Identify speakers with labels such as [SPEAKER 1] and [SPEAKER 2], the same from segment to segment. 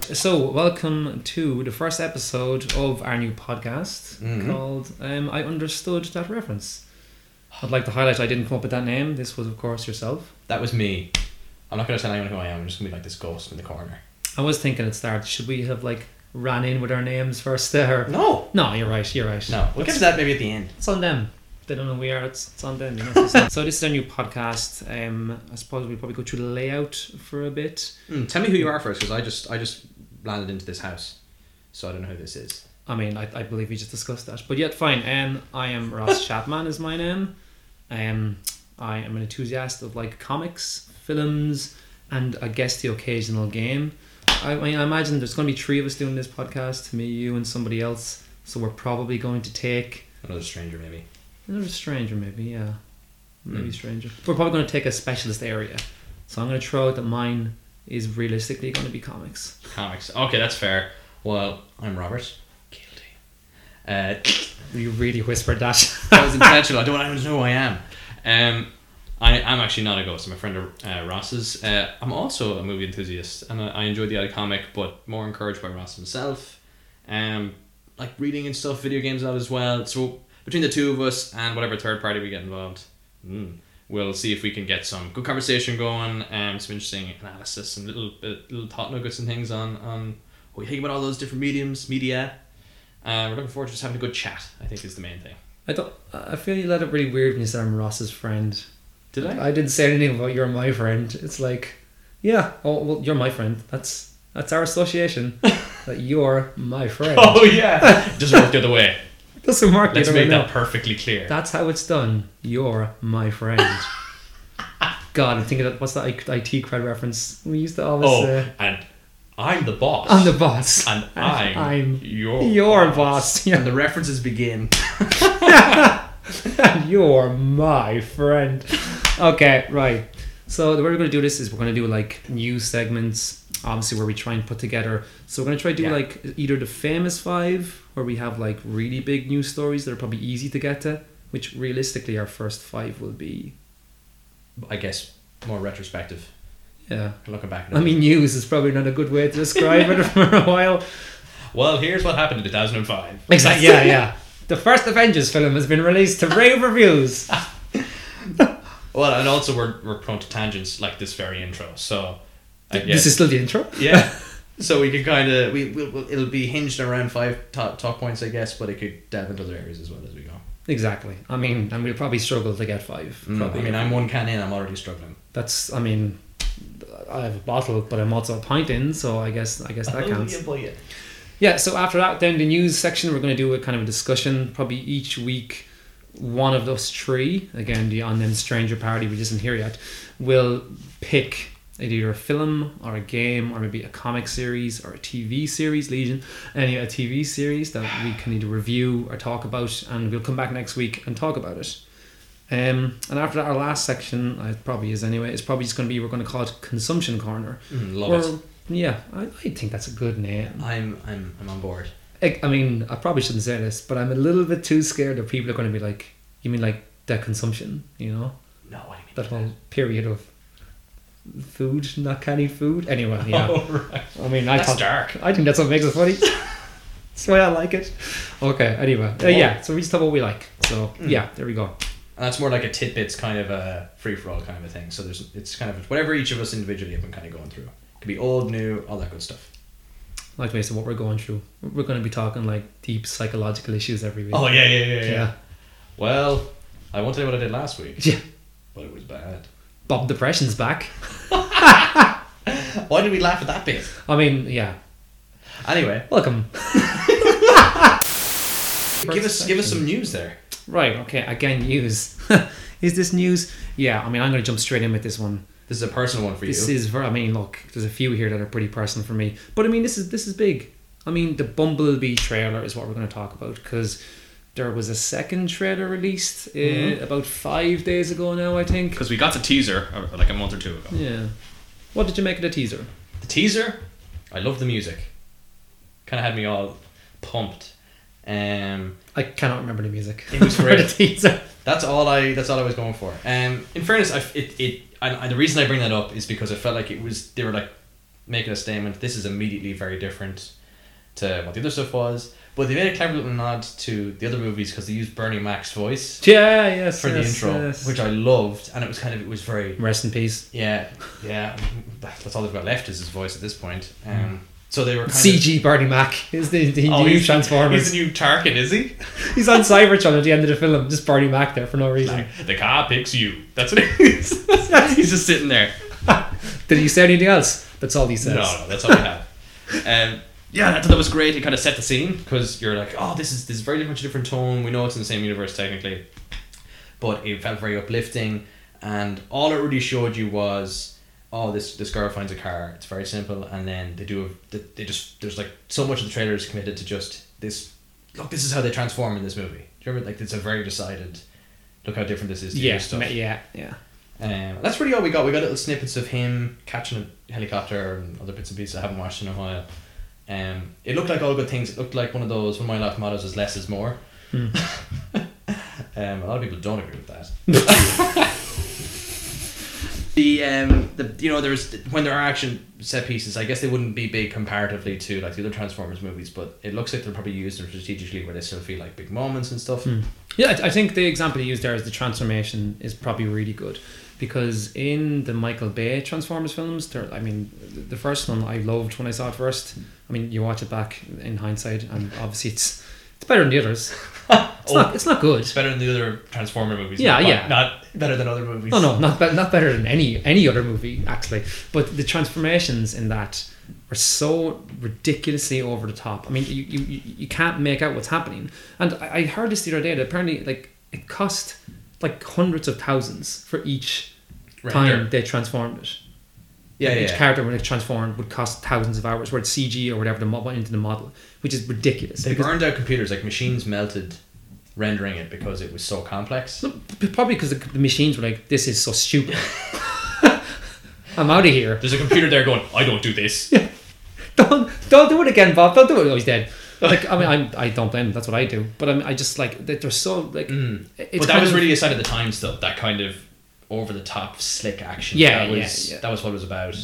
[SPEAKER 1] so welcome to the first episode of our new podcast
[SPEAKER 2] Mhm.
[SPEAKER 1] called um, I Understood That Reference. I'd like to highlight I didn't come up with that name. This was, of course, yourself.
[SPEAKER 2] That was me. I'm not gonna tell anyone who I am. I'm just gonna be like this ghost in the corner.
[SPEAKER 1] I was thinking at start, should we have like ran in with our names first there?
[SPEAKER 2] No,
[SPEAKER 1] No, you're right, you're right.
[SPEAKER 2] no. We'll get to that maybe at the end.
[SPEAKER 1] It's on them. They don't know we are. It's, it's on them. You know, it's not- so this is our new podcast. Um, I suppose we'll probably go through the layout for a bit.
[SPEAKER 2] Mm, tell me who you are first, because I just I just landed into this house, so I don't know who this is.
[SPEAKER 1] I mean, I, I believe we just discussed that. But yet, fine. Um, I am Ross Chapman is my name. Um, I am an enthusiast of like comics, films, and I guess the occasional game. I, I mean, I imagine there's going to be three of us doing this podcast, me, you, and somebody else. So we're probably going to take
[SPEAKER 2] Another stranger, maybe.
[SPEAKER 1] Another stranger, maybe, yeah. Maybe
[SPEAKER 2] Hmm.
[SPEAKER 1] stranger. We're probably going to take a specialist area. So I'm going to throw out that mine is realistically going to be comics.
[SPEAKER 2] Comics. Okay, that's fair. Well, I'm Robert. Guilty. Uh,
[SPEAKER 1] You really whispered that.
[SPEAKER 2] that was intentional. I don't want anyone to know who I am. Um, I, I'm actually not a ghost. I'm a friend of uh, Ross's. Uh, I'm also a movie enthusiast, and I, I enjoy the odd comic, but more encouraged by Ross himself. Um, like reading and stuff, video games out as well. So between the two of us and whatever third party we get involved, mm, we'll see if we can get some good conversation going, um, some interesting analysis, and little bit- little thought nuggets and things on on what you think about all those different mediums, media. Uh, we're looking forward to just having a good chat. I think is the main thing.
[SPEAKER 1] I don't. I feel you let it really weird when you said I'm Ross's friend.
[SPEAKER 2] Did
[SPEAKER 1] I didn't say anything about you're my friend. It's like, yeah, oh well, you're my friend. That's that's our association. that you're my friend.
[SPEAKER 2] Oh yeah. Doesn't work the other way.
[SPEAKER 1] Doesn't work.
[SPEAKER 2] Let's
[SPEAKER 1] either way
[SPEAKER 2] make
[SPEAKER 1] now.
[SPEAKER 2] that perfectly clear.
[SPEAKER 1] That's how it's done. You're my friend. God, I'm thinking that what's that IT cred reference we used to always
[SPEAKER 2] oh,
[SPEAKER 1] say.
[SPEAKER 2] and I'm the boss.
[SPEAKER 1] uh, I'm the boss.
[SPEAKER 2] and I'm,
[SPEAKER 1] I'm
[SPEAKER 2] your
[SPEAKER 1] your boss. Yeah,
[SPEAKER 2] the references begin.
[SPEAKER 1] you're my friend. Okay, right. So the way we're gonna do this is we're gonna do like news segments, obviously where we try and put together. So we're gonna try to do
[SPEAKER 2] Yeah.
[SPEAKER 1] like either the famous five, where we have like really big news stories that are probably easy to get to, which realistically our first five will be.
[SPEAKER 2] I guess more retrospective,
[SPEAKER 1] Yeah.
[SPEAKER 2] looking back. at
[SPEAKER 1] I
[SPEAKER 2] it.
[SPEAKER 1] mean, news is probably not a good way to describe it for a while.
[SPEAKER 2] well, here's what happened in 2005.
[SPEAKER 1] Exactly. Yeah, yeah. The first Avengers film has been released to rave reviews.
[SPEAKER 2] Well, and also we're, we're prone to tangents like this very intro. So I
[SPEAKER 1] This
[SPEAKER 2] guess-
[SPEAKER 1] is still the intro.
[SPEAKER 2] yeah. So we could kind of we we'll, we'll, it'll be hinged around five top, top points, I guess, but it could delve into other areas as well as we go.
[SPEAKER 1] Exactly. I mean, and we'll probably struggle to get five.
[SPEAKER 2] I
[SPEAKER 1] Probably.
[SPEAKER 2] mean, I'm one can in. I'm already struggling.
[SPEAKER 1] That's. I mean, I have a bottle, but I'm also a pint in, so I guess I guess
[SPEAKER 2] Oh,
[SPEAKER 1] that counts. Yeah, so after that, then the news section, we're going to do a kind of a discussion, probably each week. One of those three, again, the on them stranger party, which isn't here yet, will pick either a film or a game or maybe a comic series or a TV series, Legion, any a TV series that we can either review or talk about, and we'll come back next week and talk about it. Um, and after that, our last section, uh, it probably is anyway, it's probably just going to be we're going to call it Consumption Corner.
[SPEAKER 2] Mm, love it.
[SPEAKER 1] or, yeah, I, I think that's a good name.
[SPEAKER 2] I'm I'm I'm on board.
[SPEAKER 1] I I mean, I probably shouldn't say this, but I'm a little bit too scared that people are going to be like, you mean like that consumption, you know?
[SPEAKER 2] No, what do you mean?
[SPEAKER 1] That whole period of food, not canny food. Anyway, yeah. I mean, I,
[SPEAKER 2] Oh, That's
[SPEAKER 1] thought,
[SPEAKER 2] dark.
[SPEAKER 1] I think that's what makes it funny. that's why I like it. Okay, anyway. Uh, yeah, so we just have what we like. So,
[SPEAKER 2] Mm.
[SPEAKER 1] yeah, there we go.
[SPEAKER 2] And that's more like a tidbits kind of a free for all kind of a thing. So there's it's kind of whatever each of us individually have been kind of going through. Could be old, new, all that good stuff.
[SPEAKER 1] Like basically what we're going through. We're going to be talking like deep psychological issues every week.
[SPEAKER 2] Oh yeah, yeah, yeah, yeah.
[SPEAKER 1] yeah.
[SPEAKER 2] Well, I won't tell you what I did last week,
[SPEAKER 1] Yeah.
[SPEAKER 2] but it was bad.
[SPEAKER 1] Bob Depression's back.
[SPEAKER 2] Why did we laugh at that bit?
[SPEAKER 1] I mean, yeah.
[SPEAKER 2] Anyway,
[SPEAKER 1] Welcome.
[SPEAKER 2] give us give us some news there.
[SPEAKER 1] Right, okay, again, news. is this news? Yeah, I mean, I'm going to jump straight in with this one.
[SPEAKER 2] This is a personal one for
[SPEAKER 1] This
[SPEAKER 2] you.
[SPEAKER 1] is, ver- I mean, look, there's a few here that are pretty personal for me. But I mean, this is this is big. I mean, the Bumblebee trailer is what we're going to talk about because there was a second trailer released uh,
[SPEAKER 2] Mm-hmm.
[SPEAKER 1] about five days ago now, I think.
[SPEAKER 2] Because we got the teaser uh, like a month or two ago.
[SPEAKER 1] Yeah. What did you make of the teaser?
[SPEAKER 2] The teaser, I love the music. Kind of had me all pumped. Um,
[SPEAKER 1] I cannot remember the music.
[SPEAKER 2] It was
[SPEAKER 1] for
[SPEAKER 2] great.
[SPEAKER 1] the teaser.
[SPEAKER 2] That's all I. That's all I was going for. Um, in fairness, I, it, it I, I- the reason I bring that up is because I felt like it was they were like making a statement. This is immediately very different to what the other stuff was. But they made a clever little nod to the other movies because they used Bernie Mac's voice
[SPEAKER 1] Yeah, yes.
[SPEAKER 2] for
[SPEAKER 1] yes,
[SPEAKER 2] the intro,
[SPEAKER 1] yes.
[SPEAKER 2] which I loved, and it was kind of it was very
[SPEAKER 1] Rest in peace.
[SPEAKER 2] yeah yeah. That's all they've got left is his voice at this point. Um, so they were kind Of,
[SPEAKER 1] CG Barney Mac is the, the
[SPEAKER 2] Oh,
[SPEAKER 1] new
[SPEAKER 2] he's-
[SPEAKER 1] Transformers.
[SPEAKER 2] He's the new Tarkin, is he?
[SPEAKER 1] He's on Cybertron at the end of the film, just Barney Mac there for no reason.
[SPEAKER 2] Like, the car picks you. That's what he is. He's just sitting there.
[SPEAKER 1] Did he say anything else? That's all he says.
[SPEAKER 2] No, no, that's all we have. Um, yeah, that, that was great. It kind of set the scene because you're like, oh, this is this is very much a different tone. We know it's in the same universe technically, but it felt very uplifting, and all it really showed you was, oh, this this girl finds a car. It's very simple, and then they do a, they- they just there's like so much of the trailer is committed to just this. Look, this is how they transform in this movie. Do you remember? Like it's a very decided. Look how different this is. To your
[SPEAKER 1] Yeah,
[SPEAKER 2] stuff.
[SPEAKER 1] ma- yeah, yeah.
[SPEAKER 2] Um, that's really all we got. We got little snippets of him catching a helicopter and other bits and pieces I haven't watched in a while. Um, it looked like all good things. It looked like one of those. One of my life mottos is less is more.
[SPEAKER 1] Hmm.
[SPEAKER 2] um, a lot of people don't agree with that. the um, the you know there's when there are action set pieces, I guess they wouldn't be big comparatively to like the other Transformers movies, but it looks like they'll probably use them strategically where they still feel like big moments and
[SPEAKER 1] Hmm.
[SPEAKER 2] stuff.
[SPEAKER 1] Yeah, I- I think the example you used there is the transformation is probably really good because in the Michael Bay Transformers films, there, I mean, th- the first one I loved when I saw it first. I mean, you watch it back in hindsight, and obviously it's it's better than the others. It's
[SPEAKER 2] Oh.
[SPEAKER 1] not it's not good.
[SPEAKER 2] It's better than the other Transformer movies.
[SPEAKER 1] Yeah,
[SPEAKER 2] but
[SPEAKER 1] yeah.
[SPEAKER 2] Not better than other movies.
[SPEAKER 1] No, no, not be- not better than any any other movie actually. But the transformations in that are so ridiculously over the top. I mean, you you, you you can't make out what's happening. And I, I heard this the other day that apparently like it cost like hundreds of thousands for each
[SPEAKER 2] Right,
[SPEAKER 1] time
[SPEAKER 2] they're-
[SPEAKER 1] they transformed it.
[SPEAKER 2] Yeah,
[SPEAKER 1] Like,
[SPEAKER 2] yeah,
[SPEAKER 1] each
[SPEAKER 2] yeah.
[SPEAKER 1] character when it's transformed would cost thousands of hours, where it's CG or whatever the mod went into the model, which is ridiculous.
[SPEAKER 2] They
[SPEAKER 1] because-
[SPEAKER 2] burned out computers, like machines melted rendering it because it was so complex.
[SPEAKER 1] No, p- probably because the, the machines were like, "This is so stupid." I'm out of here.
[SPEAKER 2] There's a computer there going, I don't do this.
[SPEAKER 1] don't don't do it again, Bob. Don't do it. Oh, he's dead. Like I mean, I'm, I don't blame him. That's what I do. But I'm, I just like that. They're so like. It's
[SPEAKER 2] Mm. but that
[SPEAKER 1] kind
[SPEAKER 2] was
[SPEAKER 1] of-
[SPEAKER 2] really a sign of the times, though. That kind of over the top, slick action.
[SPEAKER 1] Yeah,
[SPEAKER 2] that
[SPEAKER 1] yeah,
[SPEAKER 2] was,
[SPEAKER 1] yeah.
[SPEAKER 2] That was what it was about.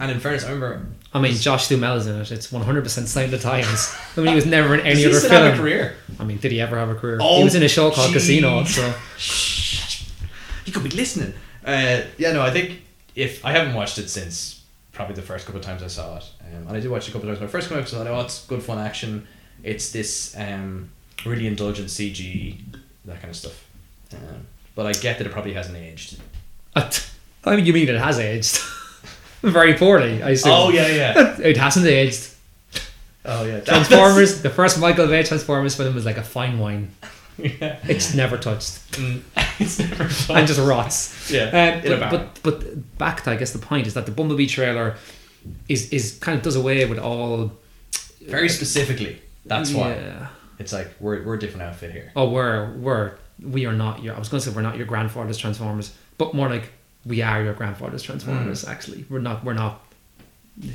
[SPEAKER 2] And in fairness, I remember.
[SPEAKER 1] I mean, Josh Duhamel's in it. It's 100 percent sign of the times. I mean, he was never in
[SPEAKER 2] Does
[SPEAKER 1] any
[SPEAKER 2] he
[SPEAKER 1] other
[SPEAKER 2] still
[SPEAKER 1] film.
[SPEAKER 2] have a career?
[SPEAKER 1] I mean, did he ever have a career?
[SPEAKER 2] Oh,
[SPEAKER 1] he was in a show called Casino.
[SPEAKER 2] gee.
[SPEAKER 1] So
[SPEAKER 2] Shh. You could be listening. Uh, yeah, no, I think if I haven't watched it since probably the first couple of times I saw it, um, and I did watch it a couple of times. My first one, because I thought, oh, it's good fun action. It's this um, really indulgent CG, that kind of stuff. Um, but I get that it probably hasn't aged.
[SPEAKER 1] I I mean, you mean it has aged very poorly? I assume.
[SPEAKER 2] Oh, yeah, yeah.
[SPEAKER 1] It hasn't aged.
[SPEAKER 2] Oh yeah.
[SPEAKER 1] Transformers, the first Michael Bay Transformers film was like a fine wine. It's never touched
[SPEAKER 2] it's never fun.
[SPEAKER 1] and just rots.
[SPEAKER 2] yeah.
[SPEAKER 1] Uh,
[SPEAKER 2] in a
[SPEAKER 1] but,
[SPEAKER 2] bar.
[SPEAKER 1] but but back to I guess the point is that the Bumblebee trailer is is kind of does away with all.
[SPEAKER 2] very specifically. That's why
[SPEAKER 1] Yeah.
[SPEAKER 2] it's like we're we're a different outfit here.
[SPEAKER 1] Oh, we're we're we are not your. I was going to say we're not your grandfather's Transformers, but more like we are your grandfather's
[SPEAKER 2] Hmm.
[SPEAKER 1] Transformers. Actually, we're not we're not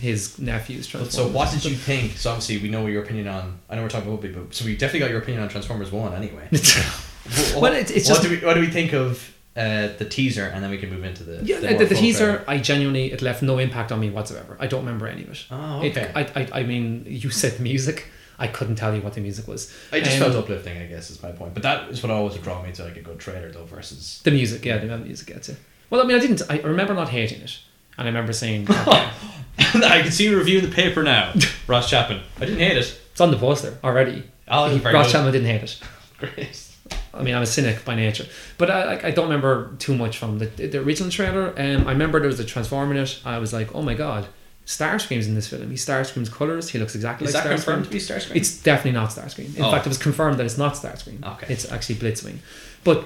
[SPEAKER 1] his nephew's
[SPEAKER 2] But
[SPEAKER 1] Transformers.
[SPEAKER 2] so, what did you think? So obviously, we know your opinion on. I know we're talking about Bumblebee, but so we definitely got your opinion on Transformers One anyway. what,
[SPEAKER 1] Well, it's- it's
[SPEAKER 2] what
[SPEAKER 1] just-
[SPEAKER 2] do we what do we think of uh, the teaser, and then we can move into the
[SPEAKER 1] yeah, the,
[SPEAKER 2] more
[SPEAKER 1] the,
[SPEAKER 2] full
[SPEAKER 1] teaser. I genuinely it left no impact on me whatsoever. I don't remember any of it.
[SPEAKER 2] Oh,
[SPEAKER 1] It-
[SPEAKER 2] okay.
[SPEAKER 1] I, I I mean, you said the music. I couldn't tell you what the music was.
[SPEAKER 2] trailer. I just
[SPEAKER 1] Um,
[SPEAKER 2] felt uplifting, I guess, is my point. But that is what always would draw me to like a good trailer, though. Versus
[SPEAKER 1] The music, yeah, the music gets it. Well, I mean, I didn't. I remember not hating it, and I remember saying "Oh,
[SPEAKER 2] I can see a review in the paper now. Ross Chapman. I didn't hate it.
[SPEAKER 1] it's on the poster already.
[SPEAKER 2] Oh,
[SPEAKER 1] Ross
[SPEAKER 2] he's very good.
[SPEAKER 1] Chapman didn't hate it.
[SPEAKER 2] Great.
[SPEAKER 1] I mean, I'm a cynic by nature, but I like, I don't remember too much from the the original trailer. Um, I remember there was a transform in it. I was like, oh my god, Starscream's in this film. He Starscream's colors. He looks exactly
[SPEAKER 2] Is
[SPEAKER 1] like
[SPEAKER 2] that
[SPEAKER 1] Starscream.
[SPEAKER 2] confirmed to be Starscream?
[SPEAKER 1] It's definitely not Starscream. In
[SPEAKER 2] Oh.
[SPEAKER 1] fact, it was confirmed that it's not Starscream.
[SPEAKER 2] Okay.
[SPEAKER 1] It's actually Blitzwing. But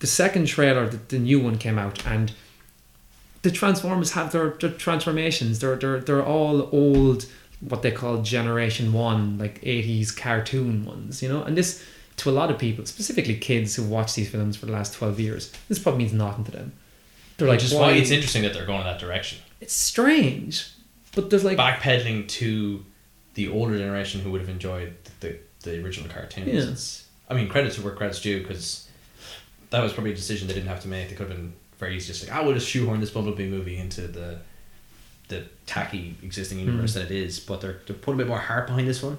[SPEAKER 1] the second trailer, the, the new one came out, and the Transformers have their, their transformations. They're, they're, they're all old, what they call Generation 1, like 80s cartoon ones, you know? And this, to a lot of people, specifically kids who watch these films for the last 12 years, this probably means nothing to them. They're like,
[SPEAKER 2] which is why it's interesting that they're going in that direction,
[SPEAKER 1] it's strange. But there's like,
[SPEAKER 2] backpedaling to the older generation who would have enjoyed the the original cartoons.
[SPEAKER 1] Yeah.
[SPEAKER 2] It's- I mean, credits were credits due because that was probably a "Ah, decision they didn't have to make. They could have been very easy, just like I will just shoehorn this Bumblebee movie into the the tacky existing
[SPEAKER 1] Hmm.
[SPEAKER 2] universe that it is, but they're they put a bit more heart behind this one.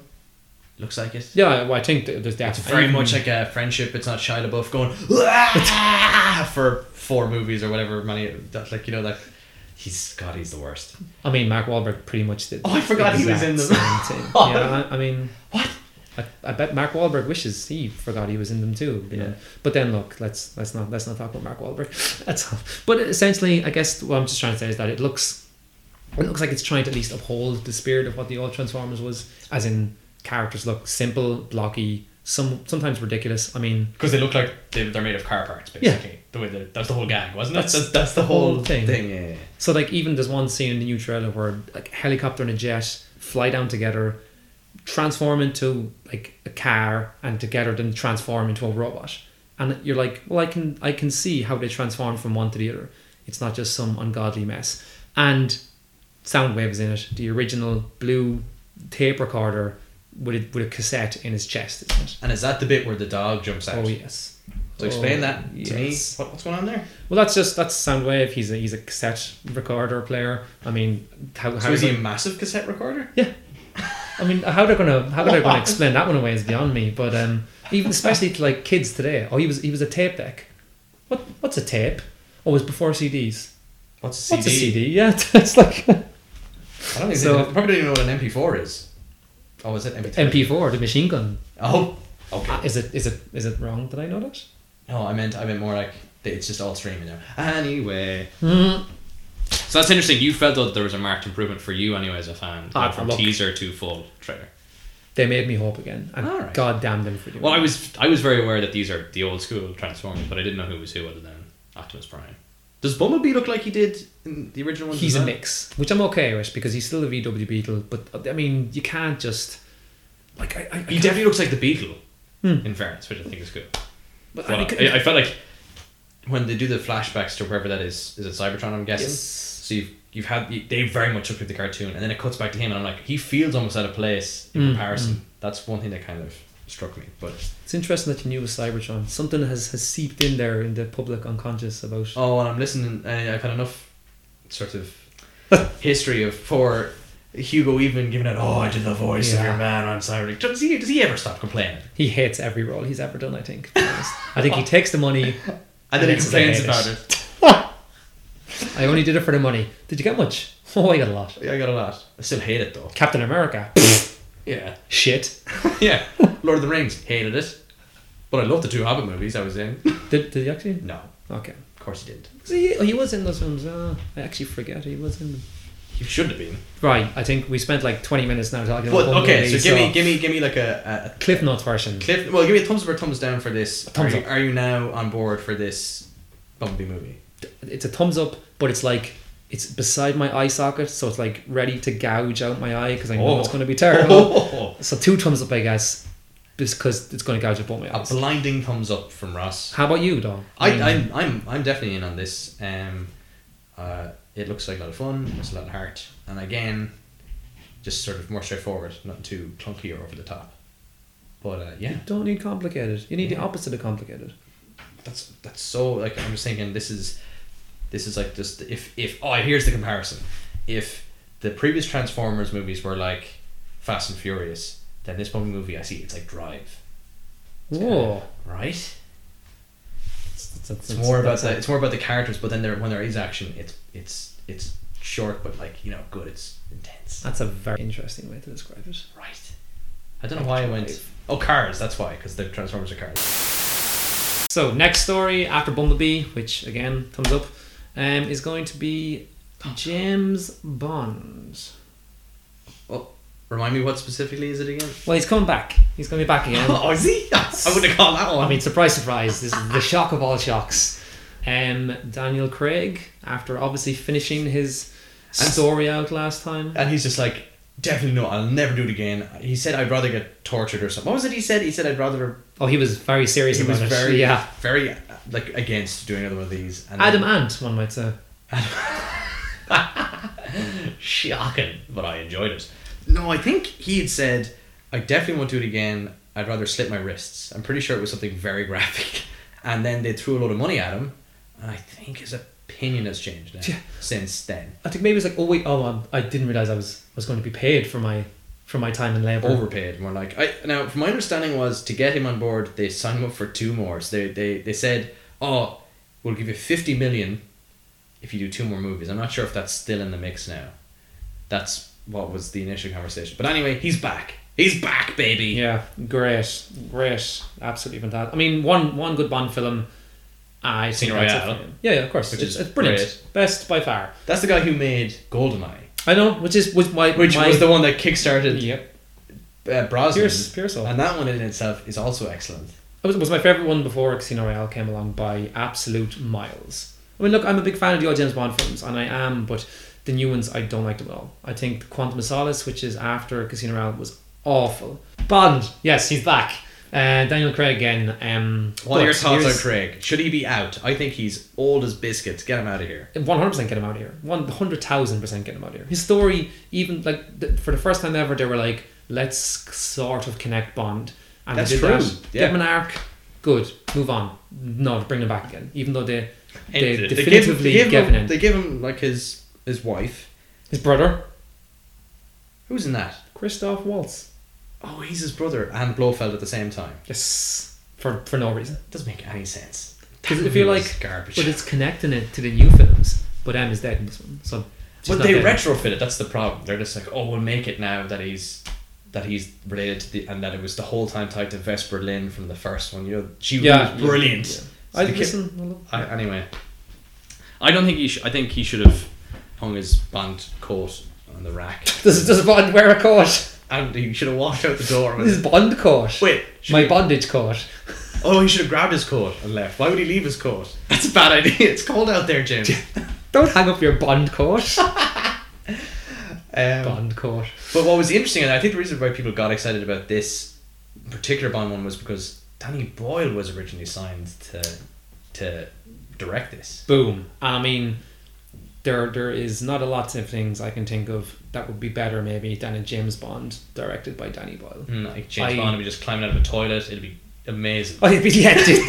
[SPEAKER 2] Looks like it.
[SPEAKER 1] Yeah, well, I think th- there's that.
[SPEAKER 2] It's very much like a friendship. It's not Shia LaBeouf going "Ah!" for four movies or whatever. Many that like you know like he's God, he's the worst.
[SPEAKER 1] I mean, Mark Wahlberg pretty much did.
[SPEAKER 2] Oh, I forgot he was
[SPEAKER 1] exact
[SPEAKER 2] in them.
[SPEAKER 1] same thing. yeah, I, I mean,
[SPEAKER 2] What?
[SPEAKER 1] I, I bet Mark Wahlberg wishes he forgot he was in them too. You
[SPEAKER 2] Yeah.
[SPEAKER 1] know? But then look, let's let's not let's not talk about Mark Wahlberg. That's all. But essentially, I guess what I'm just trying to say is that it looks it looks like it's trying to at least uphold the spirit of what the old Transformers was, as in characters look simple, blocky, some sometimes ridiculous. I mean,
[SPEAKER 2] Because they look like they, they're made of car parts, basically. The way that that's the whole gang, wasn't it?
[SPEAKER 1] That's-
[SPEAKER 2] That's that's, the whole
[SPEAKER 1] whole
[SPEAKER 2] thing.
[SPEAKER 1] thing.
[SPEAKER 2] yeah, yeah, yeah.
[SPEAKER 1] So like even there's one scene in the new trailer where like a helicopter and a jet fly down together, transform into like a car, and together then transform into a robot. And you're like, well, I can I can see how they transform from one to the other. It's not just some ungodly mess. And Soundwave is in it, the original blue tape recorder with a, with a cassette in his chest, isn't it?
[SPEAKER 2] And is that the bit where the dog jumps out?
[SPEAKER 1] Oh yes.
[SPEAKER 2] So explain
[SPEAKER 1] Oh,
[SPEAKER 2] that to
[SPEAKER 1] yes.
[SPEAKER 2] me. What, what's going on there?
[SPEAKER 1] Well, that's just that's Soundwave. He's a he's a cassette recorder player. I mean, how
[SPEAKER 2] So
[SPEAKER 1] how
[SPEAKER 2] is
[SPEAKER 1] do
[SPEAKER 2] he
[SPEAKER 1] you-
[SPEAKER 2] a massive cassette recorder?
[SPEAKER 1] I mean, how they're gonna how they're gonna explain that one away is beyond me. But um, even especially to like kids today. Oh, he was he was a tape deck. What what's a tape? Oh, it was before CDs.
[SPEAKER 2] What's a CD?
[SPEAKER 1] What's a CD? Yeah, that's like
[SPEAKER 2] I don't even
[SPEAKER 1] So-
[SPEAKER 2] know- probably don't even know what an MP4 is. Oh, is it MP3?
[SPEAKER 1] MP4, the machine gun.
[SPEAKER 2] Oh, okay.
[SPEAKER 1] Ah, Is it is it is it wrong that I know that?
[SPEAKER 2] No, I meant I meant more like that it's just all streaming now. Anyway,
[SPEAKER 1] Mm.
[SPEAKER 2] so that's interesting. You felt that there was a marked improvement for you, anyway, as a fan,
[SPEAKER 1] Ah,
[SPEAKER 2] from
[SPEAKER 1] look.
[SPEAKER 2] teaser to full trailer.
[SPEAKER 1] They made me hope again, and
[SPEAKER 2] All right.
[SPEAKER 1] God damn them for doing.
[SPEAKER 2] Well, I
[SPEAKER 1] it.
[SPEAKER 2] was I was very aware that these are the old school Transformers, but I didn't know who was who other than Optimus Prime. Does Bumblebee look like he did in the original one?
[SPEAKER 1] he's a mix, which I'm okay with because he's still a VW Beetle. But I mean, you can't just like I. I, I
[SPEAKER 2] He
[SPEAKER 1] can't-
[SPEAKER 2] definitely looks like the Beetle.
[SPEAKER 1] Hmm.
[SPEAKER 2] In fairness, which I think is good.
[SPEAKER 1] but
[SPEAKER 2] Well,
[SPEAKER 1] I could-
[SPEAKER 2] I, I felt like when they do the flashbacks to wherever that is, is it Cybertron? I'm guessing.
[SPEAKER 1] Yes.
[SPEAKER 2] So you've you've had you- they very much took with the cartoon, and then it cuts back to him, and I'm like, he feels almost out of place in
[SPEAKER 1] Mm,
[SPEAKER 2] comparison. That's one thing that kind of struck me. But
[SPEAKER 1] It's interesting that you knew it was Cybertron. Something has, has seeped in there in the public unconscious about.
[SPEAKER 2] oh, and I'm listening. Uh, I've had enough sort of history of poor Hugo even giving out. Oh, I did the voice of
[SPEAKER 1] Yeah.
[SPEAKER 2] your man on Cyber. Does he does he ever stop complaining?
[SPEAKER 1] He hates every role he's ever done. I think. to be honest. I think he takes the money.
[SPEAKER 2] And then he
[SPEAKER 1] Yes, I hate
[SPEAKER 2] complains
[SPEAKER 1] it.
[SPEAKER 2] about it.
[SPEAKER 1] I only did it for the money. Did you get much? Oh, I got a lot.
[SPEAKER 2] Yeah, I got a lot. I still hate it though.
[SPEAKER 1] Captain America.
[SPEAKER 2] Yeah.
[SPEAKER 1] Shit.
[SPEAKER 2] Yeah, Lord of the Rings, hated it. But I loved the two Hobbit movies I was in.
[SPEAKER 1] Did, did he actually?
[SPEAKER 2] No,
[SPEAKER 1] Okay.
[SPEAKER 2] of course he didn't.
[SPEAKER 1] So he, he was in those films. Uh, I actually forget he was in. Them.
[SPEAKER 2] He shouldn't have been.
[SPEAKER 1] Right. I think we spent like twenty minutes now talking
[SPEAKER 2] But
[SPEAKER 1] about.
[SPEAKER 2] okay,
[SPEAKER 1] Bumblebee,
[SPEAKER 2] so give me, give me, give me like a,
[SPEAKER 1] Cliff Notes version.
[SPEAKER 2] a cliff. Well, give me a thumbs up or thumbs down for this.
[SPEAKER 1] thumbs
[SPEAKER 2] are, you,
[SPEAKER 1] up.
[SPEAKER 2] are you now on board for this Bumblebee movie?
[SPEAKER 1] it's a thumbs up, but it's like it's beside my eye socket, so it's like ready to gouge out my eye because I know
[SPEAKER 2] Oh.
[SPEAKER 1] it's going to be terrible.
[SPEAKER 2] Oh,
[SPEAKER 1] So two thumbs up, I guess, because it's going to gouge up both my
[SPEAKER 2] a
[SPEAKER 1] eyes.
[SPEAKER 2] blinding thumbs up from Ross.
[SPEAKER 1] How about you, though?
[SPEAKER 2] I, I'm, I'm, I'm definitely in on this. Um, uh, it looks like a lot of fun. It's a lot of heart, and again, just sort of more straightforward, not too clunky or over the top. But uh, yeah,
[SPEAKER 1] You don't need complicated. You need
[SPEAKER 2] Yeah.
[SPEAKER 1] the opposite of complicated.
[SPEAKER 2] that's that's so like I'm just thinking this is this is like just if if oh here's the comparison if the previous Transformers movies were like Fast and Furious then this one movie I see it's like Drive
[SPEAKER 1] Whoa.
[SPEAKER 2] right
[SPEAKER 1] It's, it's-
[SPEAKER 2] it's
[SPEAKER 1] it's-
[SPEAKER 2] more about
[SPEAKER 1] that's
[SPEAKER 2] the
[SPEAKER 1] it.
[SPEAKER 2] it's more about the characters but then there when there is action it's it's it's short but like you know good it's intense
[SPEAKER 1] That's a very interesting way to describe it.
[SPEAKER 2] right I don't know why I went oh Cars that's why because the Transformers are Cars
[SPEAKER 1] So next story after Bumblebee, which again thumbs up, um, is going to be
[SPEAKER 2] Oh,
[SPEAKER 1] James Bond.
[SPEAKER 2] remind me what specifically is it again
[SPEAKER 1] Well, he's coming back. He's going to be back again.
[SPEAKER 2] oh is he I wouldn't have called that one
[SPEAKER 1] I mean, surprise, surprise. This is the shock of all shocks. Um, Daniel Craig, after obviously finishing his
[SPEAKER 2] And-
[SPEAKER 1] story out last time.
[SPEAKER 2] And he's just like, definitely no, I'll never do it again. He said I'd rather get tortured or something. What was it he said? He said I'd rather.
[SPEAKER 1] Oh, he was very Um, serious
[SPEAKER 2] He
[SPEAKER 1] about
[SPEAKER 2] was
[SPEAKER 1] it.
[SPEAKER 2] very,
[SPEAKER 1] yeah.
[SPEAKER 2] very uh, like against doing another one of these. And
[SPEAKER 1] Adam
[SPEAKER 2] then-
[SPEAKER 1] Ant, one might say.
[SPEAKER 2] shocking, but I enjoyed it. No, I think he had said I definitely won't do it again. I'd rather slit my wrists. I'm pretty sure it was something very graphic. And then they threw a lot of money at him, and I think as a opinion has changed now
[SPEAKER 1] Yeah.
[SPEAKER 2] since then.
[SPEAKER 1] I think maybe it's like, oh wait, oh, I'm, I didn't realize I was was going to be paid for my for my time and labor.
[SPEAKER 2] Overpaid, more like. I now, from my understanding, was to get him on board, they signed him up for two more. So they they they said, "Oh, we'll give you fifty million if you do two more movies." I'm not sure if that's still in the mix now. That's what was the initial conversation. But anyway, he's back. He's back, baby.
[SPEAKER 1] Yeah, great, great, absolutely fantastic. I mean, one one good Bond film. I think
[SPEAKER 2] Casino
[SPEAKER 1] that's it
[SPEAKER 2] Royale.
[SPEAKER 1] for me. Yeah, yeah, of course,
[SPEAKER 2] Which
[SPEAKER 1] it's,
[SPEAKER 2] is
[SPEAKER 1] it's brilliant,
[SPEAKER 2] great.
[SPEAKER 1] best by far.
[SPEAKER 2] That's the guy who made Goldeneye,
[SPEAKER 1] I know, which is which my
[SPEAKER 2] which
[SPEAKER 1] my,
[SPEAKER 2] was the one that kickstarted
[SPEAKER 1] yep
[SPEAKER 2] uh, Brosnan.
[SPEAKER 1] Pierce Pierceall.
[SPEAKER 2] And that one in itself is also excellent.
[SPEAKER 1] It was, it was my favorite one before Casino Royale came along by absolute miles. I mean, look, I'm a big fan of the old James Bond films, and I am, but the new ones I don't like them at all. I think Quantum of Solace, which is after Casino Royale, was awful. Bond, yes, he's back. Uh, Daniel Craig again. Um,
[SPEAKER 2] What are your
[SPEAKER 1] but
[SPEAKER 2] thoughts on
[SPEAKER 1] here's-
[SPEAKER 2] Craig? Should he be out? I think he's old as biscuits. Get him out of here.
[SPEAKER 1] 100% get him out of here. 100,000% get him out of here. His story, even like th- for the first time ever, they were like, let's sort of connect Bond. And they
[SPEAKER 2] That's
[SPEAKER 1] did
[SPEAKER 2] true,
[SPEAKER 1] that.
[SPEAKER 2] yeah.
[SPEAKER 1] Give him an arc. Good. Move on. No, bring him back again. Even though they, they
[SPEAKER 2] And
[SPEAKER 1] definitively
[SPEAKER 2] give,
[SPEAKER 1] gave,
[SPEAKER 2] give him,
[SPEAKER 1] an end.
[SPEAKER 2] They give him like his his wife.
[SPEAKER 1] His brother,
[SPEAKER 2] Who's in that?
[SPEAKER 1] Christoph Waltz.
[SPEAKER 2] Oh, he's his brother and Blofeld at the same time.
[SPEAKER 1] Yes. For, for no reason.
[SPEAKER 2] Doesn't make any sense.
[SPEAKER 1] Because
[SPEAKER 2] That
[SPEAKER 1] if you
[SPEAKER 2] movie was
[SPEAKER 1] like,
[SPEAKER 2] garbage.
[SPEAKER 1] but it's connecting it to the new films. But M is dead in this one. So it's just
[SPEAKER 2] But
[SPEAKER 1] not
[SPEAKER 2] they
[SPEAKER 1] getting-
[SPEAKER 2] retrofit it. That's the problem. They're just like, oh, we'll make it now that he's that he's related to the and that it was the whole time tied to Vesper Lynn from the first one. You know, she
[SPEAKER 1] Yeah,
[SPEAKER 2] was brilliant.
[SPEAKER 1] yeah. I
[SPEAKER 2] So the kid-
[SPEAKER 1] listen. I love-
[SPEAKER 2] I, anyway, I don't think he. Sh- I think he should have hung his band coat on the rack,
[SPEAKER 1] Does, does Bond wear a coat?
[SPEAKER 2] and he should have walked out the door.
[SPEAKER 1] This
[SPEAKER 2] With,
[SPEAKER 1] is Bond coat.
[SPEAKER 2] Wait, should
[SPEAKER 1] my
[SPEAKER 2] we-
[SPEAKER 1] bondage coat.
[SPEAKER 2] oh, he should have grabbed his coat and left. Why would he leave his coat? That's a bad idea. It's cold out there, Jim.
[SPEAKER 1] Don't hang up your Bond coat.
[SPEAKER 2] Um,
[SPEAKER 1] bond coat.
[SPEAKER 2] But what was interesting, and I think the reason why people got excited about this particular Bond one was because Danny Boyle was originally signed to to direct this.
[SPEAKER 1] Boom. I mean, there there is not a lot of things I can think of that would be better maybe than a James Bond directed by Danny Boyle.
[SPEAKER 2] Mm, Like James
[SPEAKER 1] I-
[SPEAKER 2] Bond would be just climbing out of a toilet. It'd be amazing.
[SPEAKER 1] Oh, he'd be yeah, dude.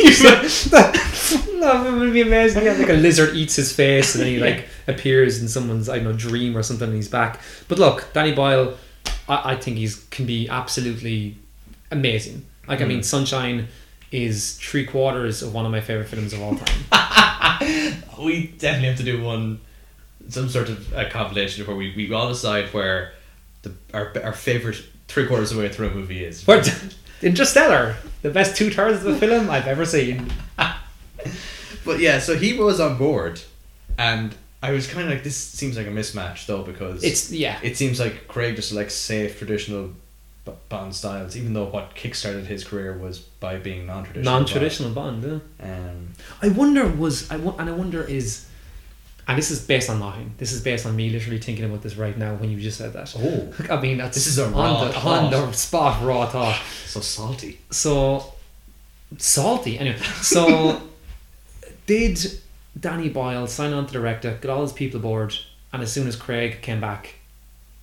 [SPEAKER 1] no, it would be amazing. Yeah, like a lizard eats his face and then he like appears in someone's I don't know dream or something and he's back. But look, Danny Boyle, I, I think he's can be absolutely amazing. Like I mean, Sunshine is three quarters of one of my favorite films of all time.
[SPEAKER 2] Oh, We definitely have to do one, some sort of a compilation where we, we all decide where the our, our favorite three quarters of the way through a movie is.
[SPEAKER 1] But Interstellar, the best two thirds of the film I've ever seen.
[SPEAKER 2] But yeah, so he was on board, and I was kind of like, this seems like a mismatch though because
[SPEAKER 1] It's yeah,
[SPEAKER 2] it seems like Craig just likes safe traditional B- Bond styles, even though what kickstarted his career was by being non-traditional.
[SPEAKER 1] non-traditional Bond. Yeah.
[SPEAKER 2] Bond. Um,
[SPEAKER 1] I wonder was I wo- and I wonder is, and this is based on mine. This is based on me literally thinking about this right now when you just said that.
[SPEAKER 2] oh,
[SPEAKER 1] I mean, that's
[SPEAKER 2] This is a raw
[SPEAKER 1] on the,
[SPEAKER 2] thought.
[SPEAKER 1] on the spot raw thought.
[SPEAKER 2] so salty.
[SPEAKER 1] So salty. Anyway, so did Danny Boyle sign on to director, get all his people aboard, and as soon as Craig came back,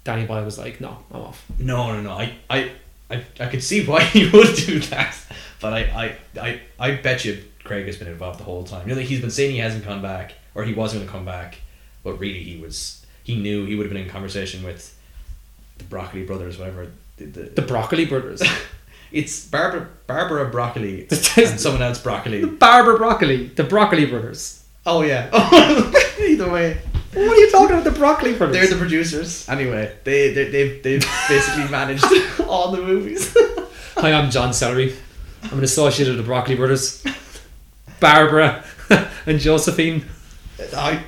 [SPEAKER 1] Danny Boyle was like, "No, I'm off."
[SPEAKER 2] No, no, no. I, I, I, I could see why he would do that, but I, I, I, I bet you Craig has been involved the whole time. You know, like he's been saying he hasn't come back, or he wasn't going to come back, but really he was. He knew he would have been in conversation with the Broccoli brothers, whatever. The, the,
[SPEAKER 1] The Broccoli Brothers.
[SPEAKER 2] it's Barbara Barbara Broccoli and someone else Broccoli.
[SPEAKER 1] Barbara Broccoli, the Broccoli Brothers.
[SPEAKER 2] Oh yeah. Either way,
[SPEAKER 1] What are you talking about, the Broccoli
[SPEAKER 2] they're
[SPEAKER 1] Brothers?
[SPEAKER 2] the producers. Anyway, they they they've, they've basically managed all the movies.
[SPEAKER 1] Hi, I'm John Celery. I'm an associate of the Broccoli Brothers. Barbara and Josephine.
[SPEAKER 2] I,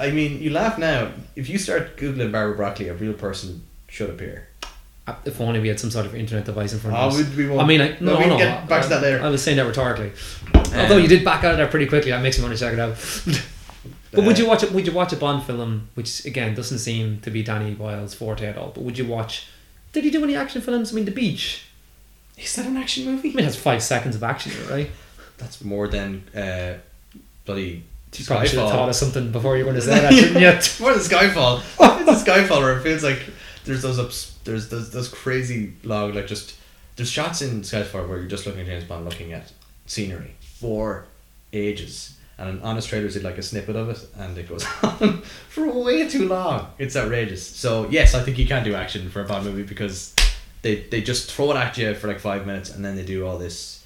[SPEAKER 2] I mean, you laugh now. If you start googling Barbara Broccoli, a real person should appear.
[SPEAKER 1] Uh, If only we had some sort of internet device in front
[SPEAKER 2] Ah,
[SPEAKER 1] of us.
[SPEAKER 2] we'd- we won't.
[SPEAKER 1] I mean, like,
[SPEAKER 2] No,
[SPEAKER 1] no, no.
[SPEAKER 2] we'll get back to that later. Um,
[SPEAKER 1] I, I was saying that rhetorically. Although you did back out of there pretty quickly, that makes me want to check it out. but would
[SPEAKER 2] Uh,
[SPEAKER 1] you watch it? Would you watch a Bond film, which again doesn't seem to be Danny Boyle's forte at all? But would you watch? Did he do any action films? I mean, The Beach.
[SPEAKER 2] Is that an action
[SPEAKER 1] I
[SPEAKER 2] movie?
[SPEAKER 1] mean, it has five seconds of action, in it, right?
[SPEAKER 2] That's more than uh, bloody
[SPEAKER 1] You probably should have thought
[SPEAKER 2] Skyfall.
[SPEAKER 1] of something before you were going to say that, shouldn't you?
[SPEAKER 2] More than Skyfall. it's a Skyfall where it feels like there's those ups, there's those, those crazy long like just there's shots in Skyfall where you're just looking at James Bond looking at scenery for ages, And an honest traders did like a snippet of it, and it goes on for way too long. It's outrageous. So yes, I think you can do action for a Bond movie because they they just throw it at you for like five minutes, and then they do all this,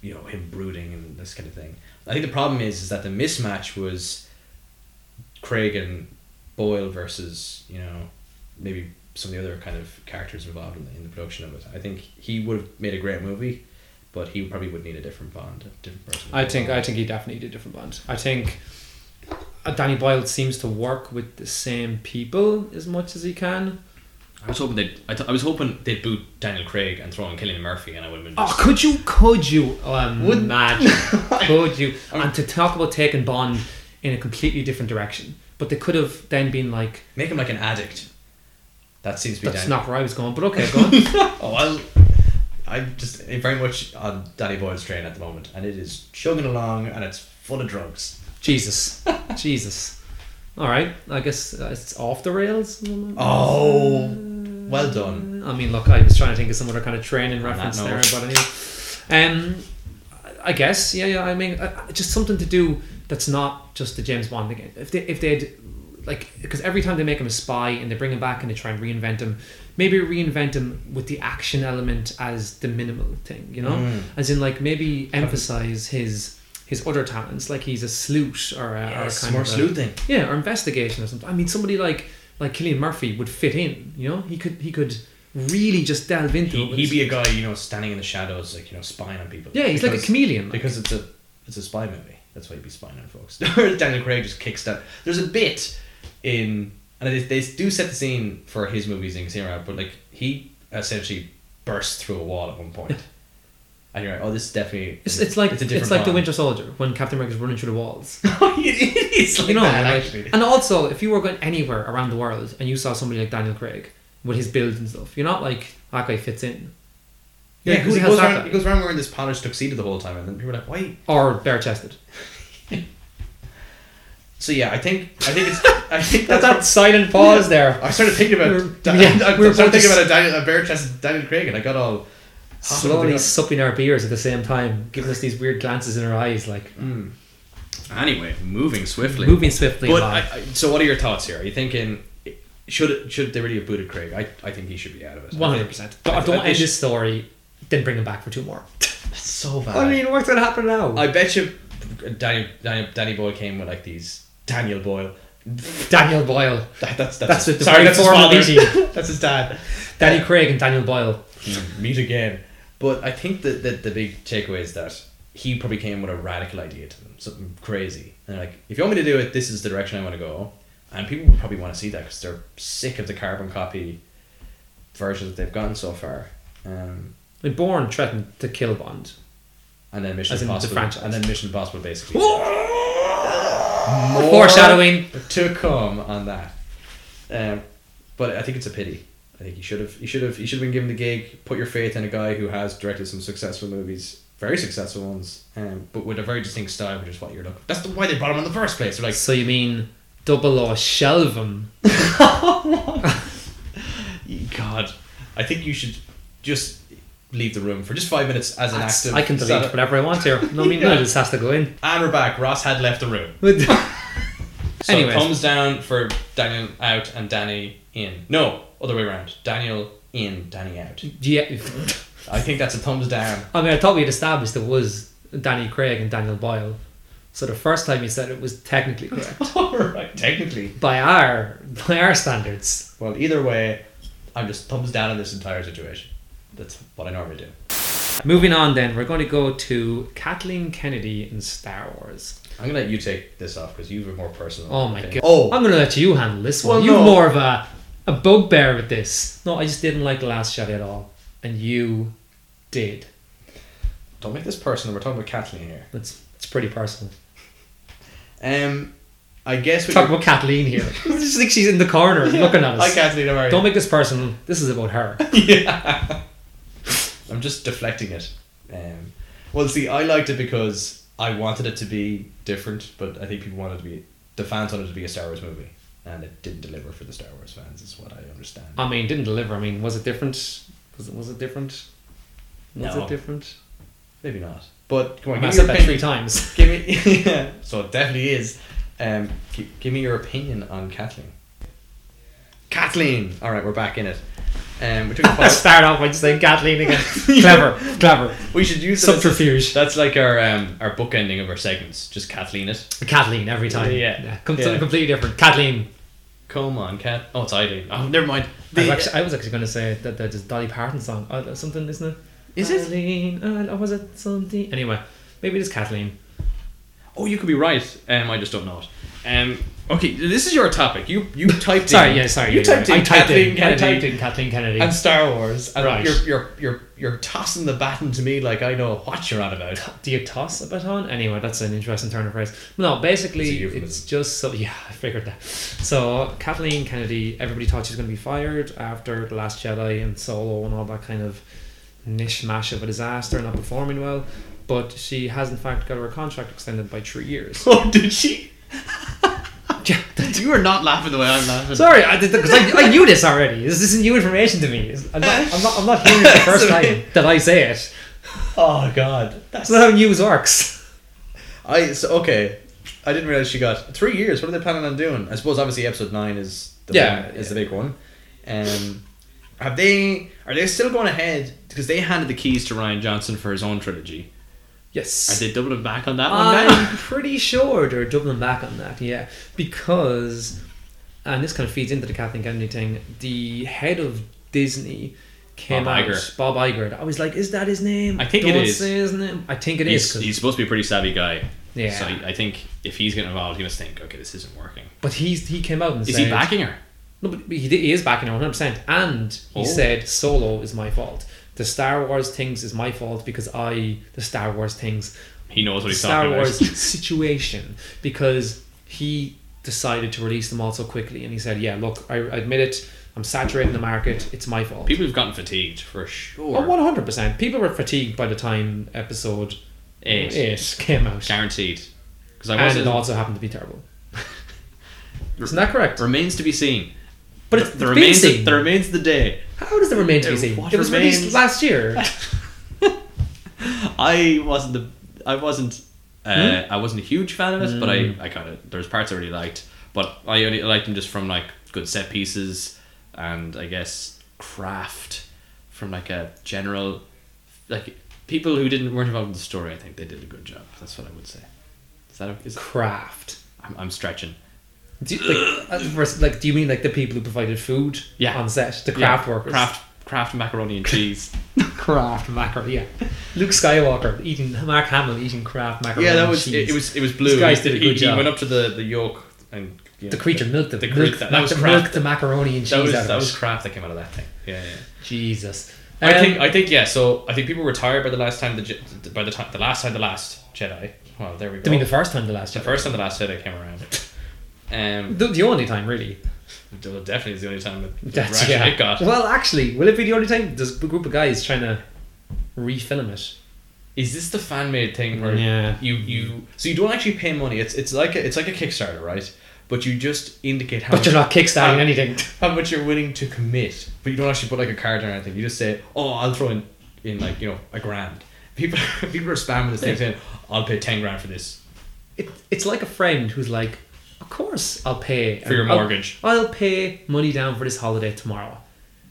[SPEAKER 2] you know, him brooding and this kind of thing. I think the problem is is that the mismatch was Craig and Boyle versus you know maybe some of the other kind of characters involved in the, in the production of it. I think he would have made a great movie, but he probably would need a different Bond, a different person.
[SPEAKER 1] I think I think he definitely did a different Bond. I think uh, Danny Boyle seems to work with the same people as much as he can.
[SPEAKER 2] I was hoping they. I, th- I was hoping they'd boot Daniel Craig and throw in Killian Murphy, and I would have been.
[SPEAKER 1] Oh,
[SPEAKER 2] Just,
[SPEAKER 1] could you? Could you? Um,
[SPEAKER 2] Wouldn't-
[SPEAKER 1] imagine. could you? And to talk about taking Bond in a completely different direction, but they could have then been like,
[SPEAKER 2] Make him like an addict. That seems to be
[SPEAKER 1] "That's
[SPEAKER 2] Daniel.
[SPEAKER 1] not where I was going," but okay, go on.
[SPEAKER 2] Oh, well, I'm just very much on Danny Boyle's train at the moment, and it is chugging along, and it's full of drugs.
[SPEAKER 1] Jesus, Jesus. All right, I guess uh, it's off the rails.
[SPEAKER 2] Oh, well done.
[SPEAKER 1] I mean, look, I was trying to think of some other kind of training
[SPEAKER 2] that
[SPEAKER 1] reference there,
[SPEAKER 2] note.
[SPEAKER 1] but anyway. Um, I guess, yeah, yeah. I mean, uh, just something to do that's not just the James Bond again. If they, if they'd like, because every time they make him a spy and they bring him back and they try and reinvent him, maybe reinvent him with the action element as the minimal thing, you know,
[SPEAKER 2] Mm.
[SPEAKER 1] as in like maybe emphasize his his other talents, like he's a sleuth or a,
[SPEAKER 2] Yes,
[SPEAKER 1] or kind
[SPEAKER 2] more
[SPEAKER 1] of a-
[SPEAKER 2] sleuthing.
[SPEAKER 1] yeah, or investigation or something. I mean, somebody like like Killian Murphy would fit in. You know, he could he could really just delve into.
[SPEAKER 2] He,
[SPEAKER 1] it with
[SPEAKER 2] he'd
[SPEAKER 1] his-
[SPEAKER 2] be a guy, you know, standing in the shadows, like you know, spying on people.
[SPEAKER 1] yeah, he's like a
[SPEAKER 2] Because-
[SPEAKER 1] chameleon. like.
[SPEAKER 2] because it's a it's a spy movie. That's why you'd be spying on folks. Daniel Craig just kicks that. There's a bit in and they, they do set the scene for his movies in Casino Royale, but like he essentially bursts through a wall at one point. And you're like, oh, this is definitely
[SPEAKER 1] it's, it's like it's, like the
[SPEAKER 2] Bond.
[SPEAKER 1] Winter Soldier when Captain America's running through the walls.
[SPEAKER 2] it's like
[SPEAKER 1] you know,
[SPEAKER 2] that,
[SPEAKER 1] like-
[SPEAKER 2] actually.
[SPEAKER 1] and also if you were going anywhere around the world and you saw somebody like Daniel Craig with his build and stuff, you're not like that guy fits in.
[SPEAKER 2] Yeah,
[SPEAKER 1] Yeah,
[SPEAKER 2] because
[SPEAKER 1] who
[SPEAKER 2] he,
[SPEAKER 1] the hell's
[SPEAKER 2] goes
[SPEAKER 1] that
[SPEAKER 2] around,
[SPEAKER 1] guy?
[SPEAKER 2] he goes around wearing this polished tuxedo the whole time, and then people are like, why?
[SPEAKER 1] Or bare chested.
[SPEAKER 2] So yeah, I think I think it's I think that's
[SPEAKER 1] silent pause there.
[SPEAKER 2] I started thinking about
[SPEAKER 1] We're-
[SPEAKER 2] Da-
[SPEAKER 1] yeah,
[SPEAKER 2] I
[SPEAKER 1] we're both
[SPEAKER 2] started thinking
[SPEAKER 1] just-
[SPEAKER 2] about a, Daniel, a bare chested Daniel Craig, and I got all
[SPEAKER 1] Slowly supping our beers at the same time, giving us these weird glances in our eyes, like
[SPEAKER 2] Mm. Anyway, moving swiftly.
[SPEAKER 1] moving swiftly.
[SPEAKER 2] But
[SPEAKER 1] along.
[SPEAKER 2] I, I, so, what are your thoughts here? Are you thinking should should they really have booted Craig? I, I think he should be out of it.
[SPEAKER 1] One hundred percent.
[SPEAKER 2] I-
[SPEAKER 1] Don't
[SPEAKER 2] I
[SPEAKER 1] don't end
[SPEAKER 2] wish-
[SPEAKER 1] this story. Then bring him back for two more.
[SPEAKER 2] That's so bad.
[SPEAKER 1] I mean, what's gonna happen now?
[SPEAKER 2] I bet you, Danny Danny, Danny Boyle came with like these Daniel Boyle.
[SPEAKER 1] Daniel Boyle,
[SPEAKER 2] That, that's that's
[SPEAKER 1] That's
[SPEAKER 2] his-
[SPEAKER 1] with the
[SPEAKER 2] sorry.
[SPEAKER 1] very
[SPEAKER 2] That's his
[SPEAKER 1] formal
[SPEAKER 2] father.
[SPEAKER 1] easy.
[SPEAKER 2] that's his dad.
[SPEAKER 1] Danny Craig, and Daniel Boyle.
[SPEAKER 2] meet again. But I think that the, the big takeaway is that he probably came with a radical idea to them, something crazy. And they're like, if you want me to do it, this is the direction I want to go. And people would probably want to see that because they're sick of the carbon copy version that they've gotten so far. Um,
[SPEAKER 1] Like Bourne threatened to kill Bond.
[SPEAKER 2] and then Mission
[SPEAKER 1] As in the
[SPEAKER 2] Impossible,
[SPEAKER 1] franchise.
[SPEAKER 2] and then Mission Impossible basically. More
[SPEAKER 1] Foreshadowing.
[SPEAKER 2] to come on that. Um, but I think it's a pity. I think you should have you should have you should have been given the gig. Put your faith in a guy who has directed some successful movies, very successful ones, um, but with a very distinct style, which is what you're looking. That's the, why they brought him in the first place. They're like,
[SPEAKER 1] So you mean Double O Shelvin?
[SPEAKER 2] God, I think you should just leave the room for just five minutes as an
[SPEAKER 1] That's-
[SPEAKER 2] active.
[SPEAKER 1] I can delete
[SPEAKER 2] setup.
[SPEAKER 1] whatever I want here. No, I mean none of this has to go in.
[SPEAKER 2] And we're back. Ross had left the room. So
[SPEAKER 1] Anyways.
[SPEAKER 2] thumbs down for Daniel out and Danny in. No, other way around. Daniel in, Danny out.
[SPEAKER 1] yeah,
[SPEAKER 2] I think that's a thumbs down.
[SPEAKER 1] I mean, I thought we had established it was Danny Craig and Daniel Boyle. So the first time you said it was technically correct
[SPEAKER 2] All right, technically.
[SPEAKER 1] by our by our standards.
[SPEAKER 2] Well, either way, I'm just thumbs down on this entire situation. That's what I normally do.
[SPEAKER 1] Moving on, then we're going to go to Kathleen Kennedy in Star Wars.
[SPEAKER 2] I'm gonna let you take this off because you have a more personal.
[SPEAKER 1] Oh my
[SPEAKER 2] thing.
[SPEAKER 1] god!
[SPEAKER 2] Oh,
[SPEAKER 1] I'm going to let you handle this one.
[SPEAKER 2] Well,
[SPEAKER 1] You're
[SPEAKER 2] no.
[SPEAKER 1] more of a a bugbear with this. No, I just didn't like the last shot at all, and you did.
[SPEAKER 2] don't make this personal. We're talking about Kathleen here.
[SPEAKER 1] That's it's pretty personal.
[SPEAKER 2] Um, I guess we
[SPEAKER 1] Talk about Kathleen here. I just think she's in the corner looking at us.
[SPEAKER 2] Hi, Kathleen. How are you?
[SPEAKER 1] Don't make this personal. This is about her.
[SPEAKER 2] I'm just deflecting it. Um, well, see, I liked it because I wanted it to be different, but I think people wanted to be the fans wanted it to be a Star Wars movie, and it didn't deliver for the Star Wars fans. Is what I understand.
[SPEAKER 1] I mean, didn't deliver. I mean, was it different? Was it was it different? Was
[SPEAKER 2] No.
[SPEAKER 1] it different?
[SPEAKER 2] Maybe not. But come on,
[SPEAKER 1] I
[SPEAKER 2] give me
[SPEAKER 1] said
[SPEAKER 2] your
[SPEAKER 1] that three
[SPEAKER 2] opinion.
[SPEAKER 1] times.
[SPEAKER 2] Give me yeah. So it definitely is. Um, gi- give me your opinion on Kathleen. Kathleen. All right, we're back in it. Um, we took a
[SPEAKER 1] Let's
[SPEAKER 2] five.
[SPEAKER 1] start off by just saying Kathleen again. clever, clever.
[SPEAKER 2] we should use it as-
[SPEAKER 1] Subterfuge.
[SPEAKER 2] That's like our um, our bookending of our segments. Just Kathleen it.
[SPEAKER 1] Kathleen every time.
[SPEAKER 2] Yeah.
[SPEAKER 1] Com-
[SPEAKER 2] Yeah.
[SPEAKER 1] Something completely different. Kathleen.
[SPEAKER 2] Come on, Cat. Oh, it's Eileen. Oh, never mind.
[SPEAKER 1] I was
[SPEAKER 2] The-
[SPEAKER 1] actually, I was actually going to say that there's this Dolly Parton song. Uh, that's something, isn't it?
[SPEAKER 2] Is it?
[SPEAKER 1] Eileen, uh, or was it something? Anyway, maybe it is Kathleen.
[SPEAKER 2] oh, you could be right. Um, I just don't know it. Um, okay, this is your topic. You you typed
[SPEAKER 1] Sorry,
[SPEAKER 2] in.
[SPEAKER 1] yeah, sorry.
[SPEAKER 2] You
[SPEAKER 1] yeah,
[SPEAKER 2] typed
[SPEAKER 1] yeah.
[SPEAKER 2] in
[SPEAKER 1] I typed
[SPEAKER 2] Kathleen
[SPEAKER 1] in,
[SPEAKER 2] Kennedy.
[SPEAKER 1] I typed in Kathleen Kennedy.
[SPEAKER 2] and Star Wars, and
[SPEAKER 1] Right.
[SPEAKER 2] you're, you're you're you're tossing the baton to me like I know what you're on about.
[SPEAKER 1] do you toss a baton? Anyway, that's an interesting turn of phrase. No,
[SPEAKER 2] It's a
[SPEAKER 1] basically,
[SPEAKER 2] euphemism.
[SPEAKER 1] it's, just so. Yeah, I figured that. So, Kathleen Kennedy, everybody thought she was going to be fired after The Last Jedi and Solo and all that kind of nish mash of a disaster, not performing well. But she has, in fact, got her contract extended by three years.
[SPEAKER 2] Oh, did she? you are not laughing the way I'm laughing.
[SPEAKER 1] Sorry, I did because I, I knew this already. This isn't new information to me. It's- I'm not, I'm not, I'm not hearing it the first time that I say it.
[SPEAKER 2] Oh God,
[SPEAKER 1] That's
[SPEAKER 2] that's
[SPEAKER 1] not how news works.
[SPEAKER 2] I so, okay. I didn't realize she got three years. What are they planning on doing? I suppose obviously episode nine is the
[SPEAKER 1] Yeah,
[SPEAKER 2] big, is the big one. Um, have they are they still going ahead because they handed the keys to Ryan Johnson for his own trilogy? Are
[SPEAKER 1] Yes.
[SPEAKER 2] they doubling back on that one? then?
[SPEAKER 1] I'm pretty sure they're doubling back on that, yeah. Because, and this kind of feeds into the Kathleen Kennedy thing, the head of Disney came
[SPEAKER 2] Bob
[SPEAKER 1] out,
[SPEAKER 2] Iger.
[SPEAKER 1] Bob Iger. I was like, is that his name?
[SPEAKER 2] I think it
[SPEAKER 1] Don't
[SPEAKER 2] is.
[SPEAKER 1] say his name. I think it is.
[SPEAKER 2] he's,
[SPEAKER 1] 'cause-
[SPEAKER 2] he's supposed to be a pretty savvy guy.
[SPEAKER 1] Yeah.
[SPEAKER 2] So I I think if he's getting involved, he must think, okay, this isn't working.
[SPEAKER 1] but he's, he came out and
[SPEAKER 2] Is
[SPEAKER 1] said.
[SPEAKER 2] he backing her?
[SPEAKER 1] No, but he, did, he is backing her 100%. And he
[SPEAKER 2] Oh.
[SPEAKER 1] said, Solo is my fault. The Star Wars things is my fault because I, the Star Wars things,
[SPEAKER 2] He knows what he's
[SPEAKER 1] Star
[SPEAKER 2] talking
[SPEAKER 1] Wars
[SPEAKER 2] about.
[SPEAKER 1] situation because he decided to release them all so quickly and he said, Yeah, look, I I admit it. I'm saturating the market. It's my fault.
[SPEAKER 2] People have gotten fatigued for sure.
[SPEAKER 1] Oh, 100%. People were fatigued by the time episode
[SPEAKER 2] Eight.
[SPEAKER 1] 8 came out.
[SPEAKER 2] Guaranteed. Because I
[SPEAKER 1] And
[SPEAKER 2] wasn't.
[SPEAKER 1] it also happened to be terrible. Isn't that correct?
[SPEAKER 2] Remains to be seen.
[SPEAKER 1] But
[SPEAKER 2] The-
[SPEAKER 1] it's
[SPEAKER 2] the
[SPEAKER 1] been
[SPEAKER 2] remains.
[SPEAKER 1] seen.
[SPEAKER 2] The remains of the day.
[SPEAKER 1] How does the remain to be seen?
[SPEAKER 2] What
[SPEAKER 1] It was
[SPEAKER 2] remains?
[SPEAKER 1] released last year.
[SPEAKER 2] I wasn't the I wasn't uh,
[SPEAKER 1] Hmm?
[SPEAKER 2] I wasn't a huge fan of it, but I I kind of there's parts I really liked, but I only liked them just from like good set pieces and I guess craft from like a general like people who didn't weren't involved in the story. I think they did a good job. That's what I would say. Is that a, is,
[SPEAKER 1] Craft.
[SPEAKER 2] I'm, I'm stretching.
[SPEAKER 1] Do you, like, at first, like, do you mean like the people who provided food
[SPEAKER 2] Yeah.
[SPEAKER 1] on set? The
[SPEAKER 2] Yeah,
[SPEAKER 1] craft workers?
[SPEAKER 2] Craft craft macaroni and cheese.
[SPEAKER 1] Kraft macaroni. Yeah, Luke Skywalker eating Mark Hamill eating Kraft macaroni.
[SPEAKER 2] yeah, that was
[SPEAKER 1] and
[SPEAKER 2] it, it
[SPEAKER 1] cheese.
[SPEAKER 2] was it was blue.
[SPEAKER 1] guys
[SPEAKER 2] He-
[SPEAKER 1] did a
[SPEAKER 2] he,
[SPEAKER 1] good
[SPEAKER 2] He
[SPEAKER 1] job.
[SPEAKER 2] went up to the the yolk and you know,
[SPEAKER 1] the creature milk the,
[SPEAKER 2] the
[SPEAKER 1] milk,
[SPEAKER 2] cre- that- that
[SPEAKER 1] milk
[SPEAKER 2] was
[SPEAKER 1] the
[SPEAKER 2] Kraft.
[SPEAKER 1] milk the macaroni and cheese.
[SPEAKER 2] That was
[SPEAKER 1] out of
[SPEAKER 2] that
[SPEAKER 1] it.
[SPEAKER 2] was craft that came out of that thing. Yeah, yeah.
[SPEAKER 1] Jesus.
[SPEAKER 2] I
[SPEAKER 1] Um,
[SPEAKER 2] think I think yeah. So I think people were tired by the last time the Je- by the time the last time the last Jedi. Well, there we go.
[SPEAKER 1] I mean the first time the last
[SPEAKER 2] The
[SPEAKER 1] time.
[SPEAKER 2] first time the last Jedi came around. Um,
[SPEAKER 1] The, the only time really.
[SPEAKER 2] it was definitely is the only time that the
[SPEAKER 1] That's
[SPEAKER 2] reaction
[SPEAKER 1] yeah.
[SPEAKER 2] it got.
[SPEAKER 1] Well, actually, will it be the only time? There's a group of guys trying to refilm it.
[SPEAKER 2] Is this the fan made thing where
[SPEAKER 1] Yeah.
[SPEAKER 2] you you so you don't actually pay money? It's it's like a, it's like a Kickstarter, right? But you just indicate how
[SPEAKER 1] But you're
[SPEAKER 2] much,
[SPEAKER 1] not kickstarting
[SPEAKER 2] Um,
[SPEAKER 1] anything.
[SPEAKER 2] how much you're willing to commit, but you don't actually put like a card down or anything. You just say, "Oh, I'll throw in in like you know a grand." People people are spamming this thing saying, "I'll pay ten grand for this."
[SPEAKER 1] It, it's like a friend who's like, "Of course, I'll pay
[SPEAKER 2] For your
[SPEAKER 1] I'll-
[SPEAKER 2] mortgage."
[SPEAKER 1] I'll pay money down for this holiday tomorrow,"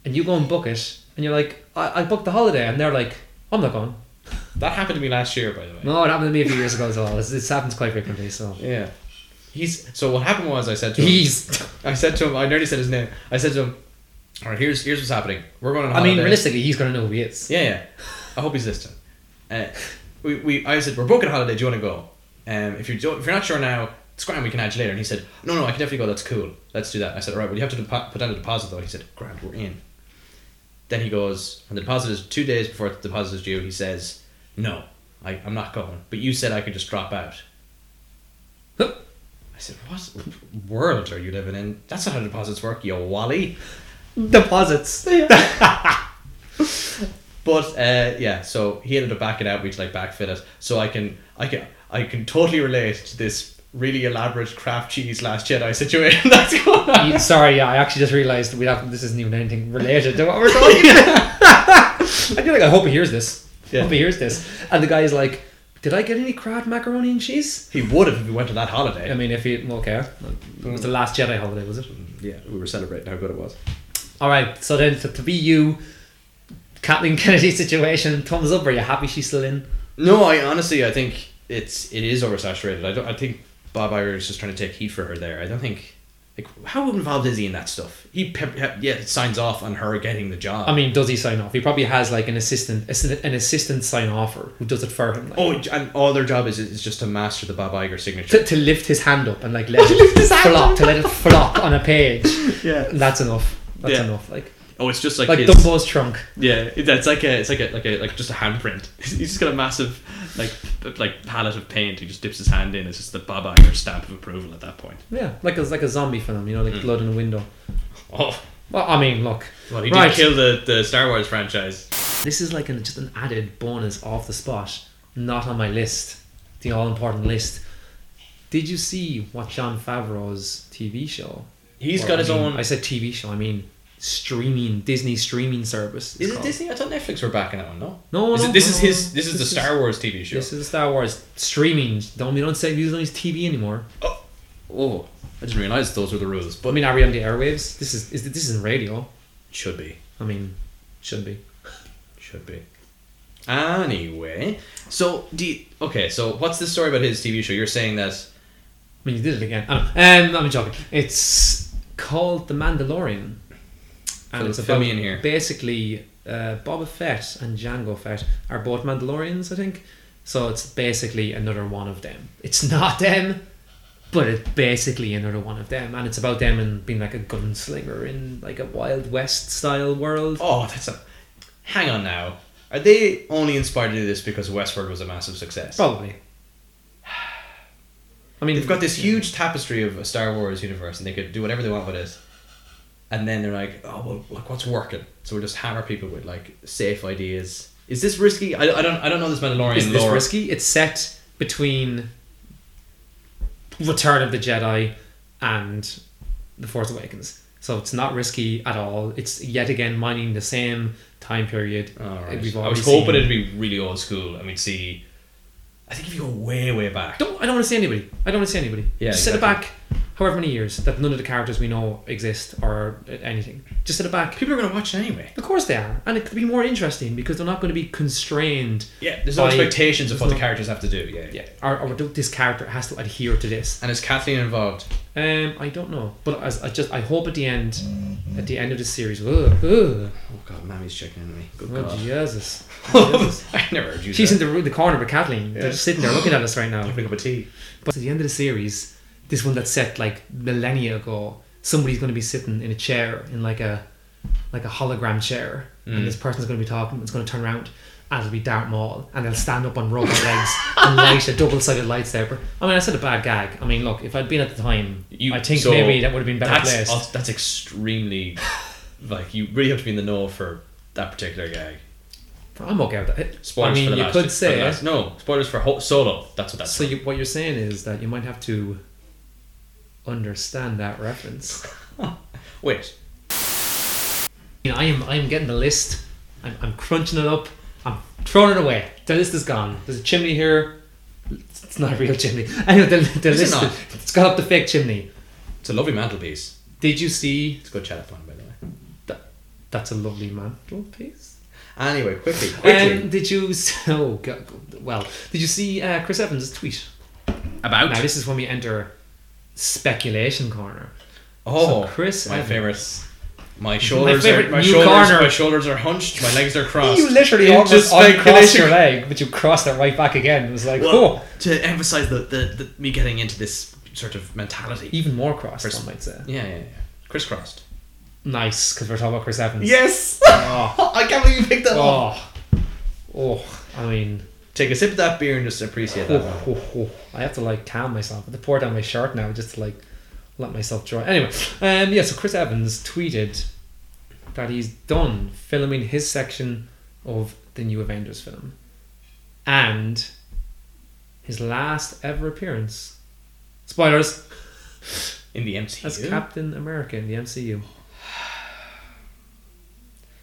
[SPEAKER 1] and you go and book it, and you're like, "I, I booked the holiday," and they're like, "I'm not going."
[SPEAKER 2] That happened to me last year, by the way.
[SPEAKER 1] No, it happened to me a few years ago as well. This, this happens quite frequently, so.
[SPEAKER 2] Yeah. He's so what happened was I said to him
[SPEAKER 1] He's.
[SPEAKER 2] I said to him I nearly said his name. I said to him, Alright, here's here's what's happening. We're going on
[SPEAKER 1] I mean,
[SPEAKER 2] holiday."
[SPEAKER 1] realistically, he's gonna know who he is.
[SPEAKER 2] Yeah, yeah. I hope he's listening. Uh, we, we I said, We're booking a holiday, do you wanna go? Um if you don't if you're not sure now, it's grand, we can add you later. And he said, No no, I can definitely go, that's cool. Let's do that. I said, Alright, well you have to depo- put down a deposit though. He said, Grand, we're in. Then he goes, when the deposit is two days before the deposit is due, he says, No, I, I'm not going. But you said I could just drop out. I said, What world are you living in? That's not how deposits work, you wally.
[SPEAKER 1] Deposits.
[SPEAKER 2] But uh, yeah, so he ended up backing out, we'd like backfit it. So I can I can I can totally relate to this really elaborate craft cheese last Jedi situation that's going on.
[SPEAKER 1] You- Sorry, yeah, I actually just realised that we have this isn't even anything related to what we're talking about. I feel like I hope he hears this.
[SPEAKER 2] Yeah.
[SPEAKER 1] Nobody hears this. And the guy's like, Did I get any crab macaroni and cheese?
[SPEAKER 2] He would have if we went to that holiday.
[SPEAKER 1] I mean, if he, okay. It was the
[SPEAKER 2] Hmm.
[SPEAKER 1] last Jedi holiday, was it?
[SPEAKER 2] yeah, we were celebrating how good it was.
[SPEAKER 1] All right, so then to, to be you, Kathleen Kennedy situation, thumbs up. Are you happy she's still in?
[SPEAKER 2] No, I honestly, I think it's it is oversaturated. I don't. I think Bob Iger is just trying to take heat for her there. I don't think. Like, how involved is he in that stuff? He pe- pe- yeah signs off on her getting the job.
[SPEAKER 1] I mean, does he sign off? He probably has like an assistant, assi- an assistant sign offer who does it for him, like,
[SPEAKER 2] oh, and all their job is is just to master the Bob Iger signature.
[SPEAKER 1] to, to lift his hand up and like let it flop, to let it flop on a page.
[SPEAKER 2] yeah.
[SPEAKER 1] That's enough. That's
[SPEAKER 2] Yeah.
[SPEAKER 1] enough. Like
[SPEAKER 2] Oh, it's just like,
[SPEAKER 1] like
[SPEAKER 2] his-
[SPEAKER 1] Dumbo's trunk.
[SPEAKER 2] Yeah, that's like a, it's like a, like a, like just a handprint. He's just got a massive, like, p- like palette of paint. He just dips his hand in. It's just the Bob Iger stamp of approval at that point.
[SPEAKER 1] Yeah, like a like a zombie film, you know,
[SPEAKER 2] Hmm.
[SPEAKER 1] like blood in a window.
[SPEAKER 2] Oh,
[SPEAKER 1] Well, I mean, look,
[SPEAKER 2] well, he
[SPEAKER 1] Right.
[SPEAKER 2] did kill the, the Star Wars franchise.
[SPEAKER 1] this is like an, just an added bonus off the spot, not on my list, the all important list. Did you see what John Favreau's TV show?
[SPEAKER 2] He's
[SPEAKER 1] Or,
[SPEAKER 2] got
[SPEAKER 1] I
[SPEAKER 2] his
[SPEAKER 1] mean,
[SPEAKER 2] own.
[SPEAKER 1] I said TV show. I mean streaming Disney streaming service. it's
[SPEAKER 2] Is it
[SPEAKER 1] called.
[SPEAKER 2] Disney? I thought Netflix were backing that one. No.
[SPEAKER 1] No,
[SPEAKER 2] Is
[SPEAKER 1] no,
[SPEAKER 2] it, this
[SPEAKER 1] no,
[SPEAKER 2] is his.
[SPEAKER 1] no.
[SPEAKER 2] This is the Star Wars TV show.
[SPEAKER 1] This is Star Wars streaming. Don't we don't say use it on his TV anymore.
[SPEAKER 2] oh, I didn't realize those were the rules.
[SPEAKER 1] But I
[SPEAKER 2] But
[SPEAKER 1] mean, are we on the airwaves? This is, is this isn't radio.
[SPEAKER 2] should be,
[SPEAKER 1] I mean, should be.
[SPEAKER 2] should be. Anyway, so do you, okay. So what's this story about his TV show? You're saying that
[SPEAKER 1] I mean, you did it again. I know. Um, I'm joking. It's called The Mandalorian.
[SPEAKER 2] Fill- fill me in here.
[SPEAKER 1] basically uh, Boba Fett and Django Fett are both Mandalorians, I think. So it's basically another one of them. It's not them, but it's basically another one of them, and it's about them and being like a gunslinger in like a Wild West style world.
[SPEAKER 2] Oh, that's a. Hang on now. Are they only inspired to do this because Westward was a massive success?
[SPEAKER 1] Probably. I mean,
[SPEAKER 2] They've got this huge tapestry of a Star Wars universe, and they could do whatever they want with it. And then they're like, "Oh well, look what's working." So we'll just hammer people with like safe ideas. Is this risky? I, I don't I don't know this Mandalorian
[SPEAKER 1] Is this
[SPEAKER 2] lore.
[SPEAKER 1] risky? It's set between Return of the Jedi and The Force Awakens. So it's not risky at all. It's yet again mining the same time period.
[SPEAKER 2] All right.
[SPEAKER 1] We've
[SPEAKER 2] I
[SPEAKER 1] already
[SPEAKER 2] was hoping
[SPEAKER 1] seen-
[SPEAKER 2] it'd be really old school, and we'd see. I think if you go way way back,
[SPEAKER 1] Don't, I don't want to see anybody. I don't want to see anybody.
[SPEAKER 2] Yeah,
[SPEAKER 1] Just set it back however many years that none of the characters we know exist or anything. Just set it back.
[SPEAKER 2] people are gonna watch it anyway.
[SPEAKER 1] Of course they are. And it could be more interesting because they're not going to be constrained.
[SPEAKER 2] Yeah, there's no
[SPEAKER 1] By-
[SPEAKER 2] expectations of
[SPEAKER 1] there's
[SPEAKER 2] what the
[SPEAKER 1] no-
[SPEAKER 2] characters have to do. Yeah,
[SPEAKER 1] Yeah. Or, or this character has to adhere to this.
[SPEAKER 2] And is Kathleen involved?
[SPEAKER 1] Um, I don't know, but as I just I hope at the end, at the end of the series, ugh, ugh,
[SPEAKER 2] Oh god, Mammy's checking in me. Good
[SPEAKER 1] oh
[SPEAKER 2] god.
[SPEAKER 1] Jesus, Jesus.
[SPEAKER 2] I never heard you.
[SPEAKER 1] she's
[SPEAKER 2] say
[SPEAKER 1] in the ro- the corner with Kathleen.
[SPEAKER 2] Yeah.
[SPEAKER 1] They're just sitting there looking at us right now.
[SPEAKER 2] having a cup of tea.
[SPEAKER 1] But at the end of the series, this one that's set like millennia ago, somebody's going to be sitting in a chair in like a like a hologram chair,
[SPEAKER 2] Mm.
[SPEAKER 1] and this person's going to be talking. It's going to turn around. And it'll be Darth Maul, and they'll stand up on rubber legs and light a double-sided lightsaber. I mean, I said a bad gag. I mean, look, if I'd been at the time,
[SPEAKER 2] You-
[SPEAKER 1] I think
[SPEAKER 2] so
[SPEAKER 1] maybe that would have been better
[SPEAKER 2] That's
[SPEAKER 1] placed.
[SPEAKER 2] that's extremely like you really have to be in the know for that particular gag.
[SPEAKER 1] I'm okay with that.
[SPEAKER 2] Spoilers
[SPEAKER 1] I mean,
[SPEAKER 2] for the
[SPEAKER 1] you
[SPEAKER 2] last- for
[SPEAKER 1] could
[SPEAKER 2] the
[SPEAKER 1] say
[SPEAKER 2] last- no spoilers for ho- solo. That's what that's.
[SPEAKER 1] so. You, what you're saying is that you might have to understand that reference.
[SPEAKER 2] Wait,
[SPEAKER 1] You know, I am. I am getting the list. I'm, I'm crunching it up. I'm throwing it away. The list is gone. There's a chimney here. It's it's not a real chimney. Anyway, the, the
[SPEAKER 2] Is it
[SPEAKER 1] list.
[SPEAKER 2] not?
[SPEAKER 1] It's got up the fake chimney.
[SPEAKER 2] it's a lovely mantelpiece.
[SPEAKER 1] Did you see?
[SPEAKER 2] It's a good chat up on, by the way.
[SPEAKER 1] That's a lovely mantelpiece.
[SPEAKER 2] Anyway, quickly, quickly
[SPEAKER 1] Um, did you? s- Oh, God, well, did you see uh, Chris Evans' tweet?
[SPEAKER 2] about
[SPEAKER 1] Now this is when we enter speculation corner.
[SPEAKER 2] oh
[SPEAKER 1] so Chris
[SPEAKER 2] my
[SPEAKER 1] Evans-
[SPEAKER 2] favorite. My shoulders
[SPEAKER 1] favorite
[SPEAKER 2] are my
[SPEAKER 1] new
[SPEAKER 2] shoulders,
[SPEAKER 1] corner.
[SPEAKER 2] my shoulders are hunched. My legs are crossed.
[SPEAKER 1] You literally
[SPEAKER 2] Into
[SPEAKER 1] almost uncrossed
[SPEAKER 2] speculation.
[SPEAKER 1] your leg, but you crossed it right back again. It was like,
[SPEAKER 2] Well,
[SPEAKER 1] oh,
[SPEAKER 2] to emphasize the, the, the me getting into this sort of mentality.
[SPEAKER 1] even more crossed,
[SPEAKER 2] Pers-
[SPEAKER 1] one might say.
[SPEAKER 2] Yeah, yeah, yeah. Crisscrossed.
[SPEAKER 1] Nice, because we're talking about Chris Evans.
[SPEAKER 2] Yes!
[SPEAKER 1] Oh,
[SPEAKER 2] I can't believe you picked that up.
[SPEAKER 1] oh, oh, I mean,
[SPEAKER 2] Take a sip of that beer and just appreciate
[SPEAKER 1] oh,
[SPEAKER 2] that. one.
[SPEAKER 1] oh, oh. I have to like calm myself. I have to pour down my shirt now just to like let myself dry. Anyway, um, yeah, so Chris Evans tweeted that he's done filming his section of the new Avengers film. And his last ever appearance. Spoilers!
[SPEAKER 2] In the MCU.
[SPEAKER 1] That's Captain America in the MCU.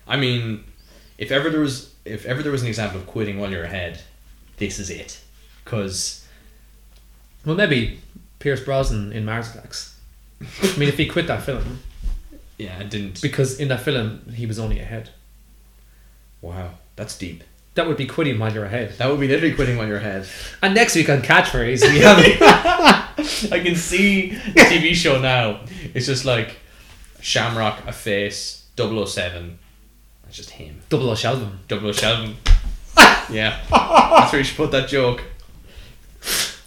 [SPEAKER 2] I mean, if ever there was if ever there was an example of quitting while you're ahead, this is it. Because
[SPEAKER 1] Well, maybe Pierce Brosnan in Mars Attacks. I mean, if he quit that film,
[SPEAKER 2] yeah, I didn't.
[SPEAKER 1] because in that film he was only ahead,
[SPEAKER 2] wow, that's deep.
[SPEAKER 1] that would be quitting while you're ahead.
[SPEAKER 2] That would be literally quitting while you're ahead.
[SPEAKER 1] And next week on catchphrase, we have
[SPEAKER 2] I can see the TV show now. It's just like Shamrock, a face, 007. It's just him.
[SPEAKER 1] Double O Sheldon.
[SPEAKER 2] 007. yeah. That's where you should put that joke.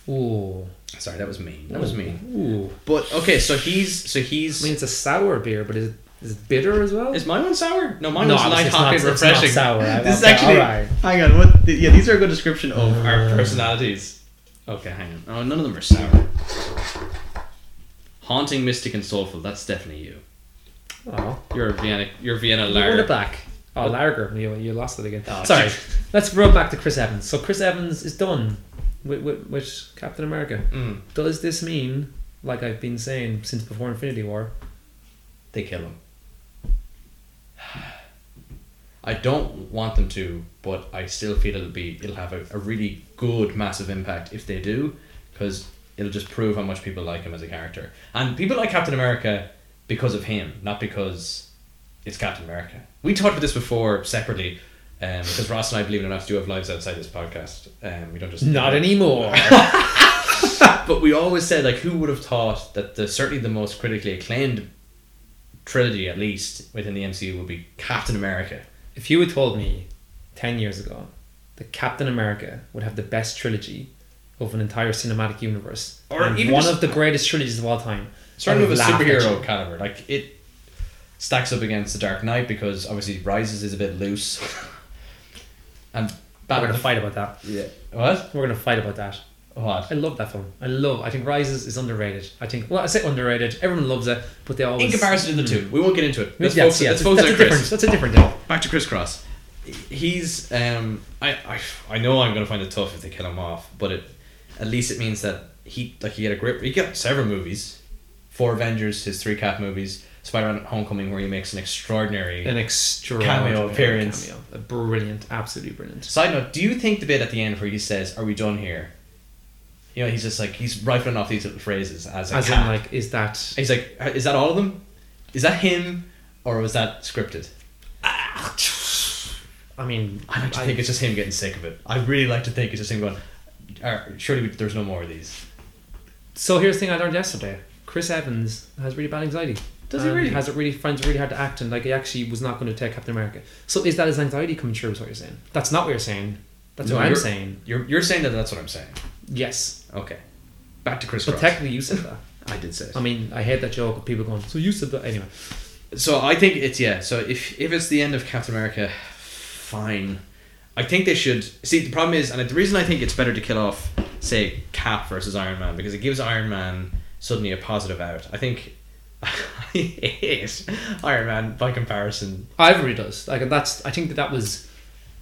[SPEAKER 1] Ooh,
[SPEAKER 2] Sorry, that was mean. That was mean.
[SPEAKER 1] ooh.
[SPEAKER 2] But okay, so he's so
[SPEAKER 1] I mean,
[SPEAKER 2] he's
[SPEAKER 1] it's a sour beer, but is it, is it bitter as well?
[SPEAKER 2] is mine one sour? No, mine
[SPEAKER 1] No,
[SPEAKER 2] was light
[SPEAKER 1] obviously it's
[SPEAKER 2] hoppy
[SPEAKER 1] not- it's not sour.
[SPEAKER 2] refreshing.
[SPEAKER 1] I-
[SPEAKER 3] This is
[SPEAKER 1] okay,
[SPEAKER 3] actually.
[SPEAKER 1] alright.
[SPEAKER 3] Hang on. What? The, yeah, these are a good description of
[SPEAKER 1] Uh,
[SPEAKER 2] Our personalities. Okay, hang on. Oh, none of them are sour. Haunting, mystic, and soulful. That's definitely you.
[SPEAKER 1] Oh,
[SPEAKER 2] You're a Vienna. You're a Vienna
[SPEAKER 1] you won it
[SPEAKER 2] liar.
[SPEAKER 1] back. Oh, Larger, you, you lost it again.
[SPEAKER 2] Oh,
[SPEAKER 1] Sorry.
[SPEAKER 2] shit.
[SPEAKER 1] Let's roll back to Chris Evans. So Chris Evans is done with, with, with Captain America.
[SPEAKER 2] Mm.
[SPEAKER 1] Does this mean, like I've been saying since before Infinity War,
[SPEAKER 2] They kill him. I don't want them to, but I still feel it'll be it'll have a, a really good massive impact if they do, because it'll just prove how much people like him as a character. And people like Captain America because of him, not because it's Captain America. We talked about this before separately, um, because Ross and I believe it or not do have lives outside this podcast. Um, we don't just
[SPEAKER 1] not anymore?
[SPEAKER 2] but we always said like who would have thought that the certainly the most critically acclaimed trilogy at least within the MCU would be Captain America.
[SPEAKER 1] if you had told me 10 years ago that Captain America would have the best trilogy of an entire cinematic universe,
[SPEAKER 2] Or
[SPEAKER 1] and
[SPEAKER 2] even
[SPEAKER 1] one
[SPEAKER 2] just-
[SPEAKER 1] of the greatest trilogies of all time,
[SPEAKER 2] Certainly
[SPEAKER 1] I
[SPEAKER 2] with
[SPEAKER 1] would
[SPEAKER 2] a
[SPEAKER 1] laugh at
[SPEAKER 2] superhero
[SPEAKER 1] you.
[SPEAKER 2] caliber. Like it stacks up against the Dark Knight because obviously Rises is a bit loose. and
[SPEAKER 1] We're
[SPEAKER 2] Batman
[SPEAKER 1] going to fight about that.
[SPEAKER 2] Yeah. What?
[SPEAKER 1] We're going to fight about that.
[SPEAKER 2] What?
[SPEAKER 1] I love that film. I love. I think Rises is underrated. I think. Well, I say underrated. Everyone loves it, but they always.
[SPEAKER 2] In comparison to the two. We won't get into it.
[SPEAKER 1] Yes,
[SPEAKER 2] Let's
[SPEAKER 1] yes,
[SPEAKER 2] focus, let's
[SPEAKER 1] that's,
[SPEAKER 2] focus
[SPEAKER 1] a
[SPEAKER 2] on Chris.
[SPEAKER 1] different. That's a different deal.
[SPEAKER 2] back to crisscross he's um I, I i know i'm gonna find it tough if they kill him off but it at least it means that he like he had a grip he got several movies four avengers his three cap movies spider-man homecoming where he makes an extraordinary
[SPEAKER 1] An extraordinary
[SPEAKER 2] Cameo appearance.
[SPEAKER 1] cameo. A brilliant, absolutely brilliant.
[SPEAKER 2] side note do you think the bit at the end where he says are we done here you know he's just like he's rifling off these little phrases as, a
[SPEAKER 1] As in,
[SPEAKER 2] cap.
[SPEAKER 1] like, is that?
[SPEAKER 2] he's like is that all of them is that him or was that scripted
[SPEAKER 1] Ah, I mean,
[SPEAKER 2] I like to think it's just him getting sick of it. I really like to think it's just him going, "Ah, surely we- there's no more of these.
[SPEAKER 1] So here's the thing I learned yesterday. Chris Evans has really bad anxiety.
[SPEAKER 2] Does he
[SPEAKER 1] And
[SPEAKER 2] really?
[SPEAKER 1] Has it really finds it really hard to act and like he actually was not going to take Captain America. So is that his anxiety coming true? Is what you're saying? That's not what you're saying. That's
[SPEAKER 2] No,
[SPEAKER 1] what I'm
[SPEAKER 2] you're-
[SPEAKER 1] saying.
[SPEAKER 2] You're, you're saying that that's what I'm saying.
[SPEAKER 1] Yes,
[SPEAKER 2] Okay. Back to Chris
[SPEAKER 1] but technically you said that.
[SPEAKER 2] I did say it.
[SPEAKER 1] I mean, I hate that joke of people going. So you said that anyway.
[SPEAKER 2] so I think it's, yeah, so if, if it's the end of Captain America, fine. I think they should. See, the problem is, and the reason I think it's better to kill off, say, Cap versus Iron Man, because it gives Iron Man suddenly a positive out. I think. I hate Iron Man by comparison.
[SPEAKER 1] Ivory does like, and that's I think that that was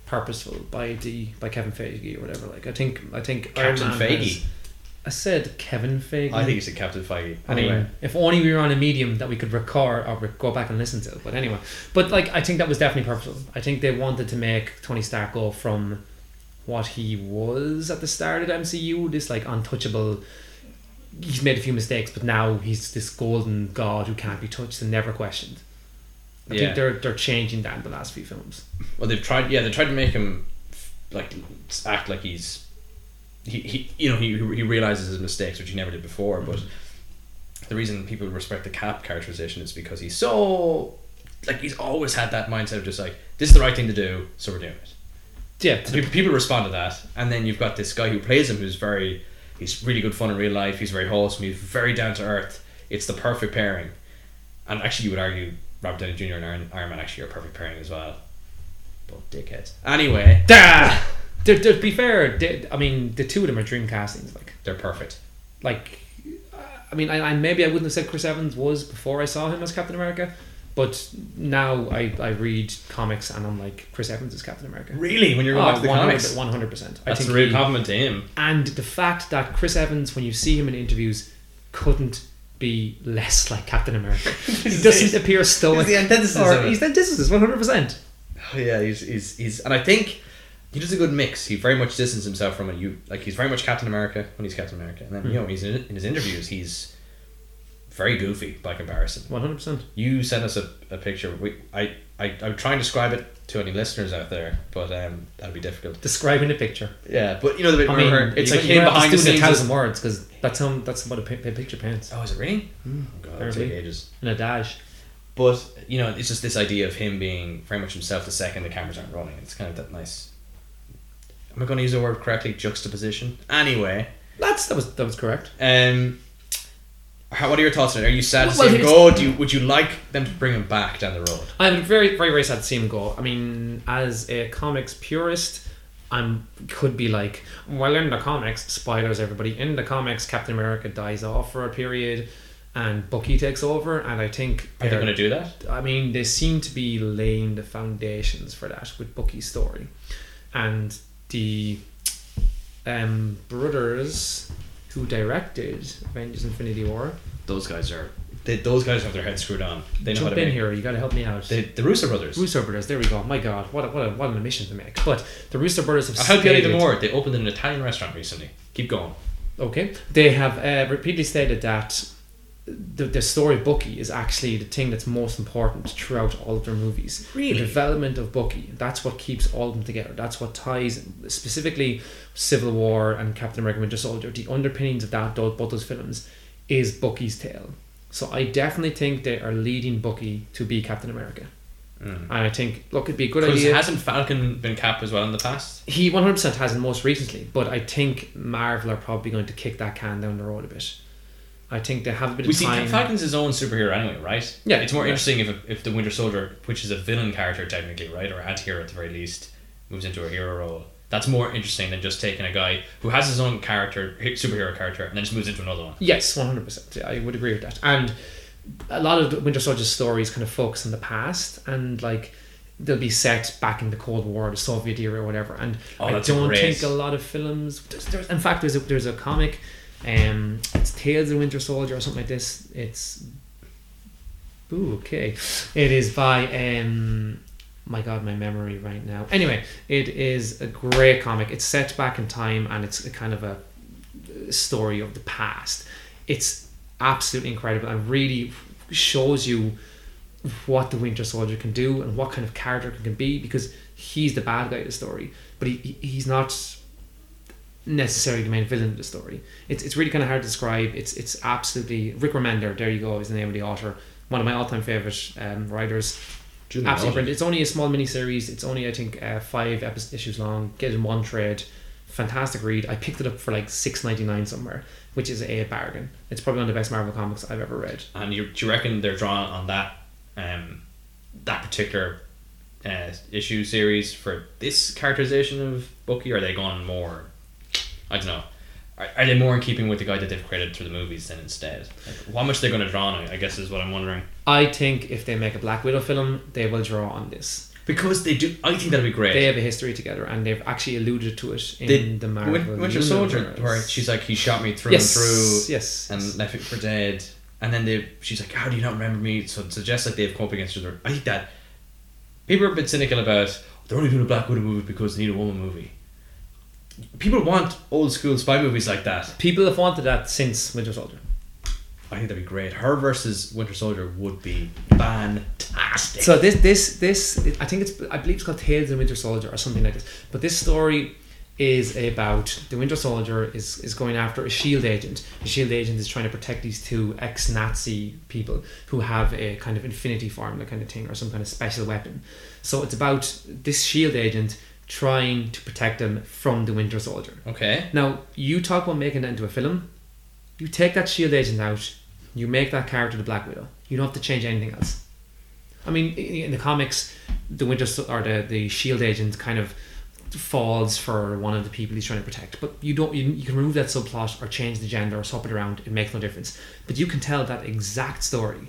[SPEAKER 1] purposeful by the by Kevin Feige or whatever. Like I think I think Iron Man
[SPEAKER 2] Captain Feige.
[SPEAKER 1] has- I said Kevin Feige.
[SPEAKER 2] I think it's a Captain Feige.
[SPEAKER 1] Anyway, if only we were on a medium that we could record or re- go back and listen to. But anyway, but like I think that was definitely purposeful. I think they wanted to make Tony Stark go from what he was at the start of the MCU, this like untouchable. He's made a few mistakes, but now he's this golden god who can't be touched and never questioned. I
[SPEAKER 2] Yeah.
[SPEAKER 1] think they're they're changing that in the last few films.
[SPEAKER 2] Well, they've tried. Yeah, they tried to make him like act like he's he, he you know he he realizes his mistakes, which he never did before. But the reason people respect the Cap characterization is because he's so like he's always had that mindset of just like this is the right thing to do, so we're doing it.
[SPEAKER 1] Yeah, to
[SPEAKER 2] So people, people respond to that, and then you've got this guy who plays him, who's very he's really good fun in real life. He's very wholesome. He's very down to earth. It's the perfect pairing. And actually, you would argue Robert Downey Jr. and Iron, Iron Man actually are a perfect pairing as well.
[SPEAKER 1] Oh,
[SPEAKER 2] Both dickheads. Anyway,
[SPEAKER 1] Dah! to, to be fair, they, I mean the two of them are dream castings. Like
[SPEAKER 2] they're perfect.
[SPEAKER 1] like I mean I, I maybe I wouldn't have said Chris Evans was before I saw him as Captain America but now I, I read comics and I'm like Chris Evans is Captain America Ah,
[SPEAKER 2] Really, when you're going back to Oh, the comics,
[SPEAKER 1] 100% I
[SPEAKER 2] that's
[SPEAKER 1] think
[SPEAKER 2] a real
[SPEAKER 1] he-
[SPEAKER 2] compliment to him.
[SPEAKER 1] and the fact that Chris Evans when you see him in interviews couldn't be less like Captain America he
[SPEAKER 2] is
[SPEAKER 1] doesn't appear stoic
[SPEAKER 2] the antithesis
[SPEAKER 1] or
[SPEAKER 2] of it.
[SPEAKER 1] he's the antithesis 100%
[SPEAKER 2] oh, yeah, he's, he's he's and I think he does a good mix. He very much distances himself from it. You like he's very much Captain America when he's Captain America, and then you know he's in, in his interviews he's very goofy by comparison.
[SPEAKER 1] One hundred percent.
[SPEAKER 2] You sent us a, a picture. We I, I I'm trying to describe it to any listeners out there, but um that'd be difficult.
[SPEAKER 1] Describing a picture.
[SPEAKER 2] Yeah, but you know the bit
[SPEAKER 1] I
[SPEAKER 2] where
[SPEAKER 1] mean,
[SPEAKER 2] her- it's
[SPEAKER 1] you-
[SPEAKER 2] like
[SPEAKER 1] you
[SPEAKER 2] him
[SPEAKER 1] don't have
[SPEAKER 2] behind
[SPEAKER 1] to
[SPEAKER 2] the
[SPEAKER 1] do it in
[SPEAKER 2] scenes.
[SPEAKER 1] a thousand words because that's how that's what a, pi- a picture paints
[SPEAKER 2] oh, is it really? oh god, that'll take
[SPEAKER 1] Apparently.
[SPEAKER 2] ages.
[SPEAKER 1] and a dash.
[SPEAKER 2] But you know, it's just this idea of him being very much himself the second the cameras aren't rolling. It's kind of that nice. Am I going to use the word correctly? Juxtaposition. Anyway,
[SPEAKER 1] That's that was that was correct.
[SPEAKER 2] um, how, what are your thoughts on it? Are you sad to
[SPEAKER 1] Well,
[SPEAKER 2] see him
[SPEAKER 1] it's-
[SPEAKER 2] go? Do you, would you like them to bring him back down the road?
[SPEAKER 1] I'm very very very sad to see him go. I mean, as a comics purist. I'm could be like well in the comics spoilers everybody in the comics Captain America dies off for a period and Bucky takes over and I think
[SPEAKER 2] Are they
[SPEAKER 1] they're-
[SPEAKER 2] going to do that?
[SPEAKER 1] I mean, they seem to be laying the foundations for that with Bucky's story, and the um, brothers who directed Avengers: Infinity War.
[SPEAKER 2] Those guys are. They, those guys have their heads screwed on. They know how
[SPEAKER 1] Jump
[SPEAKER 2] to
[SPEAKER 1] in
[SPEAKER 2] make.
[SPEAKER 1] here, you got to help me out.
[SPEAKER 2] They, the Russo brothers.
[SPEAKER 1] Russo brothers, there we go. My God, what a, what a, what an admission to make. But the Russo brothers have.
[SPEAKER 2] I'll help you out
[SPEAKER 1] stated-
[SPEAKER 2] even more. They opened an Italian restaurant recently. Keep going.
[SPEAKER 1] Okay, they have uh, repeatedly stated that the, the story of Bucky is actually the thing that's most important throughout all of their movies.
[SPEAKER 2] Really?
[SPEAKER 1] The development of Bucky. That's what keeps all of them together. That's what ties, specifically Civil War and Captain America Winter Soldier, the underpinnings of that, those, both those films, is Bucky's tale. So I definitely think they are leading Bucky to be Captain America. And I think, look, it'd be a good
[SPEAKER 2] Mm. Because
[SPEAKER 1] idea.
[SPEAKER 2] hasn't Falcon been capped as well in the past?
[SPEAKER 1] He 100% hasn't most recently, but I think Marvel are probably going to kick that can down the road a bit. I think they have a bit
[SPEAKER 2] We
[SPEAKER 1] of
[SPEAKER 2] see
[SPEAKER 1] time.
[SPEAKER 2] Falcon's his own superhero anyway, right?
[SPEAKER 1] Yeah.
[SPEAKER 2] It's more
[SPEAKER 1] Yeah.
[SPEAKER 2] interesting if, if the Winter Soldier, which is a villain character technically, right, or anti-hero at the very least, moves into a hero role. That's more interesting than just taking a guy who has his own character, hi- superhero character, and then just moves into another one.
[SPEAKER 1] Yes, 100%. Yeah, I would agree with that. And a lot of the Winter Soldier's stories kind of focus on the past and like they'll be set back in the Cold War, the Soviet era, or whatever. And
[SPEAKER 2] Oh,
[SPEAKER 1] I
[SPEAKER 2] that's
[SPEAKER 1] don't
[SPEAKER 2] great.
[SPEAKER 1] think a lot of films. There's, there's, in fact, there's a, there's a comic. Um, it's Tales of the Winter Soldier or something like this. It's ooh okay. It is by um. My God, my memory right now. Anyway, it is a great comic. It's set back in time, and it's a kind of a uh, story of the past. It's absolutely incredible and really shows you what the Winter Soldier can do and what kind of character he can be because he's the bad guy of the story, but he, he- he's not necessarily the main villain of the story. It's, it's really kind of hard to describe. It's it's absolutely Rick Remender. There you go is the name of the author. One of my all time favorite um, writers.
[SPEAKER 2] Julian
[SPEAKER 1] Absolutely
[SPEAKER 2] Autumn.
[SPEAKER 1] brilliant. It's only a small mini series. It's only I think uh, five episodes issues long. Get in one trade. Fantastic read. I picked it up for like six ninety nine somewhere, which is a bargain. It's probably one of the best Marvel comics I've ever read.
[SPEAKER 2] And you, do you reckon they're drawing on that, um, that particular uh, issue series for this characterization of Bucky? Or are they going more? I don't know. Are, are they more in keeping with the guy that they've created through the movies than instead? Like, how much they're going to draw on? it, I guess is what I'm wondering.
[SPEAKER 1] I think if they make a Black Widow film, they will draw on this.
[SPEAKER 2] Because they do, I think that'd be great.
[SPEAKER 1] They have a history together, and they've actually alluded to it in
[SPEAKER 2] They-
[SPEAKER 1] the Marvel
[SPEAKER 2] Win- Winter Soldier,
[SPEAKER 1] universe.
[SPEAKER 2] where she's like, he shot me through
[SPEAKER 1] yes,
[SPEAKER 2] and through,
[SPEAKER 1] yes,
[SPEAKER 2] and
[SPEAKER 1] yes.
[SPEAKER 2] left it for dead. And then they, she's like, how do you not remember me? So it suggests like they've come up against each other. I think that people are a bit cynical about they're only doing a Black Widow movie because they need a woman movie. People want old school spy movies like that.
[SPEAKER 1] people have wanted that since Winter Soldier.
[SPEAKER 2] I think that'd be great. Her versus Winter Soldier would be fantastic.
[SPEAKER 1] So this this this I think it's I believe it's called Tales of the Winter Soldier or something like this. But this story is about the Winter Soldier is is going after a Shield agent. The Shield agent is trying to protect these two ex-Nazi people who have a kind of infinity formula kind of thing or some kind of special weapon. So it's about this Shield agent trying to protect them from the Winter Soldier.
[SPEAKER 2] okay.
[SPEAKER 1] Now, you talk about making that into a film. You take that shield agent out, you make that character the Black Widow. You don't have to change anything else. I mean, i- in the comics, the Winter Sol- or the, the shield agent kind of falls for one of the people he's trying to protect. But you don't. You, you can remove that subplot or change the gender or swap it around. It makes no difference. But you can tell that exact story,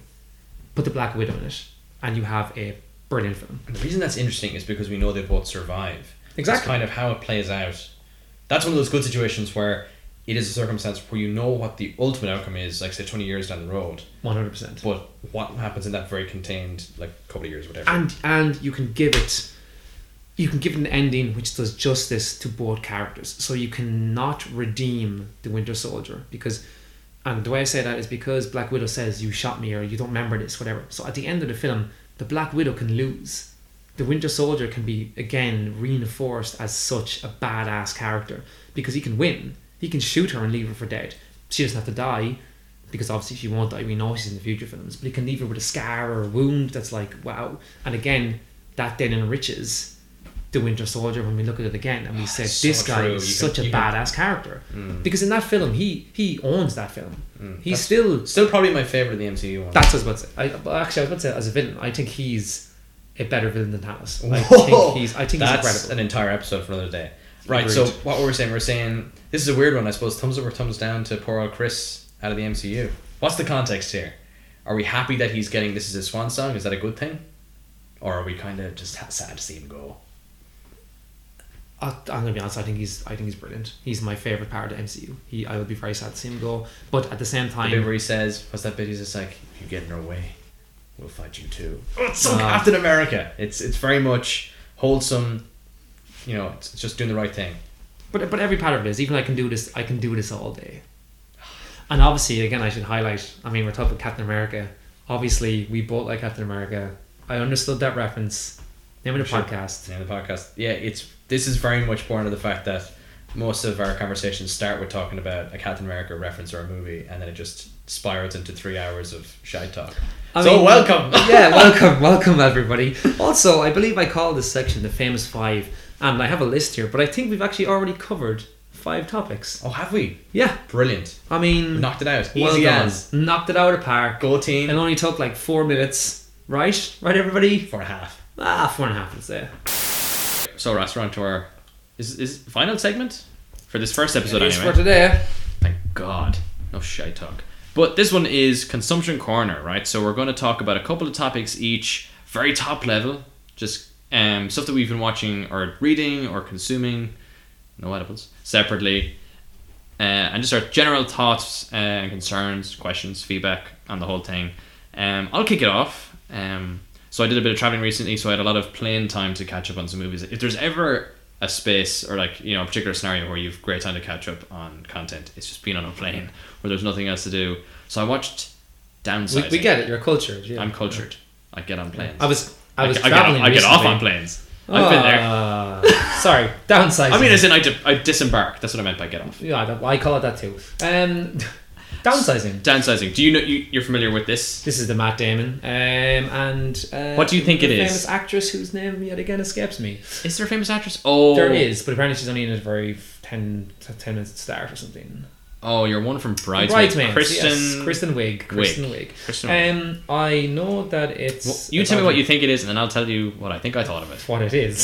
[SPEAKER 1] put the Black Widow in it, and you have a brilliant film.
[SPEAKER 2] And the reason that's interesting is because we know they both survive. That's
[SPEAKER 1] Exactly.
[SPEAKER 2] kind of how it plays out. That's one of those good situations where it is a circumstance where you know what the ultimate outcome is, like say twenty years down the road.
[SPEAKER 1] One hundred percent.
[SPEAKER 2] But what happens in that very contained, like couple of years, whatever.
[SPEAKER 1] and and you can give it you can give it an ending which does justice to both characters. So you cannot redeem the Winter Soldier because, and the way I say that is because Black Widow says you shot me or you don't remember this, whatever. So at the end of the film, the Black Widow can lose. The Winter Soldier can be again reinforced as such a badass character because he can win. He can shoot her and leave her for dead. She doesn't have to die because obviously she won't die. We know she's in the future films, but he can leave her with a scar or a wound that's like wow. And again, that then enriches the Winter Soldier when we look at it again and we say
[SPEAKER 2] it's
[SPEAKER 1] this
[SPEAKER 2] Ah, so
[SPEAKER 1] guy
[SPEAKER 2] true.
[SPEAKER 1] is
[SPEAKER 2] You
[SPEAKER 1] such
[SPEAKER 2] can-
[SPEAKER 1] a
[SPEAKER 2] you can-
[SPEAKER 1] badass character because in that film he he owns that film. He's
[SPEAKER 2] Mm. That's-
[SPEAKER 1] still
[SPEAKER 2] Still probably my favorite of the MCU one.
[SPEAKER 1] that's what I was about to say. I, well, actually, I was about to say as a villain, I think he's a better villain than Thanos. I
[SPEAKER 2] Whoa!
[SPEAKER 1] think he's I think
[SPEAKER 2] That's
[SPEAKER 1] he's incredible.
[SPEAKER 2] an entire episode for another day. Right. So
[SPEAKER 1] Agreed.
[SPEAKER 2] what we were saying, we are saying this is a weird one, I suppose. Thumbs up or thumbs down to poor old Chris out of the MCU. What's the context here? Are we happy that he's getting this is his swan song? Is that a good thing? Or are we kind of just ha- sad to see him go?
[SPEAKER 1] I, I'm gonna be honest. I think he's I think he's brilliant. He's my favorite part of the MCU. He I would be very sad to see him go, but at the same
[SPEAKER 2] The
[SPEAKER 1] time,
[SPEAKER 2] bit where he says, "What's that bit?" He's just like, "If you get in our way, we'll fight you too." Oh, it's so
[SPEAKER 1] Ah.
[SPEAKER 2] Captain America. It's it's very much wholesome. You know, it's, it's just doing the right thing.
[SPEAKER 1] But but every part of it is even I can do this. I can do this all day. And obviously, again, I should highlight. I mean, we're talking about Captain America. Obviously, we both like Captain America. I understood that reference. Name of the
[SPEAKER 2] Sure.
[SPEAKER 1] podcast.
[SPEAKER 2] Yeah, the podcast. Yeah, it's this is very much born of the fact that most of our conversations start with talking about a Captain America reference or a movie, and then it just spirals into three hours of shy talk.
[SPEAKER 1] I
[SPEAKER 2] so
[SPEAKER 1] mean-
[SPEAKER 2] welcome.
[SPEAKER 1] yeah, welcome, welcome everybody. Also, I believe I call this section the famous five, and I have a list here. But I think we've actually already covered five topics.
[SPEAKER 2] oh, have we?
[SPEAKER 1] Yeah,
[SPEAKER 2] Brilliant.
[SPEAKER 1] I mean,
[SPEAKER 2] Knocked it out.
[SPEAKER 1] well
[SPEAKER 2] Easy
[SPEAKER 1] done.
[SPEAKER 2] as.
[SPEAKER 1] knocked it out of the park.
[SPEAKER 2] Go
[SPEAKER 1] It
[SPEAKER 2] team.
[SPEAKER 1] only took like four minutes, right? Right, everybody.
[SPEAKER 2] Four and a half.
[SPEAKER 1] Ah, four and a half, let's say.
[SPEAKER 2] So, Ross, we're on to our is is final segment for this first episode.
[SPEAKER 1] Here's
[SPEAKER 2] anyway,
[SPEAKER 1] for today.
[SPEAKER 2] Thank God. No shy talk. But this one is Consumption Corner, right? So we're going to talk about a couple of topics each, very top level, just um, stuff that we've been watching or reading or consuming, no edibles, separately. Uh, and just our general thoughts and concerns, questions, feedback on the whole thing. Um, I'll kick it off. Um, so I did a bit of traveling recently, so I had a lot of plane time to catch up on some movies. If there's ever a space or like you know a particular scenario where you've great time to catch up on content, it's just being on a plane where there's nothing else to do. So I watched
[SPEAKER 1] We,
[SPEAKER 2] Downsizing.
[SPEAKER 1] we get it. You're cultured. Yeah.
[SPEAKER 2] I'm cultured. I get on planes.
[SPEAKER 1] I was. I was
[SPEAKER 2] I, get,
[SPEAKER 1] traveling.
[SPEAKER 2] I get off on
[SPEAKER 1] recently.
[SPEAKER 2] planes. I've been there.
[SPEAKER 1] Ah, sorry, downsizing.
[SPEAKER 2] I mean, as in I, di- I disembark. That's what I meant by get off.
[SPEAKER 1] yeah, that- I call it that too. Um, downsizing.
[SPEAKER 2] Downsizing. Do you know you, you're familiar with this?
[SPEAKER 1] This is the Matt Damon. Um, and uh,
[SPEAKER 2] What do you think
[SPEAKER 1] the
[SPEAKER 2] it is?
[SPEAKER 1] Famous actress whose name yet again escapes me.
[SPEAKER 2] Is there a famous actress? Oh,
[SPEAKER 1] There is, but apparently she's only in it for a f- 10, 10 minutes start or something.
[SPEAKER 2] Oh, you're one from Bridesmaids.
[SPEAKER 1] Bridesmaids.
[SPEAKER 2] Kristen.
[SPEAKER 1] yes, Kristen Wiig. Kristen Wiig.
[SPEAKER 2] Kristen
[SPEAKER 1] Um, I know that it's.
[SPEAKER 2] Well, you tell me
[SPEAKER 1] about-
[SPEAKER 2] what you think it is, and then I'll tell you what I think I thought of it.
[SPEAKER 1] what it is.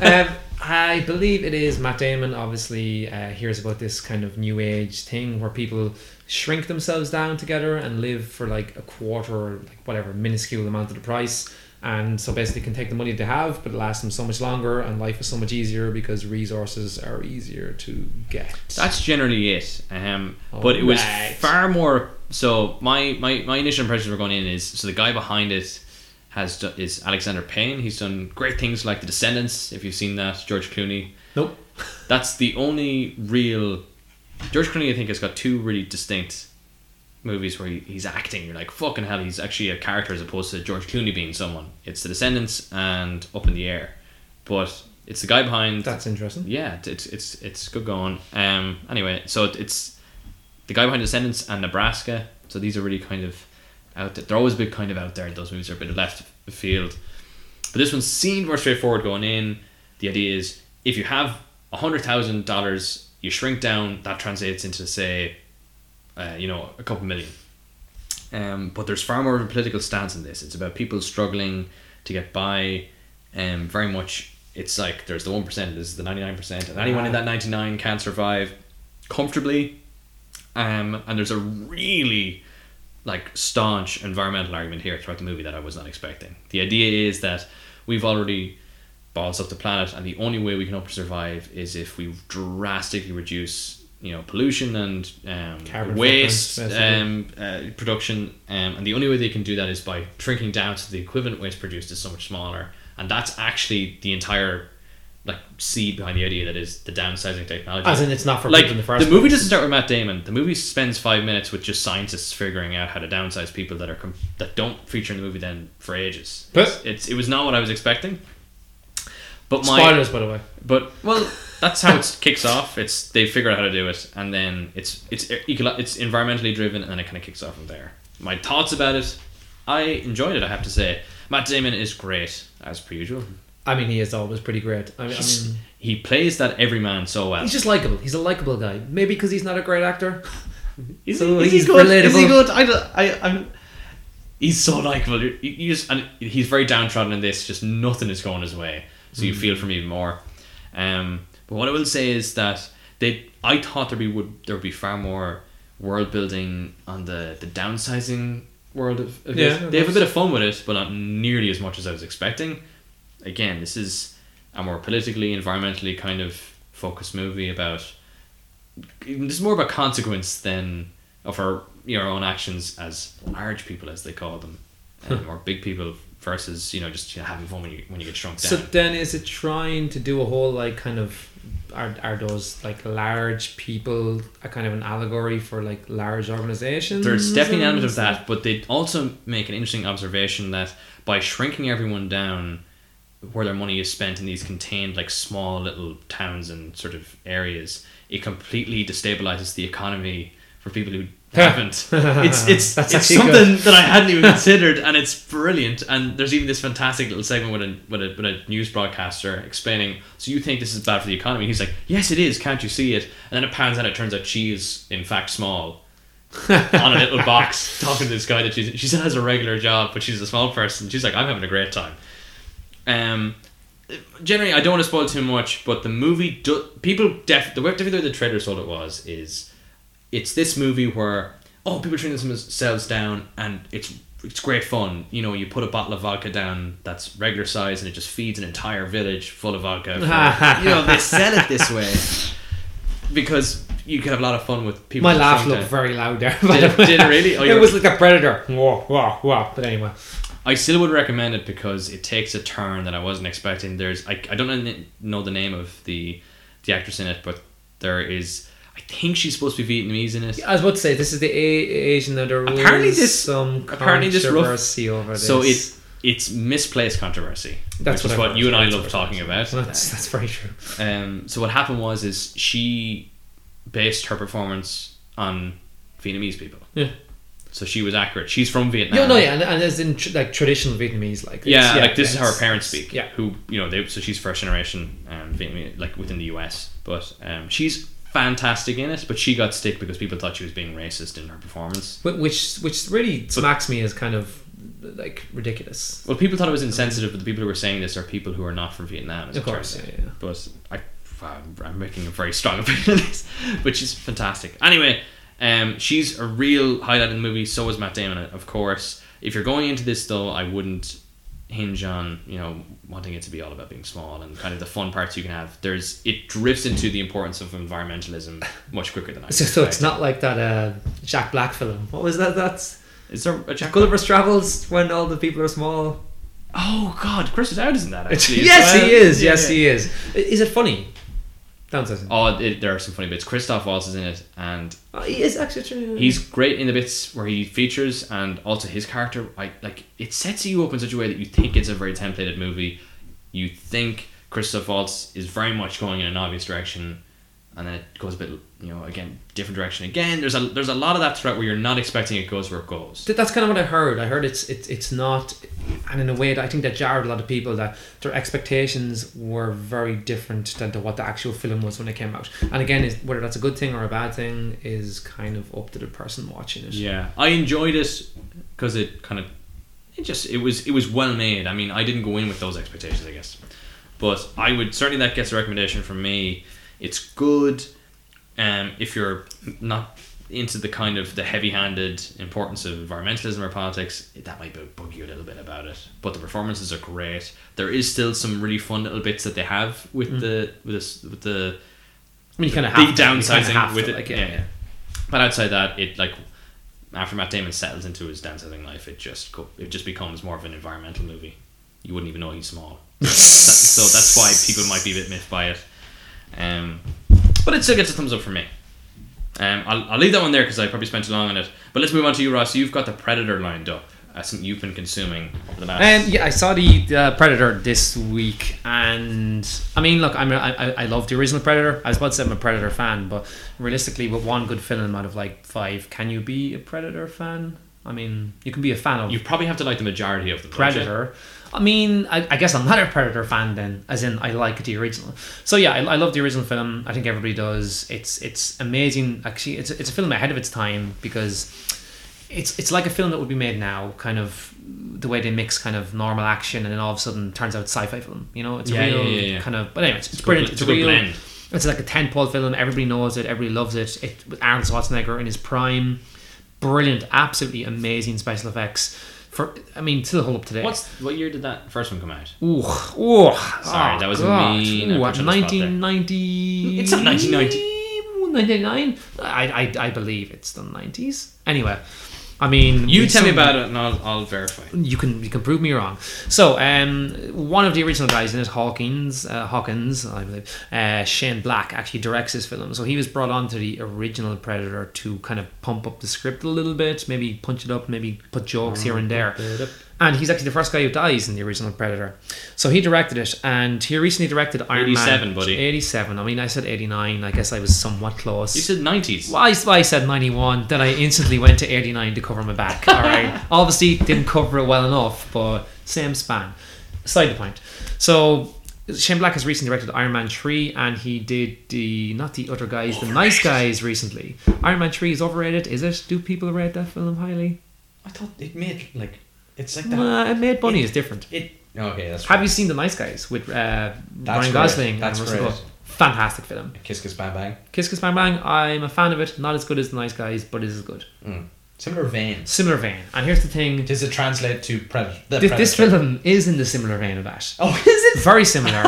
[SPEAKER 1] um, I believe it is Matt Damon. Obviously, uh, hears about this kind of new age thing where people shrink themselves down together and live for like a quarter or like whatever minuscule amount of the price, and so basically can take the money they have, but it lasts them so much longer, and life is so much easier because resources are easier to get.
[SPEAKER 2] That's generally it. Um, but it was
[SPEAKER 1] Alright.
[SPEAKER 2] far more. So my, my my initial impressions were going in is so the guy behind it has do, is Alexander Payne. He's done great things like The Descendants, if you've seen that. George Clooney.
[SPEAKER 1] nope.
[SPEAKER 2] That's the only real. George Clooney, I think, has got two really distinct movies where he, he's acting. You're like, fucking hell, he's actually a character as opposed to George Clooney being someone. It's The Descendants and Up in the Air. But it's the guy behind
[SPEAKER 1] That's interesting.
[SPEAKER 2] yeah, it- it's it's it's good going. Um, anyway, so it- it's the guy behind Descendants and Nebraska. So these are really kind of out. There. They're always a bit kind of out there. Those movies are a bit left field, but this one seemed more straightforward going in. The idea is if you have a hundred thousand dollars, you shrink down. That translates into say, uh, you know, a couple million. Um, but there's far more of a political stance in this. It's about people struggling to get by. Um, very much, it's like there's the one percent, there's the ninety nine percent, and anyone in that ninety nine can survive comfortably. Um, and there's a really like staunch environmental argument here throughout the movie that I was not expecting. The idea is that we've already balls up the planet, and the only way we can hope to survive is if we drastically reduce, you know, pollution and um,
[SPEAKER 1] Carbon
[SPEAKER 2] waste
[SPEAKER 1] footprint, basically.
[SPEAKER 2] um, uh, production. Um, and the only way they can do that is by shrinking down, so the equivalent waste produced is so much smaller, and that's actually the entire like seed behind the idea that is the downsizing technology.
[SPEAKER 1] As in, it's not for
[SPEAKER 2] like
[SPEAKER 1] people in
[SPEAKER 2] the,
[SPEAKER 1] the first.
[SPEAKER 2] movie doesn't start with Matt Damon. The movie spends five minutes with just scientists figuring out how to downsize people that are com- that don't feature in the movie then for ages.
[SPEAKER 1] But-
[SPEAKER 2] It's, it's- it was not what I was expecting. But my
[SPEAKER 1] Spoilers, by the way.
[SPEAKER 2] but well, that's how it kicks off. It's they figure out how to do it, and then it's it's eco- it's environmentally driven, and then it kind of kicks off from there. My thoughts about it, I enjoyed it. I have to say, Matt Damon is great as per usual.
[SPEAKER 1] I mean, he is always pretty great. I mean, I
[SPEAKER 2] He's-
[SPEAKER 1] mean
[SPEAKER 2] he plays that everyman so well.
[SPEAKER 1] he's just likable. He's a likable guy. Maybe because he's not a great actor.
[SPEAKER 2] Is,
[SPEAKER 1] So
[SPEAKER 2] he, is he
[SPEAKER 1] he's
[SPEAKER 2] good? Is he
[SPEAKER 1] relatable.
[SPEAKER 2] good? I, don't- I, I'm. He's so likable. You, you just and he's very downtrodden in this. Just nothing is going his way, so you feel for him even more. Um, but what I will say is that they, I thought there be would there would be far more world building on the the downsizing world of, of
[SPEAKER 1] Yeah,
[SPEAKER 2] it. They have a
[SPEAKER 1] that's-
[SPEAKER 2] bit of fun with it, but not nearly as much as I was expecting. Again, this is a more politically, environmentally kind of focused movie about this is more about consequence than of our your own actions as large people as they call them um, or big people versus you know just you know, having fun when you when you get shrunk down
[SPEAKER 1] So then, is it trying to do a whole like kind of are are those like large people a kind of an allegory for like large organizations?
[SPEAKER 2] there's definitely an element of
[SPEAKER 1] and-
[SPEAKER 2] that but they also make an interesting observation that by shrinking everyone down where their money is spent in these contained like small little towns and sort of areas it completely destabilizes the economy for people who haven't it's it's
[SPEAKER 1] That's
[SPEAKER 2] it's
[SPEAKER 1] actually
[SPEAKER 2] something
[SPEAKER 1] good.
[SPEAKER 2] that I hadn't even considered, and it's brilliant. And there's even this fantastic little segment with a with a, with a news broadcaster explaining. So you think this is bad for the economy? he's like, yes, it is. Can't you see it? And then it pans out. It turns out she is in fact small. on a little box, talking to this guy that she's, she still has a regular job, but she's a small person. She's like, I'm having a great time. Um, generally, I don't want to spoil too much, but the movie do- people def the way definitely the trailer sold it was is it's this movie where oh people turn themselves down and it's it's great fun. You know, you put a bottle of vodka down that's regular size and it just feeds an entire village full of vodka. for- you know, they sell it this way because you can have a lot of fun with people.
[SPEAKER 1] My
[SPEAKER 2] just
[SPEAKER 1] laugh
[SPEAKER 2] trying to-
[SPEAKER 1] looked very loud there. by
[SPEAKER 2] Did it-
[SPEAKER 1] the way.
[SPEAKER 2] did it really? Oh,
[SPEAKER 1] it
[SPEAKER 2] you're-
[SPEAKER 1] was like a predator. Whoa, whoa, whoa. But anyway,
[SPEAKER 2] I still would recommend it because it takes a turn that I wasn't expecting. There's I, I don't kn- know the name of the the actress in it, but there is I think she's supposed to be Vietnamese in it.
[SPEAKER 1] I was about to say this is the A- Asian that there
[SPEAKER 2] Apparently
[SPEAKER 1] was
[SPEAKER 2] this-
[SPEAKER 1] some
[SPEAKER 2] apparently this rough-
[SPEAKER 1] controversy over this.
[SPEAKER 2] So it it's misplaced controversy.
[SPEAKER 1] That's
[SPEAKER 2] which
[SPEAKER 1] what
[SPEAKER 2] is
[SPEAKER 1] I've
[SPEAKER 2] what
[SPEAKER 1] heard.
[SPEAKER 2] you and I
[SPEAKER 1] That's
[SPEAKER 2] love
[SPEAKER 1] what
[SPEAKER 2] talking about.
[SPEAKER 1] that's that's very true.
[SPEAKER 2] Um, so what happened was is she based her performance on Vietnamese people.
[SPEAKER 1] Yeah.
[SPEAKER 2] So she was accurate. She's from Vietnam.
[SPEAKER 1] Yeah, no, yeah, and, and as in tr- like traditional Vietnamese, like it's-
[SPEAKER 2] yeah, like this is how her
[SPEAKER 1] it's-
[SPEAKER 2] parents speak.
[SPEAKER 1] Yeah.
[SPEAKER 2] who you know, they, so she's first generation um, Vietnamese, like within the U.S. But um, she's fantastic in it. But she got stick because people thought she was being racist in her performance.
[SPEAKER 1] Wh- which which really smacks me as kind of like ridiculous.
[SPEAKER 2] Well, people thought it was insensitive, but the people who were saying this are people who are not from Vietnam. As
[SPEAKER 1] Of
[SPEAKER 2] it
[SPEAKER 1] course,
[SPEAKER 2] turns
[SPEAKER 1] yeah,
[SPEAKER 2] out.
[SPEAKER 1] yeah.
[SPEAKER 2] But I, I'm- I'm making a very strong opinion of this, which is fantastic. Anyway, um, she's a real highlight in the movie. So is Matt Damon, of course. If you're going into this though, I wouldn't hinge on you know wanting it to be all about being small and kind of the fun parts you can have. There's it drifts into the importance of environmentalism much quicker than I.
[SPEAKER 1] So, so it's
[SPEAKER 2] expected.
[SPEAKER 1] not like that uh, Jack Black film. What was that? That's
[SPEAKER 2] Is there a Jack
[SPEAKER 1] Gulliver's Travels when all the people are small.
[SPEAKER 2] Oh God, Chris is out, isn't that? Actually, as
[SPEAKER 1] yes,
[SPEAKER 2] well?
[SPEAKER 1] he is.
[SPEAKER 2] Yeah,
[SPEAKER 1] Yes,
[SPEAKER 2] yeah.
[SPEAKER 1] he is. I- Is it funny? Downsizing.
[SPEAKER 2] Oh, it, there are some funny bits. Christoph Waltz is in it, and
[SPEAKER 1] Oh, he is actually true.
[SPEAKER 2] he's great in the bits where he features, and also his character. I like it sets you up in such a way that you think it's a very templated movie. You think Christoph Waltz is very much going in an obvious direction, and then it goes a bit, you know, again different direction again. There's a there's a lot of that threat where you're not expecting it goes where it goes.
[SPEAKER 1] Th- That's kind of what I heard. I heard it's it's it's not, and in a way, that I think that jarred a lot of people that their expectations were very different than to what the actual film was when it came out. And again, is whether that's a good thing or a bad thing is kind of up to the person watching it.
[SPEAKER 2] Yeah, I enjoyed it because it kind of it just it was it was well made. I mean, I didn't go in with those expectations, I guess, but I would certainly that gets a recommendation from me. It's good. Um, if you're not into the kind of the heavy-handed importance of environmentalism or politics, that might bu- bug you a little bit about it. But the performances are great. There is still some really fun little bits that they have with the with this with the
[SPEAKER 1] I mean, you kind of
[SPEAKER 2] the
[SPEAKER 1] have to, you kinda
[SPEAKER 2] downsizing
[SPEAKER 1] have to,
[SPEAKER 2] with it.
[SPEAKER 1] like,
[SPEAKER 2] yeah, yeah. But outside that, it like after Matt Damon settles into his downsizing life, it just go, it just becomes more of an environmental movie. you wouldn't even know he's small. That- so that's why people might be a bit miffed by it. Um, but it still gets a thumbs up from me. Um, I'll, I'll leave that one there because I probably spent too long on it. But let's move on to you, Ross. You've got the Predator lined up. That's something you've been consuming for the
[SPEAKER 1] Um,
[SPEAKER 2] last.
[SPEAKER 1] yeah, I saw the, the Predator this week, and I mean, look, I'm a, I, I- I love the original Predator. I was about to say I'm a Predator fan, but realistically, with one good film out of like five, can you be a Predator fan? I mean, you can be a fan of
[SPEAKER 2] you probably have to like the majority of the bunch, eh?
[SPEAKER 1] Predator. I mean, I, I guess I'm not a Predator fan then, as in I like the original. So yeah, I, I love the original film. I think everybody does. It's it's amazing. Actually, it's it's a film ahead of its time because it's it's like a film that would be made now, kind of the way they mix kind of normal action and then all of a sudden turns out sci-fi film. You know, it's
[SPEAKER 2] Yeah,
[SPEAKER 1] a real
[SPEAKER 2] yeah, yeah, yeah.
[SPEAKER 1] kind of. But anyway, it's,
[SPEAKER 2] It's a good
[SPEAKER 1] brilliant.
[SPEAKER 2] bl-
[SPEAKER 1] it's
[SPEAKER 2] it's
[SPEAKER 1] a
[SPEAKER 2] a good
[SPEAKER 1] real.
[SPEAKER 2] blend.
[SPEAKER 1] It's like a tentpole film. Everybody knows it. Everybody loves it. It with Arnold Schwarzenegger in his prime. Brilliant, absolutely amazing special effects. For I mean, still hold up today.
[SPEAKER 2] What's what year did that first one come out?
[SPEAKER 1] Ooh, ooh.
[SPEAKER 2] Sorry,
[SPEAKER 1] oh,
[SPEAKER 2] that was
[SPEAKER 1] God.
[SPEAKER 2] mean. I
[SPEAKER 1] Ooh,
[SPEAKER 2] put you on the spot there.
[SPEAKER 1] 1990.
[SPEAKER 2] It's not 1990.
[SPEAKER 1] 99? I, I, I believe it's the 90s. Anyway, I mean.
[SPEAKER 2] You
[SPEAKER 1] with
[SPEAKER 2] tell me
[SPEAKER 1] some-
[SPEAKER 2] about it, and I'll, I'll verify.
[SPEAKER 1] You can you can prove me wrong. So, um, one of the original guys in it, Hawkins, uh, Hawkins, I believe, uh, Shane Black actually directs this film. So he was brought on to the original Predator to kind of pump up the script a little bit, maybe punch it up, maybe put jokes here and there and he's actually the first guy who dies in the original Predator. So he directed it, and he recently directed Iron Man.
[SPEAKER 2] 87, buddy.
[SPEAKER 1] 87. I mean, I said 89. I guess I was somewhat close.
[SPEAKER 2] You said nineties.
[SPEAKER 1] Well, I, I said 91, then I instantly went to 89 to cover my back. All right. Obviously, didn't cover it well enough, but same span. Side the point. So, Shane Black has recently directed Iron Man 3, and he did the, not the other guys, the nice guys recently. Iron Man 3 is overrated, is it? Do people rate that film highly?
[SPEAKER 2] I thought it made like it's like
[SPEAKER 1] Uh, it made Bunny is different.
[SPEAKER 2] It okay, that's
[SPEAKER 1] Have you seen The Nice Guys with uh, Ryan
[SPEAKER 4] great.
[SPEAKER 1] Gosling
[SPEAKER 4] That's
[SPEAKER 1] and Russell
[SPEAKER 4] great.
[SPEAKER 1] Crowe? Fantastic film.
[SPEAKER 4] Kiss Kiss Bang Bang.
[SPEAKER 1] Kiss Kiss Bang Bang. I'm a fan of it. Not as good as The Nice Guys, but it is good.
[SPEAKER 4] Hmm. Similar veins.
[SPEAKER 1] Similar vein. And here's the thing:
[SPEAKER 4] Does it translate to Predator? The
[SPEAKER 1] this, this
[SPEAKER 4] Predator?
[SPEAKER 1] film is in the similar vein of that.
[SPEAKER 4] Oh, is it?
[SPEAKER 1] Very similar.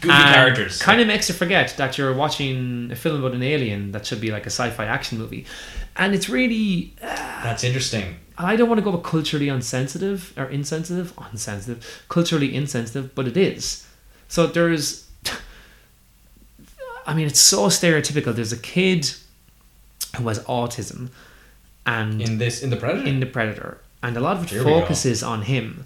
[SPEAKER 4] Goofy
[SPEAKER 2] Um,
[SPEAKER 4] characters.
[SPEAKER 1] Kind of makes you forget that you're watching a film about an alien that should be like a sci-fi action movie, and it's really
[SPEAKER 4] That's interesting.
[SPEAKER 1] I don't want to go with culturally unsensitive or insensitive, unsensitive, culturally insensitive, but it is. So there's, I mean, it's so stereotypical. There's a kid who has autism, and
[SPEAKER 4] In this, in the Predator.
[SPEAKER 1] in the Predator, and a lot of it
[SPEAKER 4] Here we go.
[SPEAKER 1] focuses on him.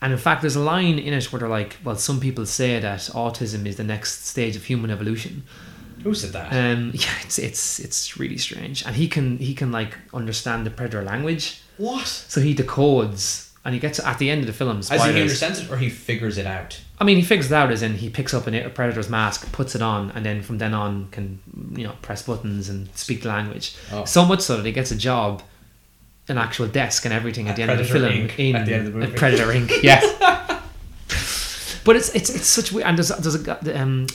[SPEAKER 1] And in fact, there's a line in it where they're like, "Well, some people say that autism is the next stage of human evolution."
[SPEAKER 4] Who said that?
[SPEAKER 2] Uh,
[SPEAKER 1] Um, yeah, it's it's it's really strange, and he can he can like understand the Predator language.
[SPEAKER 4] what?
[SPEAKER 1] So he decodes, and he gets at the end of the film.
[SPEAKER 4] As in he
[SPEAKER 1] Spoilers.
[SPEAKER 4] understands it, or he figures it out.
[SPEAKER 1] I mean, he figures it out as in he picks up an, a predator's mask, puts it on, and then from then on can you know press buttons and speak the language.
[SPEAKER 4] Oh.
[SPEAKER 1] So much so that he gets a job, an actual desk and everything at
[SPEAKER 4] At
[SPEAKER 1] the end of the
[SPEAKER 4] Predator
[SPEAKER 1] film
[SPEAKER 4] Inc.
[SPEAKER 1] in
[SPEAKER 4] At the end of the movie.
[SPEAKER 1] at Predator Inc. Yes. but it's it's it's such weird. And there's there's a guy- um.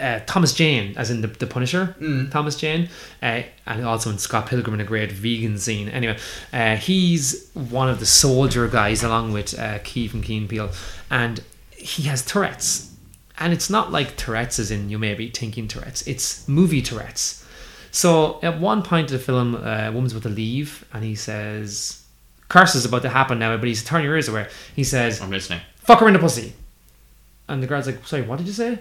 [SPEAKER 1] Uh, Thomas Jane, as in the, the Punisher, Thomas Jane, uh, and also in Scott Pilgrim in a great vegan scene. Anyway, uh, he's one of the soldier guys along with uh, Key from Keen Peel, and he has Tourette's, and it's not like Tourette's as in you may be thinking Tourette's. It's movie Tourette's. So at one point in the film, uh, a woman's about to leave, and he says, "Curse is about to happen now." But he's turn your ears away. He says,
[SPEAKER 2] I'm listening.
[SPEAKER 1] fuck her in the pussy. And the guard's like, sorry, what did you say?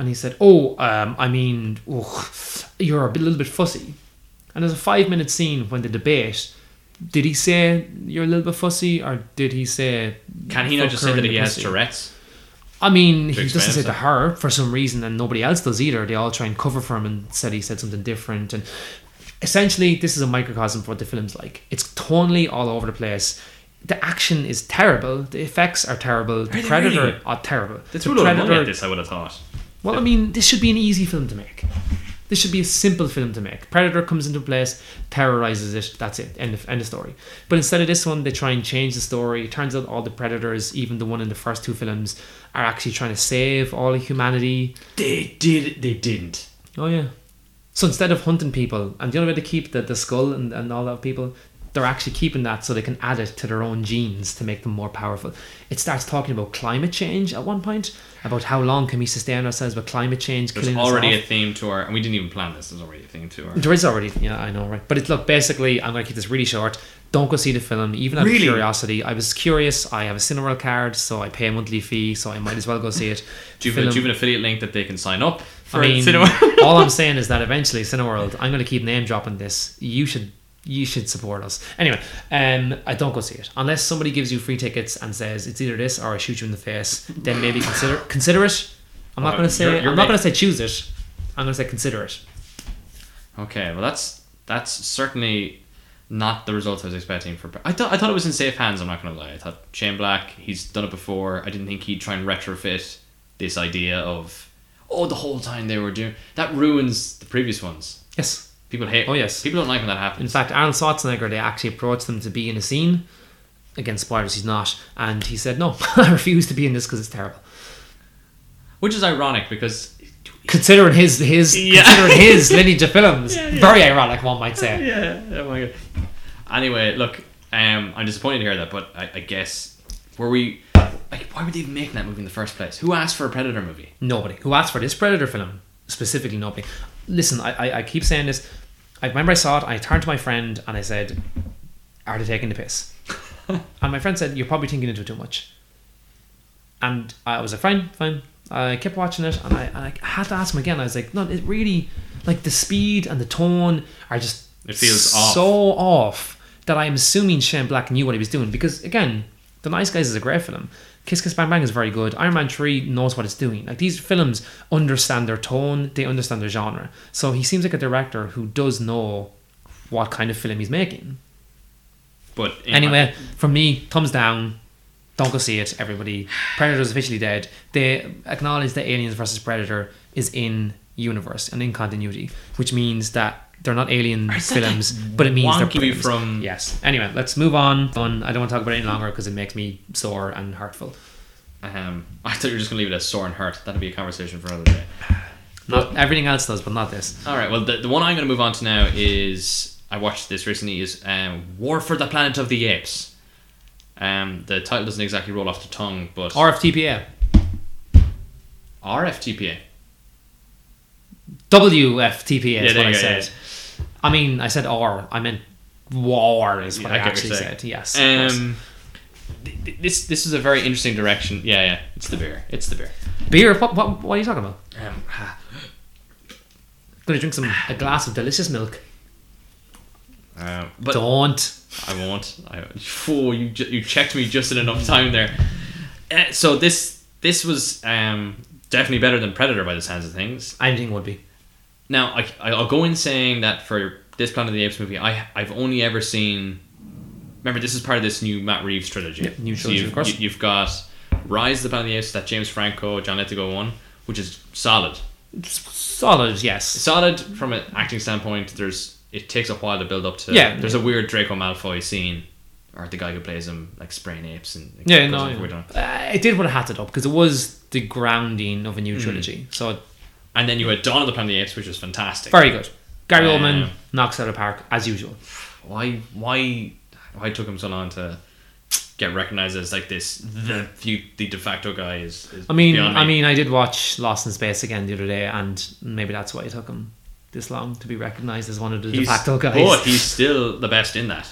[SPEAKER 1] And he said, oh, um, I mean, ugh, you're a bit- little bit fussy. And there's a five minute scene when they debate. Did he say you're a little bit fussy, or did he say?
[SPEAKER 2] Can he not
[SPEAKER 1] "Fuck
[SPEAKER 2] just
[SPEAKER 1] her
[SPEAKER 2] say
[SPEAKER 1] in
[SPEAKER 2] that
[SPEAKER 1] the
[SPEAKER 2] he has
[SPEAKER 1] pussy"?
[SPEAKER 2] Tourette's?
[SPEAKER 1] I mean,
[SPEAKER 2] To
[SPEAKER 1] he doesn't say
[SPEAKER 2] explain
[SPEAKER 1] to her for some reason, and nobody else does either. They all try and cover for him and said he said something different. And essentially, this is a microcosm for what the film's like. It's tonally all over the place. The action is terrible. The effects are terrible. The predator
[SPEAKER 2] really?
[SPEAKER 1] are terrible.
[SPEAKER 2] It's
[SPEAKER 1] the
[SPEAKER 2] would have at this. I would have thought.
[SPEAKER 1] well, I mean, this should be an easy film to make. This should be a simple film to make. Predator comes into place, terrorizes it. That's it. End of end of story. But instead of this one, they try and change the story. It turns out all the predators, even the one in the first two films, are actually trying to save all of humanity.
[SPEAKER 2] They did. They didn't.
[SPEAKER 1] Oh yeah. So instead of hunting people, and the only way to keep the, the skull and, and all that people, they're actually keeping that so they can add it to their own genes to make them more powerful. It starts talking about climate change at one point, about how long can we sustain ourselves with climate change
[SPEAKER 2] There's
[SPEAKER 1] killing
[SPEAKER 2] already
[SPEAKER 1] us
[SPEAKER 2] a
[SPEAKER 1] off.
[SPEAKER 2] theme to our, and we didn't even plan this. There's already a theme to our.
[SPEAKER 1] there is already, yeah, I know, right? But it's look, basically, I'm going to keep this really short. Don't go see the film, even out of
[SPEAKER 2] Really?
[SPEAKER 1] curiosity. I was curious. I have a Cineworld card, so I pay a monthly fee, so I might as well go see it.
[SPEAKER 2] Do you,
[SPEAKER 1] Film-
[SPEAKER 2] have, do you have an affiliate link that they can sign up for
[SPEAKER 1] I mean,
[SPEAKER 2] cinema?
[SPEAKER 1] all I'm saying is that eventually, Cineworld, I'm going to keep name dropping this. You should, you should support us. Anyway, um, I don't go see it unless somebody gives you free tickets and says it's either this or I shoot you in the face. Then maybe consider consider it. I'm not
[SPEAKER 2] Well,
[SPEAKER 1] going to say
[SPEAKER 2] you're- you're
[SPEAKER 1] I'm not
[SPEAKER 2] right.
[SPEAKER 1] going to say choose it. I'm going to say consider it.
[SPEAKER 2] Okay, well that's that's certainly not the result I was expecting for. I thought I thought it was in safe hands. I'm not gonna lie. I thought Shane Black, he's done it before. I didn't think he'd try and retrofit this idea of oh the whole time they were doing that ruins the previous ones.
[SPEAKER 1] Yes.
[SPEAKER 2] People hate.
[SPEAKER 1] Oh, yes.
[SPEAKER 2] People don't like when that happens.
[SPEAKER 1] In fact, Arnold Schwarzenegger, they actually approached them to be in a scene. Against spoilers, he's not, and he said no. I refuse to be in this because it's terrible.
[SPEAKER 2] which is ironic because
[SPEAKER 1] Considering his his
[SPEAKER 2] Yeah.
[SPEAKER 1] considering his lineage of films, very ironic, one might say.
[SPEAKER 2] yeah. Oh my god. Anyway, look, um, I'm disappointed to hear that, but I, I guess were we like why were they even making that movie in the first place? Who asked for a Predator movie?
[SPEAKER 1] Nobody. Who asked for this Predator film? Specifically, nobody. Listen, I, I, I keep saying this. I remember I saw it, I turned to my friend and I said, Are they taking the piss? and my friend said, You're probably thinking into it too much. And I was like, Fine, fine. I kept watching it and I, and I had to ask him again. I was like, No, it really, like the speed and the tone are just
[SPEAKER 2] It feels
[SPEAKER 1] so off that I'm assuming Shane Black knew what he was doing because again, The Nice Guys is a great film. Kiss Kiss Bang Bang is very good. Iron Man 3 knows what it's doing. Like these films understand their tone, they understand their genre. So he seems like a director who does know what kind of film he's making.
[SPEAKER 2] But in-
[SPEAKER 1] Anyway, from me, thumbs down. Don't go see it, everybody. Predator's officially dead. They acknowledge that Aliens versus Predator is in universe and in continuity, which means that they're not alien films, but it means they're
[SPEAKER 2] wonky
[SPEAKER 1] films.
[SPEAKER 2] from-
[SPEAKER 1] yes. Anyway, let's move on. On I don't want to talk about it any longer because it makes me sore and hurtful.
[SPEAKER 2] Um, I thought you were just gonna leave it as sore and hurt. That'd be a conversation for another day.
[SPEAKER 1] Not everything else does, but not this.
[SPEAKER 2] All right. Well, the, the one I'm gonna move on to now is I watched this recently is um, War for the Planet of the Apes. Um, the title doesn't exactly roll off the tongue, but
[SPEAKER 1] RFTPA.
[SPEAKER 2] RFTPA.
[SPEAKER 1] WFTPA
[SPEAKER 2] Yeah,
[SPEAKER 1] is
[SPEAKER 2] there
[SPEAKER 1] what I
[SPEAKER 2] you go,
[SPEAKER 1] said. I mean, I said R. I meant war is what I,
[SPEAKER 2] Yeah, I get what
[SPEAKER 1] actually
[SPEAKER 2] you're saying.
[SPEAKER 1] said. Yes. of course.
[SPEAKER 2] Um, th- th- this this is a very interesting direction. Yeah, yeah. It's the beer. It's the beer.
[SPEAKER 1] Beer? What, what, what are you talking about?
[SPEAKER 2] Um, ah,
[SPEAKER 1] Gonna drink some a glass of delicious milk.
[SPEAKER 2] um, but
[SPEAKER 1] Don't.
[SPEAKER 2] I won't. I, oh, you ju- you checked me just in enough time there. Uh, so this this was um, definitely better than Predator by the sounds of things.
[SPEAKER 1] Anything would be.
[SPEAKER 2] Now, I, I'll go in saying that for this Planet of the Apes movie, I, I've only ever seen. Remember, this is part of this new Matt Reeves trilogy.
[SPEAKER 1] Yep, new trilogy,
[SPEAKER 2] you've,
[SPEAKER 1] of course.
[SPEAKER 2] You, have got Rise of the Planet of the Apes, that James Franco, John Lithgow one, which is solid.
[SPEAKER 1] Solid, yes.
[SPEAKER 2] Solid from an acting standpoint. There's It takes a while to build up to.
[SPEAKER 1] Yeah.
[SPEAKER 2] There's a weird Draco Malfoy scene, or the guy who plays him, like spraying apes and. it
[SPEAKER 1] Yeah,
[SPEAKER 2] goes
[SPEAKER 1] no.
[SPEAKER 2] on for
[SPEAKER 1] yeah.
[SPEAKER 2] weird on.
[SPEAKER 1] Uh, it did what it had to do because it was the grounding of a
[SPEAKER 2] Mm.
[SPEAKER 1] new trilogy. So it-
[SPEAKER 2] And then you had Dawn of the Planet of the Apes, which is fantastic.
[SPEAKER 1] very good. Gary
[SPEAKER 2] Yeah.
[SPEAKER 1] Oldman knocks it out of the park as usual.
[SPEAKER 2] why why why it took him so long to get recognized as like this the few, the de facto guy is, is
[SPEAKER 1] I mean,
[SPEAKER 2] beyond
[SPEAKER 1] I mean, I did watch Lost in Space again the other day, and maybe that's why it took him this long to be recognized as one of the de
[SPEAKER 2] he's,
[SPEAKER 1] facto guys.
[SPEAKER 2] but he's still the best in that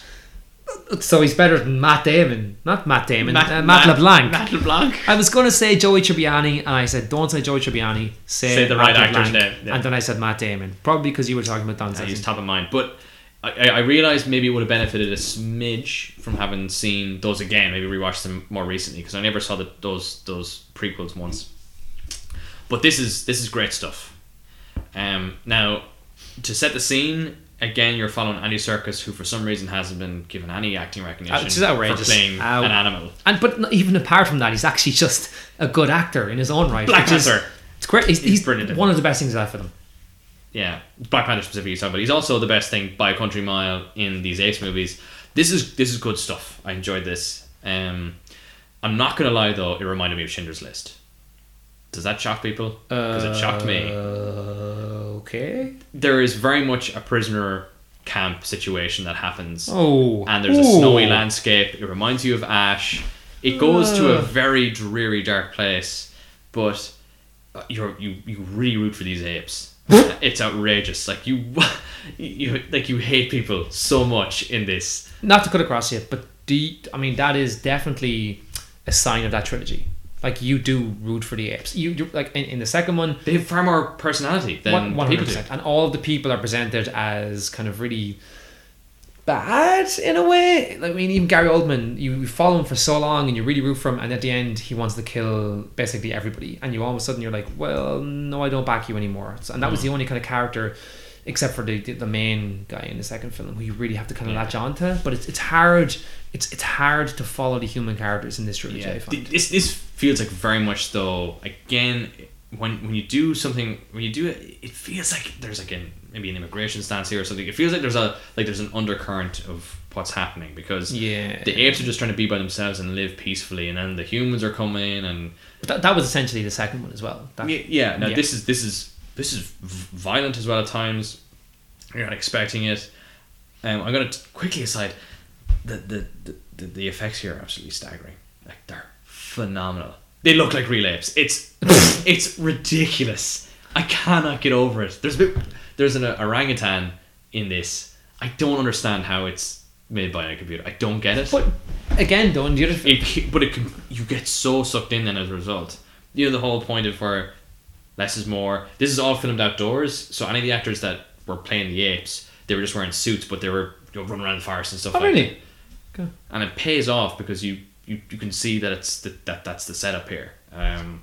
[SPEAKER 1] so he's better than Matt Damon, not Matt Damon, uh, Matt, LeBlanc.
[SPEAKER 2] Matt LeBlanc
[SPEAKER 1] I was gonna say Joey Tribbiani, and I said, "Don't say Joey Tribbiani. Say,
[SPEAKER 2] Say the
[SPEAKER 1] Matt
[SPEAKER 2] right actor's
[SPEAKER 1] LeBlanc."
[SPEAKER 2] name, yeah.
[SPEAKER 1] And then I said Matt Damon, probably because you were talking about Don
[SPEAKER 2] Yeah, he's
[SPEAKER 1] Sutherland.
[SPEAKER 2] top of mind but I, I I realized maybe it would have benefited a smidge from having seen those again maybe rewatched them more recently because I never saw the, those those prequels once but this is this is great stuff Um, now, to set the scene, again, you're following Andy Serkis, who for some reason hasn't been given any acting recognition
[SPEAKER 1] Uh, which is outrageous.
[SPEAKER 2] for playing
[SPEAKER 1] Ow.
[SPEAKER 2] an animal.
[SPEAKER 1] And but not- even apart from that, he's actually just a good actor in his own right.
[SPEAKER 2] Black
[SPEAKER 1] which is-
[SPEAKER 2] Panther.
[SPEAKER 1] It's great. He's, he's
[SPEAKER 2] brilliant in
[SPEAKER 1] One of the best things I've for them.
[SPEAKER 2] Yeah, Black Panther specifically, sorry, but he's also the best thing by a country mile in these Ace movies. This is this is good stuff. I enjoyed this. Um, I'm not gonna lie though, it reminded me of Schindler's List. Does that shock people? Because it shocked me.
[SPEAKER 1] Uh, okay.
[SPEAKER 2] there is very much a prisoner camp situation that happens.
[SPEAKER 1] Oh.
[SPEAKER 2] And there's a snowy
[SPEAKER 1] Ooh.
[SPEAKER 2] landscape. It reminds you of Ash. It goes to a very dreary, dark place, but uh, you're, you you really root for these apes. it's outrageous. Like you, you like you hate people so much in this.
[SPEAKER 1] Not to cut across yet, but do you, I mean that is definitely a sign of that trilogy. Like you do root for the apes. You you like in, in the second one,
[SPEAKER 2] They have far more personality than
[SPEAKER 1] one hundred
[SPEAKER 2] people do.
[SPEAKER 1] percent, and all of the people are presented as kind of really bad in a way. Like, I mean, even Gary Oldman, you follow him for so long, and you really root for him, and at the end, he wants to kill basically everybody, and you all of a sudden you're like, well, no, I don't back you anymore. So, and that was
[SPEAKER 2] Mm.
[SPEAKER 1] the only kind of character. Except for the, the the main guy in the second film, who you really have to kind of latch on to, but it's, it's hard. It's it's hard to follow the human characters in this trilogy. I find.
[SPEAKER 2] Th- This this feels like very much though. Again, when when you do something, when you do it, it feels like there's like an maybe an immigration stance here or something. It feels like there's a like there's an undercurrent of what's happening because
[SPEAKER 1] Yeah.
[SPEAKER 2] the apes are just trying to be by themselves and live peacefully, and then the humans are coming in and
[SPEAKER 1] But that, that was essentially the second one as well. That,
[SPEAKER 2] yeah, yeah. Now
[SPEAKER 1] Yeah.
[SPEAKER 2] this is this is this is v- violent as well at times. You're not expecting it. Um, I'm gonna t- quickly aside. The the, the the the effects here are absolutely staggering. Like they're phenomenal. They look like real apes. It's it's ridiculous. I cannot get over it. There's a bit, there's an orangutan in this. I don't understand how it's made by a computer. I don't get it
[SPEAKER 1] But again, though, in the other
[SPEAKER 2] it, but it can, you get so sucked in then as a result. You know the whole point of where less is more. This is all filmed outdoors, so any of the actors that were playing the apes, they were just wearing suits, but they were you know, running around the forest and stuff.
[SPEAKER 1] Oh,
[SPEAKER 2] like
[SPEAKER 1] really?
[SPEAKER 2] That.
[SPEAKER 1] Okay.
[SPEAKER 2] And it pays off because you you, you can see that it's the, that that's the setup here. Um,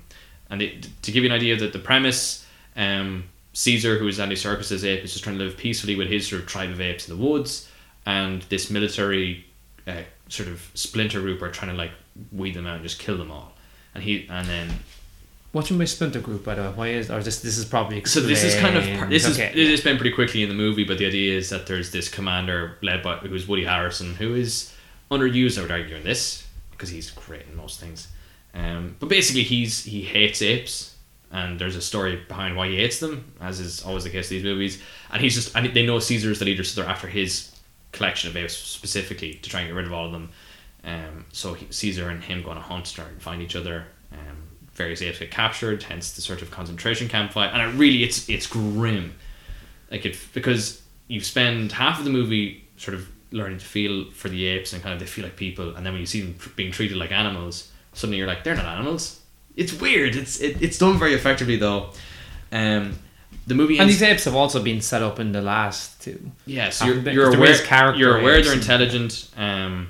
[SPEAKER 2] and it, to give you an idea that the premise, um, Caesar, who is Andy Serkis's ape, is just trying to live peacefully with his sort of tribe of apes in the woods, and this military uh, sort of splinter group are trying to like weed them out and just kill them all. And he and then
[SPEAKER 1] watching my Splinter Group, by the way, why is or this this is probably
[SPEAKER 2] so this is kind of par-
[SPEAKER 1] explained.
[SPEAKER 2] this
[SPEAKER 1] Okay.
[SPEAKER 2] is it has been pretty quickly in the movie, but the idea is that there's this commander led by who's Woody Harrison, who is underused. I would argue in this because he's great in most things. Um, but basically, he's he hates apes, and there's a story behind why he hates them, as is always the case in these movies. And he's just and they know Caesar's the leader, so they're after his collection of apes specifically to try and get rid of all of them. Um, so he, Caesar and him go on a hunt to try and find each other. Um, various apes get captured, hence the sort of concentration camp fight. And it really, it's it's grim, like it because you spend half of the movie sort of learning to feel for the apes and kind of they feel like people, and then when you see them tr- being treated like animals, suddenly you're like they're not animals. It's weird. It's it, it's done very effectively though. Um, the movie
[SPEAKER 1] and
[SPEAKER 2] ends-
[SPEAKER 1] these apes have also been set up in the last two.
[SPEAKER 2] Yes,
[SPEAKER 1] Um,
[SPEAKER 2] you're,
[SPEAKER 1] because
[SPEAKER 2] you're
[SPEAKER 1] there
[SPEAKER 2] aware.
[SPEAKER 1] is character
[SPEAKER 2] you're aware they're
[SPEAKER 1] in-
[SPEAKER 2] intelligent. Um,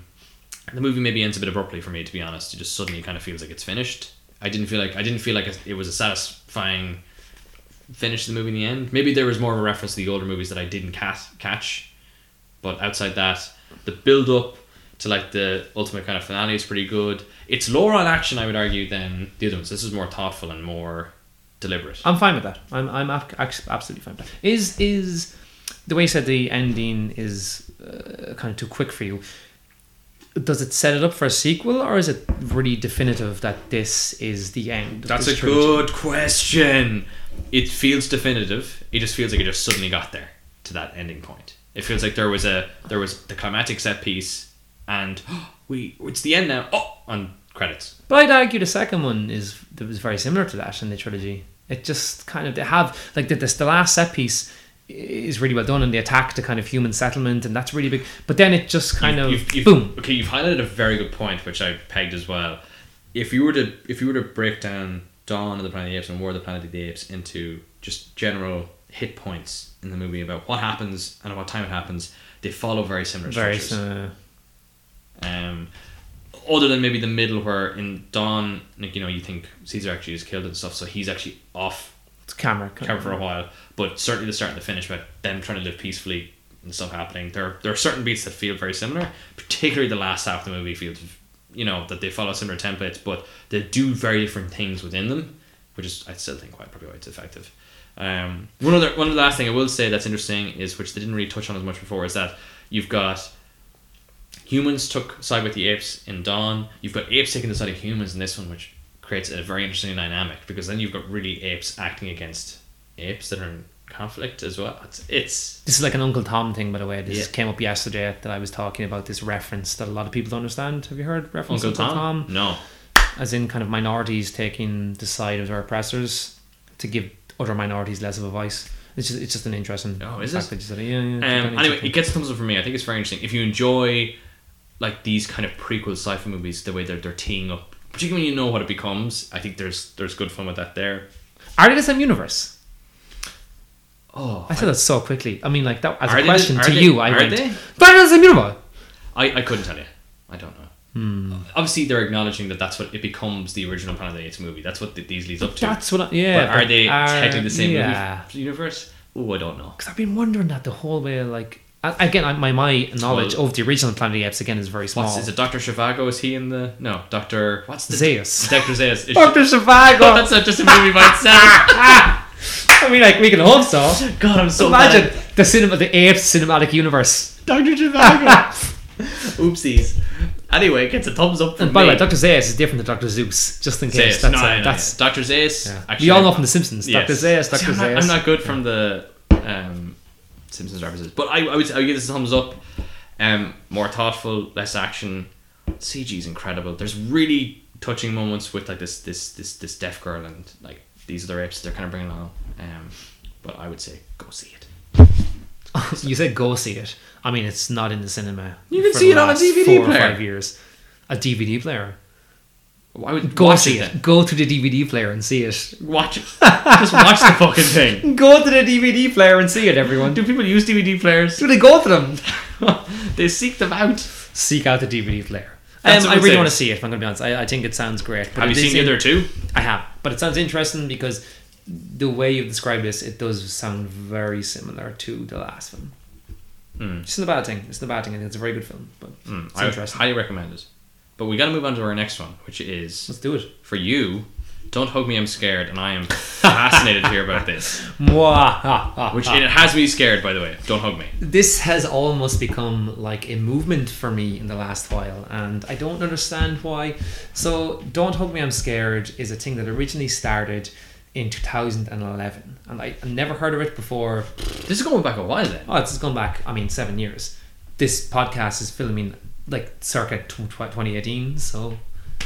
[SPEAKER 2] the movie maybe ends a bit abruptly for me, to be honest. It just suddenly kind of feels like it's finished. I didn't feel like I didn't feel like it was a satisfying finish to the movie in the end. Maybe there was more of a reference to the older movies that I didn't ca- catch, but outside that, the build up to like the ultimate kind of finale is pretty good. It's lower on action, I would argue, than the other ones. This is more thoughtful and more deliberate.
[SPEAKER 1] I'm fine with that. I'm I'm ac- ac- absolutely fine with that. Is is the way you said the ending is uh, kind of too quick for you? Does it set it up for a sequel, or is it really definitive that this is the end? of
[SPEAKER 2] That's
[SPEAKER 1] this
[SPEAKER 2] a
[SPEAKER 1] trilogy?
[SPEAKER 2] good question. It feels definitive. It just feels like it just suddenly got there to that ending point. It feels like there was a there was the climactic set piece, and we it's the end now. Oh, on credits.
[SPEAKER 1] But I'd argue the second one is that was very similar to that in the trilogy. It just kind of they have like the, the, the last set piece is really well done, and the attack to kind of human settlement, and that's really big. But then it just kind
[SPEAKER 2] You've-
[SPEAKER 1] of
[SPEAKER 2] you've- you've-
[SPEAKER 1] boom.
[SPEAKER 2] Okay, you've highlighted a very good point, which I pegged as well. If you were to if you were to break down Dawn of the Planet of the Apes and War of the Planet of the Apes into just general hit points in the movie about what happens and at what time it happens, they follow very similar
[SPEAKER 1] Very
[SPEAKER 2] structures.
[SPEAKER 1] uh,
[SPEAKER 2] Um, other than maybe the middle where in Dawn, like you know, you think Caesar actually is killed and stuff, so he's actually off
[SPEAKER 1] it's camera.
[SPEAKER 2] camera for a while. But certainly the start and the finish, about them trying to live peacefully and stuff happening. There, there are certain beats that feel very similar. Particularly the last half of the movie feels, you know, that they follow similar templates, but they do very different things within them, which is I still think quite probably why it's effective. Um, one other, one last thing I will say that's interesting is which they didn't really touch on as much before is that you've got humans took side with the apes in Dawn. You've got apes taking the side of humans in this one, which creates a very interesting dynamic because then you've got really apes acting against apes that are in conflict as well. It's, it's
[SPEAKER 1] This is like an Uncle Tom thing, by the way. This
[SPEAKER 2] Yeah.
[SPEAKER 1] came up yesterday that I was talking about this reference that a lot of people don't understand. Have you heard reference
[SPEAKER 2] Uncle
[SPEAKER 1] to Uncle Tom?
[SPEAKER 2] Tom. No,
[SPEAKER 1] as in kind of minorities taking the side of their oppressors to give other minorities less of a voice. It's just, it's just an interesting.
[SPEAKER 2] Oh, is
[SPEAKER 1] fact
[SPEAKER 2] it?
[SPEAKER 1] that you said it. Yeah, yeah. it's
[SPEAKER 2] Um,
[SPEAKER 1] very
[SPEAKER 2] anyway,
[SPEAKER 1] interesting.
[SPEAKER 2] it gets a thumbs up from me. I think it's very interesting. If you enjoy like these kind of prequel sci-fi movies, the way they're they're teeing up, particularly when you know what it becomes, I think there's there's good fun with that there.
[SPEAKER 1] are they the same universe?
[SPEAKER 2] Oh,
[SPEAKER 1] I said that so quickly. I mean, like that as
[SPEAKER 2] Are they
[SPEAKER 1] a
[SPEAKER 2] the-
[SPEAKER 1] question
[SPEAKER 2] are
[SPEAKER 1] to
[SPEAKER 2] they-
[SPEAKER 1] you. I
[SPEAKER 2] are
[SPEAKER 1] went,
[SPEAKER 2] they?
[SPEAKER 1] But are they the same universe?
[SPEAKER 2] I, I couldn't tell you. I don't know.
[SPEAKER 1] Hmm.
[SPEAKER 2] Obviously, they're acknowledging that that's what it becomes the original Planet of the Apes movie. That's what th- these leads up to.
[SPEAKER 1] That's what. I, yeah.
[SPEAKER 2] but are
[SPEAKER 1] but uh,
[SPEAKER 2] they technically the same
[SPEAKER 1] Yeah.
[SPEAKER 2] movie universe? Oh, I don't know.
[SPEAKER 1] Because I've been wondering that the whole way. Like I- again, I, my my knowledge
[SPEAKER 2] Well-
[SPEAKER 1] of the original Planet of the Apes again is very small.
[SPEAKER 2] What's is it? Doctor Shivago? Is he in the no? Doctor what's the
[SPEAKER 1] Zeus.
[SPEAKER 2] Doctor Zeus. Is
[SPEAKER 1] Doctor
[SPEAKER 2] Oh,
[SPEAKER 1] Zhivago. Ah!
[SPEAKER 2] that's not just a movie by itself.
[SPEAKER 1] I mean, like we can hope so.
[SPEAKER 2] God, I'm so mad.
[SPEAKER 1] Imagine the cinema, the apes cinematic universe.
[SPEAKER 3] Dr. Zhivago. Oopsies. Anyway,
[SPEAKER 2] Gets a thumbs up from
[SPEAKER 1] By the
[SPEAKER 2] me.
[SPEAKER 1] way, Dr. Zeus is different to Dr. Zeus, just in case.
[SPEAKER 2] Zeus.
[SPEAKER 1] That's,
[SPEAKER 2] no,
[SPEAKER 1] uh,
[SPEAKER 2] no, no,
[SPEAKER 1] that's
[SPEAKER 2] Doctor Zeus.
[SPEAKER 1] yeah.
[SPEAKER 2] Actually,
[SPEAKER 1] we all know from The Simpsons.
[SPEAKER 2] yes.
[SPEAKER 1] Dr. Zeus,
[SPEAKER 2] See,
[SPEAKER 1] Dr.
[SPEAKER 2] I'm, not,
[SPEAKER 1] Zeus.
[SPEAKER 2] I'm not good from the um, Simpsons references, but I, I would I would give this a thumbs up. Um, more thoughtful, less action. CG is incredible. There's really touching moments with like this this this this deaf girl and like these other apes they're kind of bringing along. Um, but I would say go see it.
[SPEAKER 1] you said go see it. I mean, it's not in the cinema.
[SPEAKER 2] You can
[SPEAKER 1] for
[SPEAKER 2] see
[SPEAKER 1] the
[SPEAKER 2] it on a
[SPEAKER 1] last
[SPEAKER 2] DVD
[SPEAKER 1] four
[SPEAKER 2] player.
[SPEAKER 1] Or five years. A DVD player.
[SPEAKER 2] Why would
[SPEAKER 1] Go
[SPEAKER 2] watch
[SPEAKER 1] see
[SPEAKER 2] then.
[SPEAKER 1] it. Go to the DVD player and see it.
[SPEAKER 2] Watch it. Just watch the fucking thing.
[SPEAKER 1] Go to the DVD player and see it, everyone.
[SPEAKER 2] Do people use DVD players?
[SPEAKER 1] Do they go for them?
[SPEAKER 2] they seek them out.
[SPEAKER 1] Seek out the DVD player. Um,
[SPEAKER 2] That's what
[SPEAKER 1] I
[SPEAKER 2] I'm
[SPEAKER 1] really
[SPEAKER 2] saying.
[SPEAKER 1] want to see it. If I'm going to be honest, I, I think it sounds great. But
[SPEAKER 2] Have you
[SPEAKER 1] it is
[SPEAKER 2] seen the
[SPEAKER 1] in-
[SPEAKER 2] other two?
[SPEAKER 1] I have, but it sounds interesting because the way you've described this, it does sound very similar to the last film.
[SPEAKER 2] Mm.
[SPEAKER 1] It's not a bad thing. It's not a bad thing. I think it's a very good film, but
[SPEAKER 2] Mm,
[SPEAKER 1] it's
[SPEAKER 2] I
[SPEAKER 1] interesting.
[SPEAKER 2] highly recommend it. But we got to move on to our next one, which is
[SPEAKER 1] Let's do it.
[SPEAKER 2] for you. Don't hug me, I'm scared, and I am fascinated to hear about this.
[SPEAKER 1] Mwah, ha, ha,
[SPEAKER 2] Which
[SPEAKER 1] ha.
[SPEAKER 2] it has me scared, by the way. Don't hug me.
[SPEAKER 1] this has almost become like a movement for me in the last while, and I don't understand why. So, Don't Hug Me, I'm Scared is a thing that originally started in 2011, and I I never heard of it before.
[SPEAKER 2] This is going back a while then.
[SPEAKER 1] Oh, it's gone back, I mean, seven years. This podcast is filming like circa tw- tw- 2018, so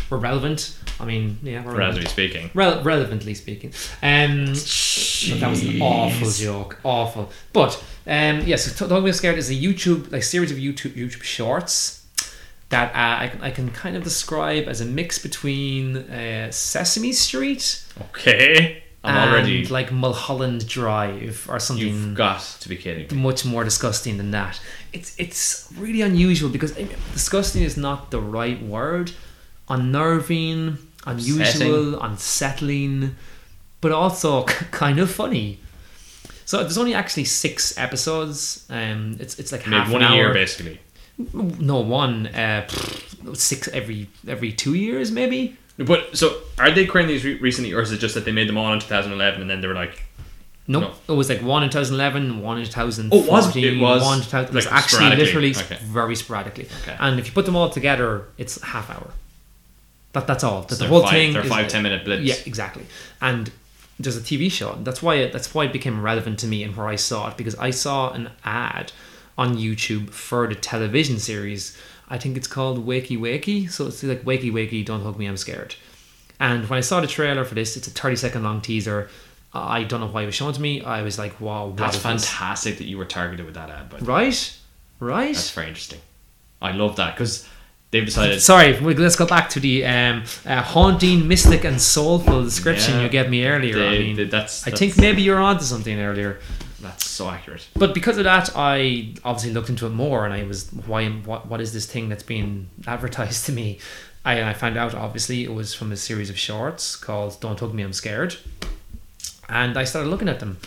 [SPEAKER 1] we're relevant. I mean, yeah, we're relevant.
[SPEAKER 2] Relatively speaking.
[SPEAKER 1] Rel- relevantly speaking. Um, but that was an awful joke, awful. But um, yes, yeah, so Don't Be Scared is a YouTube, like series of YouTube YouTube shorts that uh, I, can- I can kind of describe as a mix between uh, Sesame Street
[SPEAKER 2] Okay. I'm
[SPEAKER 1] and
[SPEAKER 2] already.
[SPEAKER 1] like Mulholland Drive or something
[SPEAKER 2] You've got to be kidding me.
[SPEAKER 1] much more disgusting than that. It's it's really unusual because I mean, disgusting is not the right word. Unnerving, unusual,
[SPEAKER 2] Upsetting.
[SPEAKER 1] unsettling, but also kind of funny. So there's only actually six episodes. Um, it's it's like
[SPEAKER 2] Made
[SPEAKER 1] half
[SPEAKER 2] one
[SPEAKER 1] an
[SPEAKER 2] a year,
[SPEAKER 1] hour.
[SPEAKER 2] basically.
[SPEAKER 1] No one. Uh, pfft, six every every two years maybe.
[SPEAKER 2] But so, are they creating these re- recently, or is it just that they made them all in 2011 and then they were like,
[SPEAKER 1] Nope.
[SPEAKER 2] No.
[SPEAKER 1] It was like one in 2011, one in 2014,
[SPEAKER 2] Oh, it was- it was
[SPEAKER 1] one in 2000. It was
[SPEAKER 2] like
[SPEAKER 1] actually
[SPEAKER 2] sporadically.
[SPEAKER 1] literally
[SPEAKER 2] Okay.
[SPEAKER 1] very sporadically.
[SPEAKER 2] Okay.
[SPEAKER 1] And if you put them all together, it's half hour. That, that's all. That the
[SPEAKER 2] they're
[SPEAKER 1] whole
[SPEAKER 2] five,
[SPEAKER 1] thing.
[SPEAKER 2] They're
[SPEAKER 1] is-
[SPEAKER 2] five, ten minute blips.
[SPEAKER 1] Yeah, exactly. And there's a TV show. That's why it, that's why it became relevant to me and where I saw it because I saw an ad on YouTube for the television series. I think it's called Wakey Wakey. So it's like Wakey Wakey, don't hug me, I'm scared. And when I saw the trailer for this, it's a 30 second long teaser. I don't know why it was shown to me. I was like, wow, what
[SPEAKER 2] That's
[SPEAKER 1] is this?
[SPEAKER 2] fantastic that you were targeted with that ad, by the way.
[SPEAKER 1] Right? Right?
[SPEAKER 2] That's very interesting. I love that because they've decided.
[SPEAKER 1] Sorry, we- let's go back to the um, uh, haunting, mystic, and soulful description
[SPEAKER 2] Yeah.
[SPEAKER 1] you gave me earlier. I
[SPEAKER 2] They-
[SPEAKER 1] mean,
[SPEAKER 2] they- that's-
[SPEAKER 1] I think
[SPEAKER 2] that's-
[SPEAKER 1] maybe you're onto something earlier.
[SPEAKER 2] That's so accurate.
[SPEAKER 1] But because of that, I obviously looked into it more, and I was why am- what what is this thing that's being advertised to me? I, I found out obviously it was from a series of shorts called "Don't Hug Me, I'm Scared," and I started looking at them.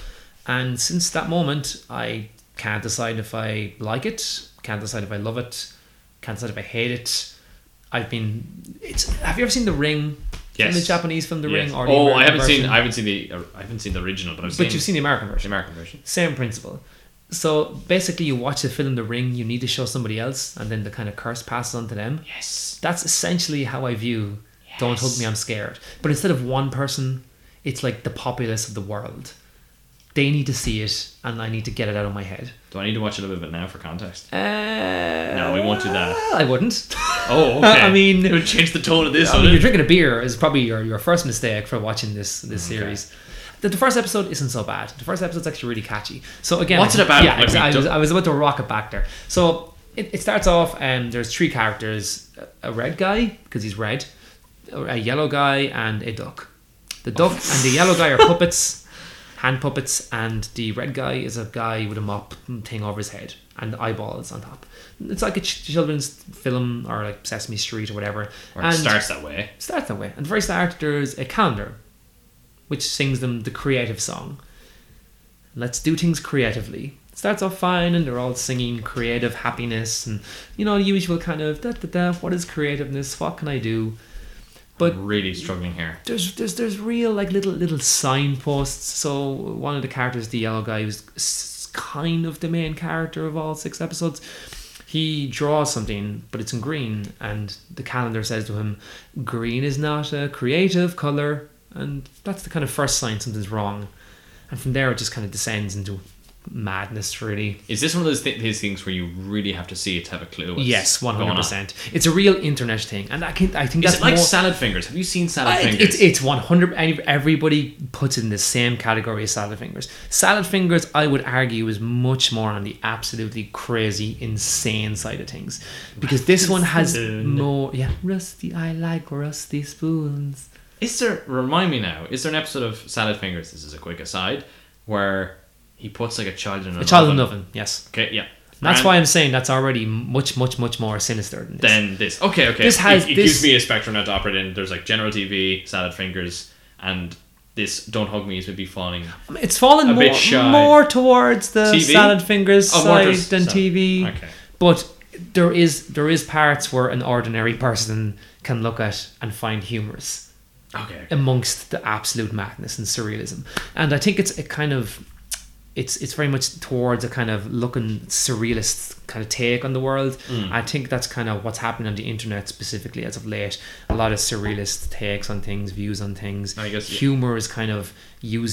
[SPEAKER 1] And since that moment, I can't decide if I like it, can't decide if I love it, can't decide if I hate it. I've been. It's. Have you ever seen The Ring?
[SPEAKER 2] Yes.
[SPEAKER 1] the Japanese film The
[SPEAKER 2] Yes.
[SPEAKER 1] Ring. Or the
[SPEAKER 2] Oh,
[SPEAKER 1] American
[SPEAKER 2] I haven't seen.
[SPEAKER 1] version?
[SPEAKER 2] I haven't seen the. uh, I haven't seen the original, but I've seen.
[SPEAKER 1] But you've seen the American version
[SPEAKER 2] the American version.
[SPEAKER 1] same principle. So basically, you watch the film The Ring, you need to show somebody else, and then the kind of curse passes on to them.
[SPEAKER 2] Yes.
[SPEAKER 1] That's essentially how I view Don't Hug Me, I'm Scared. But instead of one person, it's like the populace of the world. They need to see it, and I need to get it out of my head.
[SPEAKER 2] Do I need to watch a little bit of it now for context?
[SPEAKER 1] Uh, no,
[SPEAKER 2] we won't do that.
[SPEAKER 1] I wouldn't.
[SPEAKER 2] Oh, okay.
[SPEAKER 1] I mean,
[SPEAKER 3] It would change the tone of this,
[SPEAKER 1] I mean,
[SPEAKER 3] wouldn't
[SPEAKER 1] you're
[SPEAKER 3] it?
[SPEAKER 1] drinking a beer is probably your, your first mistake for watching this this series. The, the first episode isn't so bad. The first episode's actually really catchy. So again,
[SPEAKER 3] What's it about?
[SPEAKER 1] Yeah,
[SPEAKER 3] Like,
[SPEAKER 1] exa-
[SPEAKER 3] we
[SPEAKER 1] I, was,
[SPEAKER 3] don't-
[SPEAKER 1] I was about to rock it back there. So it, it starts off, and there's three characters: a a red guy because he's red, a yellow guy, and a duck. The duck
[SPEAKER 3] Oh.
[SPEAKER 1] and the yellow guy are puppets, hand puppets, and the red guy is a guy with a mop thing over his head and eyeballs on top. It's like a ch- children's film or like Sesame Street or whatever.
[SPEAKER 2] or it
[SPEAKER 1] and
[SPEAKER 2] starts that way.
[SPEAKER 1] starts that way. At the very start, there's a calendar which sings them the creative song. Let's do things creatively. Starts off fine, and they're all singing creative happiness and you know, the usual kind of da da da, what is creativeness? What can I do? But
[SPEAKER 2] I'm really struggling here.
[SPEAKER 1] there's there's there's real like little little signposts. So one of the characters, the yellow guy, who's s- kind of the main character of all six episodes, he draws something, but it's in green, and the calendar says to him, "Green is not a creative color," and that's the kind of first sign something's wrong. And from there, it just kind of descends into madness, really.
[SPEAKER 2] Is this one of those, th- these things where you really have to see it to have a clue? What's
[SPEAKER 1] yes, one
[SPEAKER 2] going
[SPEAKER 1] hundred
[SPEAKER 2] on?
[SPEAKER 1] percent. It's a real internet thing, and I can I think
[SPEAKER 2] Is
[SPEAKER 1] that's
[SPEAKER 2] it like
[SPEAKER 1] more-
[SPEAKER 2] salad fingers? Have you seen salad
[SPEAKER 1] Uh, it-
[SPEAKER 2] fingers?
[SPEAKER 1] it's it's one hundred. Everybody puts it in the same category as salad fingers. Salad fingers, I would argue, is much more on the absolutely crazy, insane side of things, because this one has
[SPEAKER 3] Spoon.
[SPEAKER 1] more. Yeah, rusty. I like rusty spoons.
[SPEAKER 2] Is there remind me now? Is there an episode of Salad Fingers? This is a quick aside where he puts like a child in an
[SPEAKER 1] A child in oven. Yes,
[SPEAKER 2] Okay, yeah.
[SPEAKER 1] that's
[SPEAKER 2] And
[SPEAKER 1] why I'm saying that's already much, much, much more sinister than this.
[SPEAKER 2] Then this. Okay, okay.
[SPEAKER 1] This
[SPEAKER 2] It-
[SPEAKER 1] has-
[SPEAKER 2] It,
[SPEAKER 1] this-
[SPEAKER 2] gives me a spectrum now to operate in. There's like General TV, Salad Fingers, and this. Don't hug me is would be falling.
[SPEAKER 1] I mean, it's fallen
[SPEAKER 2] A bit
[SPEAKER 1] more,
[SPEAKER 2] shy.
[SPEAKER 1] more towards the
[SPEAKER 2] TV?
[SPEAKER 1] salad fingers
[SPEAKER 2] Oh, more
[SPEAKER 1] side
[SPEAKER 2] towards-
[SPEAKER 1] than
[SPEAKER 2] sorry.
[SPEAKER 1] TV.
[SPEAKER 2] Okay.
[SPEAKER 1] But there is there is parts where an ordinary person can look at and find humorous
[SPEAKER 2] Okay.
[SPEAKER 1] amongst the absolute madness and surrealism. And I think it's a kind of it's it's very much towards a kind of looking surrealist kind of take on the world.
[SPEAKER 2] Mm.
[SPEAKER 1] I think that's kind of what's happening on the internet specifically as of late. A lot of surrealist takes on things, views on things.
[SPEAKER 2] I guess, yeah.
[SPEAKER 1] humor is kind of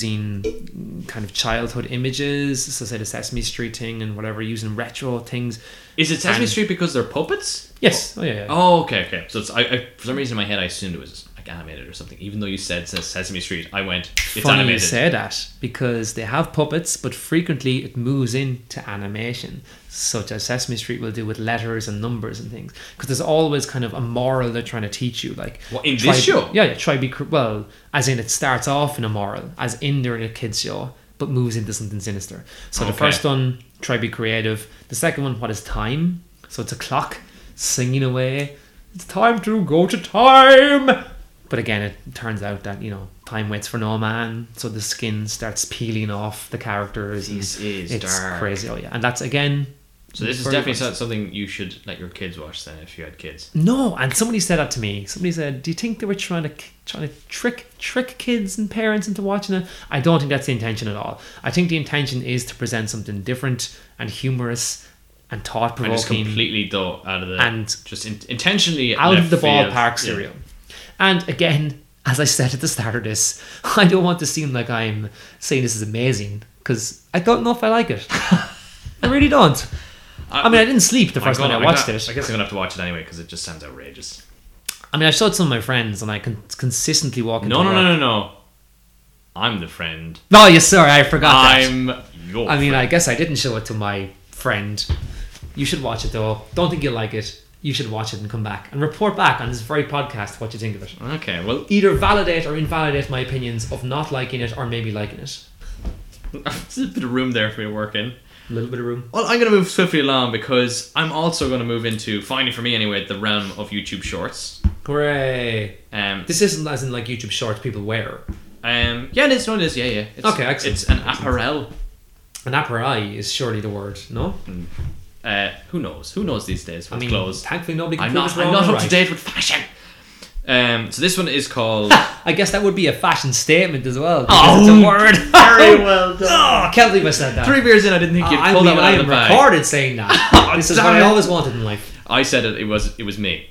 [SPEAKER 1] using kind of childhood images, so say the Sesame Street thing and whatever, using retro things.
[SPEAKER 2] Is it Sesame
[SPEAKER 1] And-
[SPEAKER 2] Street because they're puppets?
[SPEAKER 1] Yes. Oh yeah. yeah.
[SPEAKER 2] Oh, okay, okay. So it's I, I for some reason in my head I assumed it was like animated or something. Even though you said Ses- Sesame Street, I went. It's
[SPEAKER 1] funny
[SPEAKER 2] animated.
[SPEAKER 1] you say that because they have puppets, but frequently it moves into animation, such as Sesame Street will do with letters and numbers and things. Because there's always kind of a moral they're trying to teach you, like
[SPEAKER 2] What, in
[SPEAKER 1] try-
[SPEAKER 2] this show?
[SPEAKER 1] Yeah, yeah. Try be cr- well, as in it starts off in a moral, as in they're in a kids show, but moves into something sinister. So the
[SPEAKER 2] Okay.
[SPEAKER 1] first one, try be creative. The second one, what is time? So it's a clock singing away. It's time to go to time. But again, it turns out that you know time waits for no man, so the skin starts peeling off the characters. and
[SPEAKER 2] This is
[SPEAKER 1] it's
[SPEAKER 2] dark.
[SPEAKER 1] crazy. Oh yeah, and that's again.
[SPEAKER 2] So this is
[SPEAKER 1] very
[SPEAKER 2] definitely
[SPEAKER 1] much-
[SPEAKER 2] so- something you should let your kids watch then if you had kids.
[SPEAKER 1] no. And somebody said that to me. Somebody said, "Do you think they were trying to trying to trick trick kids and parents into watching it?" I don't think that's the intention at all. I think the intention is to present something different and humorous and thought
[SPEAKER 2] And just
[SPEAKER 1] provoking.
[SPEAKER 2] completely though out of the
[SPEAKER 1] And-
[SPEAKER 2] just in, intentionally
[SPEAKER 1] out of
[SPEAKER 2] left
[SPEAKER 1] the
[SPEAKER 2] field.
[SPEAKER 1] ballpark
[SPEAKER 2] Yeah.
[SPEAKER 1] cereal. And again, as I said at the start of this, I don't want to seem like I'm saying this is amazing because I don't know if I like it. I really don't. I, mean, I didn't sleep the
[SPEAKER 2] Uh, My
[SPEAKER 1] first
[SPEAKER 2] God,
[SPEAKER 1] night I
[SPEAKER 2] I'm
[SPEAKER 1] watched
[SPEAKER 2] gonna-
[SPEAKER 1] it.
[SPEAKER 2] I guess I'm gonna have to watch it anyway because it just sounds outrageous.
[SPEAKER 1] I mean, I showed some of my friends, and I can consistently walk.
[SPEAKER 2] No,
[SPEAKER 1] into
[SPEAKER 2] no, no,
[SPEAKER 1] work-
[SPEAKER 2] no, no. I'm the friend.
[SPEAKER 1] no. yes, Oh, sorry, I forgot. that.
[SPEAKER 2] I'm your.
[SPEAKER 1] I mean,
[SPEAKER 2] friend.
[SPEAKER 1] I guess I didn't show it to my friend. You should watch it though. Don't think you'll like it. You should watch it and come back and report back on this very podcast what you think of it.
[SPEAKER 2] Okay, well,
[SPEAKER 1] Either validate or invalidate my opinions of not liking it or maybe liking it.
[SPEAKER 2] there's a bit of room there for me to work in.
[SPEAKER 1] A little bit of room.
[SPEAKER 2] Well, I'm going to move swiftly along because I'm also going to move into, finally for me anyway, the realm of YouTube Shorts.
[SPEAKER 1] Hooray!
[SPEAKER 2] Um,
[SPEAKER 1] This isn't as in like YouTube Shorts people wear.
[SPEAKER 2] um, yeah, it is. No, it is. Yeah, yeah. It's,
[SPEAKER 1] Okay, excellent.
[SPEAKER 2] It's an apparel.
[SPEAKER 1] An apparai is surely the word, no?
[SPEAKER 2] Uh, who knows? Who knows these days?
[SPEAKER 1] I
[SPEAKER 2] What's
[SPEAKER 1] mean,
[SPEAKER 2] clothes?
[SPEAKER 1] thankfully nobody can
[SPEAKER 2] I'm
[SPEAKER 1] prove
[SPEAKER 2] not.
[SPEAKER 1] us
[SPEAKER 2] I'm
[SPEAKER 1] wrong
[SPEAKER 2] not
[SPEAKER 1] or
[SPEAKER 2] up to
[SPEAKER 1] right.
[SPEAKER 2] date with fashion. Um, so this one is called.
[SPEAKER 1] I guess that would be a fashion statement as well.
[SPEAKER 2] Oh,
[SPEAKER 1] because it's a word.
[SPEAKER 3] Very well done.
[SPEAKER 1] oh, I can't believe I said that.
[SPEAKER 2] Three beers in, Uh, I didn't think
[SPEAKER 1] Oh,
[SPEAKER 2] you'd
[SPEAKER 1] I,
[SPEAKER 2] pull
[SPEAKER 1] mean,
[SPEAKER 2] that one
[SPEAKER 1] I
[SPEAKER 2] out of
[SPEAKER 1] am
[SPEAKER 2] the bag.
[SPEAKER 1] recorded saying that. this is what I
[SPEAKER 2] damn it.
[SPEAKER 1] always wanted in life.
[SPEAKER 2] I said it. It was. It was me.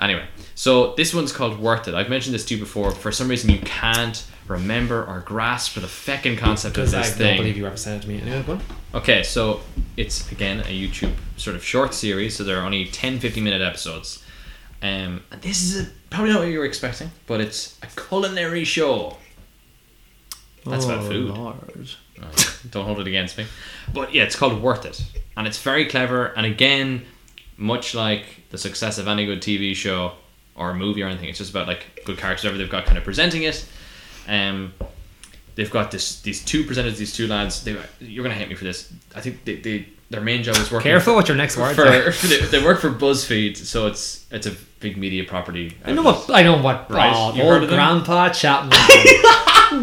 [SPEAKER 2] Anyway, so this one's called Worth It. I've mentioned this to you before. For some reason, you can't remember or grasp the feckin' concept of
[SPEAKER 1] Because I
[SPEAKER 2] this
[SPEAKER 1] don't
[SPEAKER 2] thing.
[SPEAKER 1] believe you ever said it to me. Anyway, go on.
[SPEAKER 2] Okay, so it's again a YouTube sort of short series, so there are only 10 15 minute episodes. Um, and this is a, probably not what you were expecting, but it's a culinary show. That's about
[SPEAKER 1] Oh,
[SPEAKER 2] food.
[SPEAKER 1] Lord.
[SPEAKER 2] Don't hold it against me. But yeah, it's called Worth It. And it's very clever. And again, much like the success of any good TV show or movie or anything, it's just about like good characters, whatever they've got kind of presenting it. Um, they've got this these two presenters, these two lads. They, you're going to hate me for this. I think they, they, their main job is working.
[SPEAKER 1] Careful what your next words are.
[SPEAKER 2] For, for they, they work for BuzzFeed, so it's it's a big media property.
[SPEAKER 1] I know what I know what
[SPEAKER 2] Right,
[SPEAKER 1] oh,
[SPEAKER 2] you heard
[SPEAKER 1] old
[SPEAKER 2] of them?
[SPEAKER 1] Grandpa Chapman.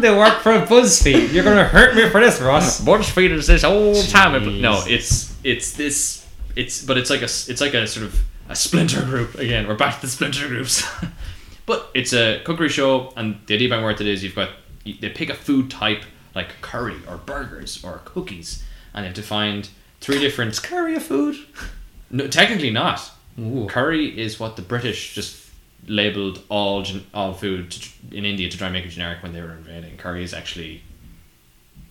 [SPEAKER 1] they work for BuzzFeed. You're gonna hurt me for this, Ross.
[SPEAKER 2] BuzzFeed is this old time. But no,
[SPEAKER 1] Jesus.
[SPEAKER 2] it's it's this it's but it's like a s- it's like a sort of a splinter group again. We're back to the splinter groups, but it's a cookery show, and the idea behind where it is, you've got you- they pick a food type like curry or burgers or cookies, and they have to find three different
[SPEAKER 1] Curry of food.
[SPEAKER 2] No, technically not.
[SPEAKER 1] Ooh.
[SPEAKER 2] Curry is what the British just labeled all gen- all food to, tr- in India to try and make it generic when they were invading. Curry is actually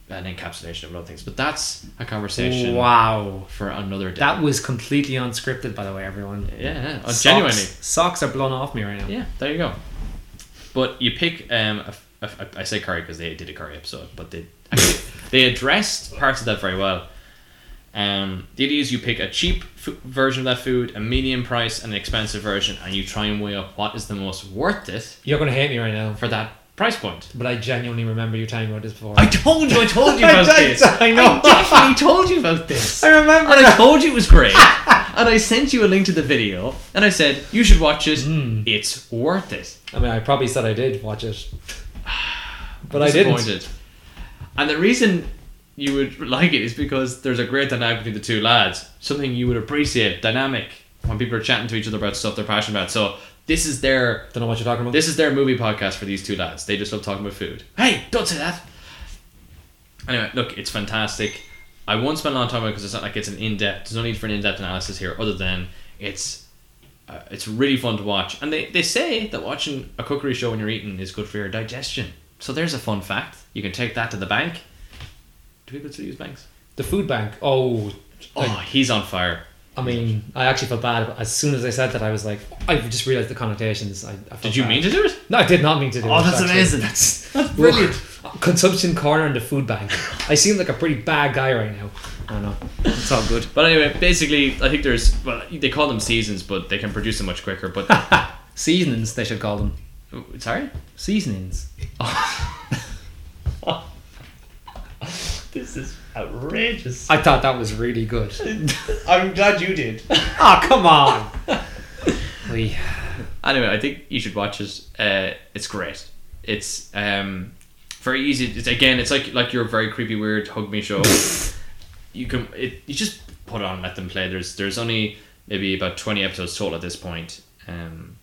[SPEAKER 2] an encapsulation of a lot of things, but that's a conversation
[SPEAKER 1] Wow.
[SPEAKER 2] for another day.
[SPEAKER 1] That was completely unscripted, by the way, everyone.
[SPEAKER 2] yeah, yeah. Uh,
[SPEAKER 1] Socks-
[SPEAKER 2] genuinely.
[SPEAKER 1] Socks are blown off me right now.
[SPEAKER 2] Yeah, there you go. But you pick um, a f- a f- I say curry because they did a curry episode, but they actually, they addressed parts of that very well. Um, the idea is you pick a cheap f- version of that food, a medium price, and an expensive version, and you try and weigh up what is the most worth it
[SPEAKER 1] You're gonna hate me right now,
[SPEAKER 2] for that price point.
[SPEAKER 1] but I genuinely remember you telling me about this before.
[SPEAKER 2] I told you, I told you
[SPEAKER 1] I-
[SPEAKER 2] about
[SPEAKER 1] I-
[SPEAKER 2] this.
[SPEAKER 1] I know.
[SPEAKER 2] I definitely told you about this.
[SPEAKER 1] I remember.
[SPEAKER 2] And I told you it was great. and I sent you a link to the video, and I said you should watch it.
[SPEAKER 1] Hmm.
[SPEAKER 2] It's worth it.
[SPEAKER 1] I mean, I probably said I did watch it, but I didn't.
[SPEAKER 2] disappointed. And the reason you would like it is because there's a great dynamic between the two lads. Something you would appreciate, dynamic when people are chatting to each other about stuff they're passionate about. So this is their
[SPEAKER 1] Don't know what you're talking about.
[SPEAKER 2] this is their movie podcast for these two lads. They just love talking about food. Hey, don't say that. Anyway, look, it's fantastic. I won't spend a lot of time on it because it's not like it's an in depth. There's no need for an in depth analysis here, other than it's uh, it's really fun to watch. And they, they say that watching a cookery show when you're eating is good for your digestion. So there's a fun fact. You can take that to the bank. Do people still use banks?
[SPEAKER 1] the food bank. Oh,
[SPEAKER 2] Oh, he's on fire.
[SPEAKER 1] I mean, I actually felt bad. but As soon as I said that, I was like, I just realized the connotations. I, I felt
[SPEAKER 2] Did you
[SPEAKER 1] bad.
[SPEAKER 2] mean to do it?
[SPEAKER 1] No, I did not mean to do.
[SPEAKER 3] Oh,
[SPEAKER 1] it,
[SPEAKER 3] that's
[SPEAKER 1] actually.
[SPEAKER 3] amazing. That's, that's
[SPEAKER 1] Well,
[SPEAKER 3] brilliant.
[SPEAKER 1] Consumption corner in the food bank. I seem like a pretty bad guy right now. I don't know. It's all good.
[SPEAKER 2] But anyway, basically, I think there's well, they call them seasons, but they can produce them much quicker. But
[SPEAKER 1] Seasonings, they should call them.
[SPEAKER 2] sorry.
[SPEAKER 1] Seasonings.
[SPEAKER 3] This is outrageous.
[SPEAKER 1] I thought that was really good.
[SPEAKER 3] I'm glad you did.
[SPEAKER 1] Oh,
[SPEAKER 2] Ah,
[SPEAKER 1] come on. we,
[SPEAKER 2] Anyway, I think you should watch it. Uh, it's great. It's um, very easy. It's again, it's like like your very creepy, weird hug me show. you can it. You just put it on, and let them play. There's there's only maybe about twenty episodes total at this point. Um,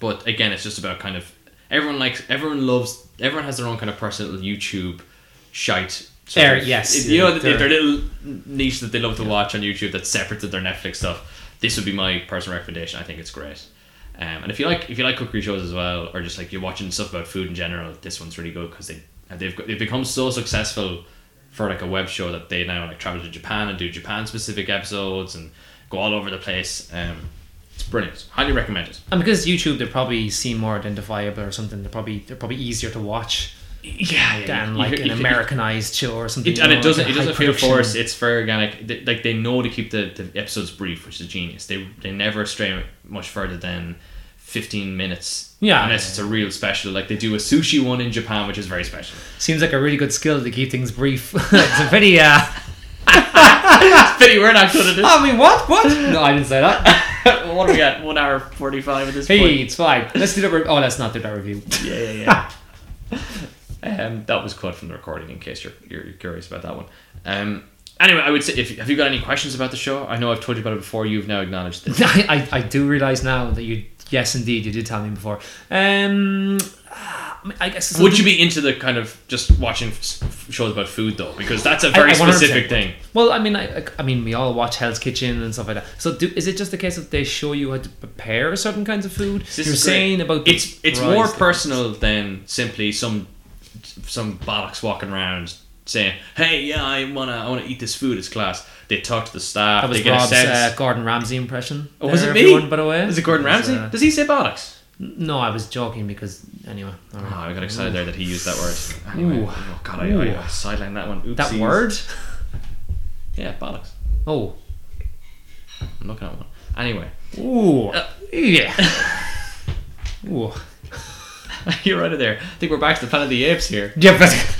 [SPEAKER 2] but again, it's just about kind of everyone likes everyone loves everyone has their own kind of personal YouTube shite. sort
[SPEAKER 1] There,
[SPEAKER 2] of-
[SPEAKER 1] yes,
[SPEAKER 2] you know
[SPEAKER 1] there-
[SPEAKER 2] their, their little niche that they love to watch on YouTube that's separate to their Netflix stuff. This would be my personal recommendation. I think it's great. Um, and if you like if you like cookery shows as well, or just like you're watching stuff about food in general, this one's really good because they they've got- they've become so successful for like a web show that they now like travel to Japan and do Japan specific episodes and go all over the place. Um, it's brilliant. Highly recommend it.
[SPEAKER 1] and because YouTube, they probably seem more identifiable or something. They're probably they're probably easier to watch
[SPEAKER 2] Yeah,
[SPEAKER 1] than like an Americanized show or something.
[SPEAKER 2] It,
[SPEAKER 1] you
[SPEAKER 2] and
[SPEAKER 1] know,
[SPEAKER 2] it
[SPEAKER 1] like
[SPEAKER 2] doesn't.
[SPEAKER 1] a
[SPEAKER 2] It doesn't
[SPEAKER 1] high
[SPEAKER 2] feel
[SPEAKER 1] production.
[SPEAKER 2] forced. It's very organic. They, like they know to keep the, the episodes brief, which is genius. They they never stray much further than fifteen minutes.
[SPEAKER 1] Yeah.
[SPEAKER 2] unless it's a real special. Like they do a sushi one in Japan, which is very special.
[SPEAKER 1] Seems like a really good skill to keep things brief. it's a pretty. Uh,
[SPEAKER 2] Fitty, we're not good at this.
[SPEAKER 1] I mean, what? What? No, I didn't say that.
[SPEAKER 3] what do we at? One hour forty-five at this
[SPEAKER 1] Hey,
[SPEAKER 3] point.
[SPEAKER 1] it's fine. Let's do the. Re- oh, let's not do that review.
[SPEAKER 3] Yeah, yeah, yeah.
[SPEAKER 2] Um, that was cut from the recording in case you're, you're you're curious about that one. Um, anyway, I would say if have you got any questions about the show? I know I've told you about it before. You've now acknowledged this.
[SPEAKER 1] I, I, I do realize now that you. Yes, indeed, you did tell me before. Um, I mean, I guess. it's
[SPEAKER 2] Would
[SPEAKER 1] something-
[SPEAKER 2] you be into the kind of just watching f- f- shows about food though? Because that's a very
[SPEAKER 1] I 100%
[SPEAKER 2] specific thing.
[SPEAKER 1] Well, I mean, I, I- I mean, we all watch Hell's Kitchen and stuff like that. So, do, is it just a case of they show you how to prepare certain kinds of food?
[SPEAKER 2] This
[SPEAKER 1] You're
[SPEAKER 2] is great.
[SPEAKER 1] saying about the
[SPEAKER 2] it's it's
[SPEAKER 1] price
[SPEAKER 2] more
[SPEAKER 1] that-
[SPEAKER 2] personal than simply some some bollocks walking around saying, "Hey, yeah, I wanna, I wanna eat this food. It's class." They talk to the staff.
[SPEAKER 1] That was
[SPEAKER 2] they get
[SPEAKER 1] Rob's
[SPEAKER 2] a sense.
[SPEAKER 1] uh, Gordon Ramsay impression.
[SPEAKER 2] Oh, was
[SPEAKER 1] there,
[SPEAKER 2] it me?
[SPEAKER 1] everyone, By the way,
[SPEAKER 2] Is it Gordon
[SPEAKER 1] It was,
[SPEAKER 2] Ramsay?
[SPEAKER 1] uh,
[SPEAKER 2] Does he say bollocks?
[SPEAKER 1] No, I was joking because anyway. all
[SPEAKER 2] Oh,
[SPEAKER 1] right.
[SPEAKER 2] I got excited there that he used that word. Anyway,
[SPEAKER 1] Ooh.
[SPEAKER 2] Oh god, I, I, I
[SPEAKER 1] Ooh.
[SPEAKER 2] sidelined that one. Oopsies.
[SPEAKER 1] That word?
[SPEAKER 2] Yeah, bollocks.
[SPEAKER 1] Oh.
[SPEAKER 2] I'm looking at one. Anyway,
[SPEAKER 1] Ooh. yeah. Uh, Ooh.
[SPEAKER 2] you're out of there. I think we're back to the Planet of the Apes here.
[SPEAKER 1] Yeah, but.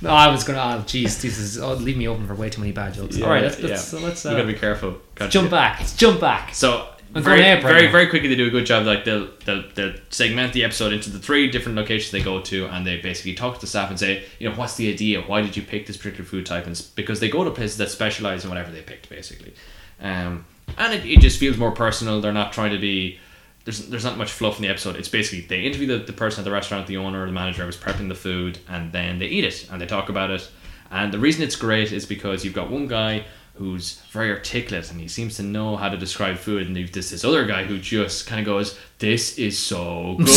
[SPEAKER 1] No, I was gonna. Oh, jeez, this is oh, leave me open for way too many bad jokes. All right, let's let's, so let's
[SPEAKER 2] we
[SPEAKER 1] uh,
[SPEAKER 2] gotta be careful. God,
[SPEAKER 1] jump
[SPEAKER 2] shit.
[SPEAKER 1] back. Let's jump back.
[SPEAKER 2] So
[SPEAKER 1] I'm
[SPEAKER 2] very,
[SPEAKER 1] going April.
[SPEAKER 2] very, very quickly they do a good job. Like they'll, they'll they'll segment the episode into the three different locations they go to, and they basically talk to the staff and say, you know, what's the idea? Why did you pick this particular food type? And it's because they go to places that specialize in whatever they picked, basically. Um, and it, it just feels more personal. They're not trying to be. There's, there's not much fluff in the episode. It's basically they interview the, the person at the restaurant, the owner or the manager who's prepping the food, and then they eat it and they talk about it. And the reason it's great is because you've got one guy who's very articulate and he seems to know how to describe food, and you've this this other guy who just kind of goes, "This is so good,"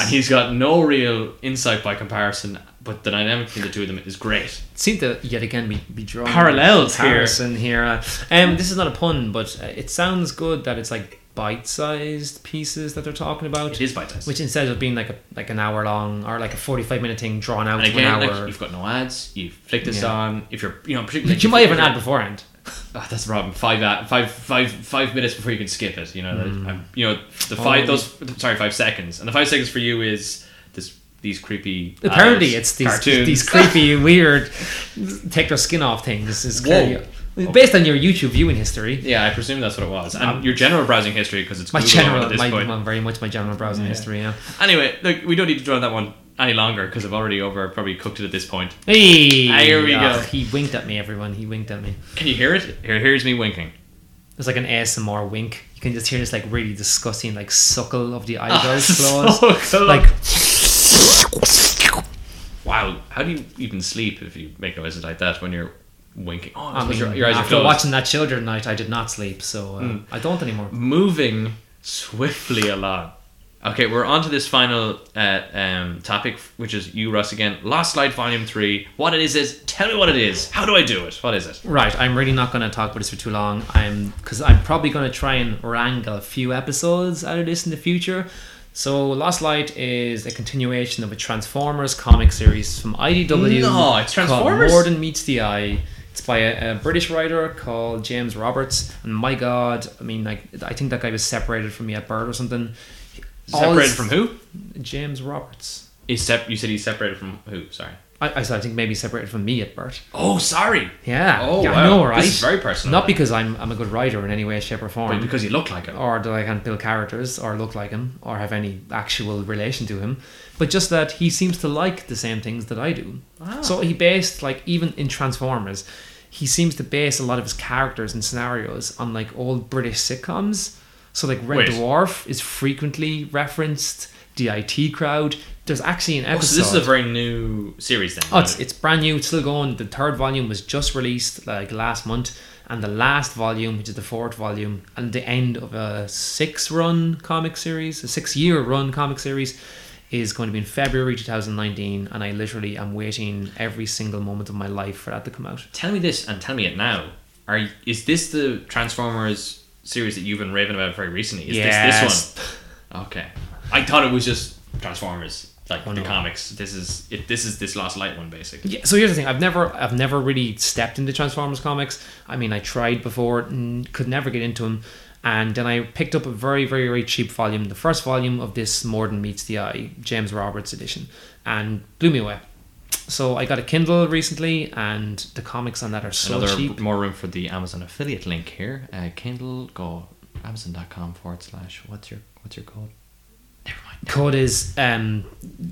[SPEAKER 2] and he's got no real insight by comparison. But the dynamic between the two of them is great.
[SPEAKER 1] seem to yet again be, be drawing
[SPEAKER 2] Parallels here.
[SPEAKER 1] comparison here. Uh, um, this is not a pun, but uh, it sounds good that it's like bite-sized pieces that they're talking about.
[SPEAKER 2] It is bite sized.
[SPEAKER 1] Which instead of being like a like an hour long or like a forty five minute thing drawn out to
[SPEAKER 2] And
[SPEAKER 1] an
[SPEAKER 2] again,
[SPEAKER 1] hour,
[SPEAKER 2] like, you've got no ads. You flick this
[SPEAKER 1] Yeah.
[SPEAKER 2] on. If you're, you know, particularly
[SPEAKER 1] you might have an ad beforehand.
[SPEAKER 2] Oh, that's the problem. Five at five five five minutes before you can skip it. You know, that- I'm- you know the five
[SPEAKER 1] Hmm. Oh.
[SPEAKER 2] those sorry five seconds, and the five seconds for you is this these creepy
[SPEAKER 1] Apparently,
[SPEAKER 2] ads,
[SPEAKER 1] it's these
[SPEAKER 2] cartoons.
[SPEAKER 1] these creepy weird take their skin off things. Is
[SPEAKER 2] Whoa.
[SPEAKER 1] based on your YouTube viewing history.
[SPEAKER 2] yeah, I presume that's what it was, and your general browsing history because it's
[SPEAKER 1] Um, My
[SPEAKER 2] Google at
[SPEAKER 1] general,
[SPEAKER 2] this
[SPEAKER 1] my,
[SPEAKER 2] point.
[SPEAKER 1] well, very much my general browsing history. Yeah.
[SPEAKER 2] Anyway, look, we don't need to draw that one any longer because I've already over probably cooked it at this point.
[SPEAKER 1] Hey,
[SPEAKER 2] Ah, here we
[SPEAKER 1] ugh,
[SPEAKER 2] go.
[SPEAKER 1] He winked at me. Everyone, he winked at me.
[SPEAKER 2] Can you hear it? Here, here's me winking.
[SPEAKER 1] It's like an ASMR wink. You can just hear this like really disgusting like suckle of the eyebrows closed.
[SPEAKER 2] Ah, So cool.
[SPEAKER 1] Like
[SPEAKER 2] wow, how do you even sleep if you make noises like that when you're winking? Oh,
[SPEAKER 1] I
[SPEAKER 2] it's 'cause
[SPEAKER 1] mean,
[SPEAKER 2] your, your eyes are
[SPEAKER 1] after
[SPEAKER 2] closed. Hmm.
[SPEAKER 1] watching that children night, I did not sleep, so uh, I don't anymore.
[SPEAKER 2] moving swiftly along. Okay, we're on to this final uh, um, topic, which is you, Russ, again. Lost Light Volume 3. What it is is, tell me what it is. How do I do it? What is it?
[SPEAKER 1] Right, I'm really not going to talk about this for too long. I'm because I'm probably going to try and wrangle a few episodes out of this in the future. So, Lost Light is a continuation of a Transformers comic series from IDW.
[SPEAKER 2] No, it's
[SPEAKER 1] called
[SPEAKER 2] Transformers?
[SPEAKER 1] More than meets the eye. It's by a, a British writer called James Roberts, and my God, I mean, like, I think that guy was separated from me at birth or something. All
[SPEAKER 2] Separated
[SPEAKER 1] his-
[SPEAKER 2] from who?
[SPEAKER 1] James Roberts.
[SPEAKER 2] He's sep- you said he's separated from who? Sorry.
[SPEAKER 1] I, I, so I think maybe separated from me at birth.
[SPEAKER 2] Oh, sorry.
[SPEAKER 1] Yeah.
[SPEAKER 2] Oh,
[SPEAKER 1] yeah,
[SPEAKER 2] wow.
[SPEAKER 1] I know, right?
[SPEAKER 2] This is very personal.
[SPEAKER 1] Not because I'm I'm a good writer in any way, shape, or form,
[SPEAKER 2] But because you look like him.
[SPEAKER 1] or that I can build characters, or look like him, or have any actual relation to him, but just that he seems to like the same things that I do.
[SPEAKER 2] Ah.
[SPEAKER 1] So he based like even in Transformers, he seems to base a lot of his characters and scenarios on like old British sitcoms. So like Red
[SPEAKER 2] Wait.
[SPEAKER 1] Dwarf is frequently referenced. The IT crowd. There's actually an
[SPEAKER 2] Oh,
[SPEAKER 1] episode.
[SPEAKER 2] so this is a very new series then.
[SPEAKER 1] Oh, it's, it's brand new. It's still going. The third volume was just released like last month, and the last volume, which is the fourth volume, and the end of a six-run comic series, a six-year-run comic series, is going to be in February 2019. And I literally am waiting every single moment of my life for that to come out.
[SPEAKER 2] tell me this and tell me it now. Are you- Is this the Transformers series that you've been raving about very recently? Is this this one?
[SPEAKER 1] Yes.
[SPEAKER 2] Okay. I thought it was just Transformers, like
[SPEAKER 1] Oh,
[SPEAKER 2] the
[SPEAKER 1] no.
[SPEAKER 2] comics. This is it, this is this Lost Light one basically.
[SPEAKER 1] Yeah, so here's the thing. I've never, I've never really stepped into Transformers comics. I mean, I tried before, and could never get into them. And then I picked up a very, very, very cheap volume, the first volume of this More Than Meets the Eye, James Roberts edition, and blew me away. So I got a Kindle recently, and the comics on that are so
[SPEAKER 2] Another
[SPEAKER 1] cheap.
[SPEAKER 2] more room for the Amazon affiliate link here. Uh, Kindle go amazon.com forward slash what's your what's your code? Never mind.
[SPEAKER 1] Code is um,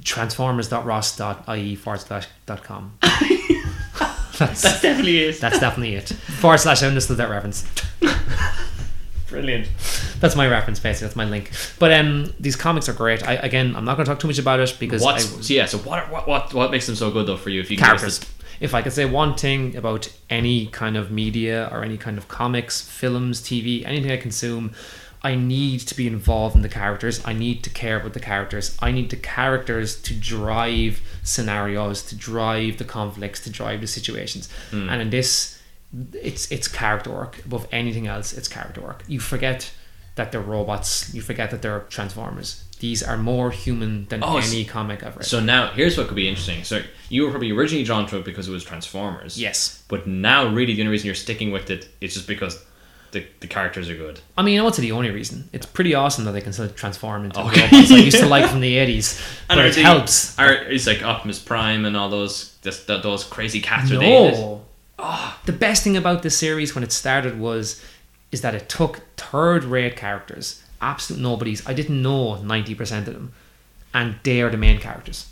[SPEAKER 1] transformers.ross.ie E forward slash dot com. that's,
[SPEAKER 3] That definitely is.
[SPEAKER 1] that's definitely it. Forward slash, I understood that reference.
[SPEAKER 3] Brilliant.
[SPEAKER 1] that's my reference basically that's my link but um these comics are great i again i'm not going to talk too much about it because
[SPEAKER 2] What's
[SPEAKER 1] I,
[SPEAKER 2] so yeah? So what, what what what makes them so good though for you? If you can give us
[SPEAKER 1] characters if i could say one thing about any kind of media or any kind of comics films tv anything i consume I need to be involved in the characters. I need to care about the characters. I need the characters to drive scenarios, to drive the conflicts, to drive the situations.
[SPEAKER 2] Hmm.
[SPEAKER 1] And in this, it's it's character work above anything else. It's character work. You forget that they're robots. You forget that they're transformers. These are more human than
[SPEAKER 2] Oh, s-
[SPEAKER 1] any comic I've read.
[SPEAKER 2] So now here's what could be interesting. So you were probably originally drawn to it because it was Transformers.
[SPEAKER 1] yes,
[SPEAKER 2] But now really the only reason you're sticking with it is just because the, the characters are good.
[SPEAKER 1] I mean, you know what's the only reason? It's pretty awesome that they can still transform into
[SPEAKER 2] Okay.
[SPEAKER 1] robots. I used to like from the eighties, but
[SPEAKER 2] are
[SPEAKER 1] it
[SPEAKER 2] they-
[SPEAKER 1] helps.
[SPEAKER 2] Are it's like Optimus Prime and all those this, th those crazy cats are they in it?
[SPEAKER 1] No. Ah, the best thing about this series when it started was is that it took third rate characters, absolute nobodies. I didn't know 90% of them. And they are the main characters.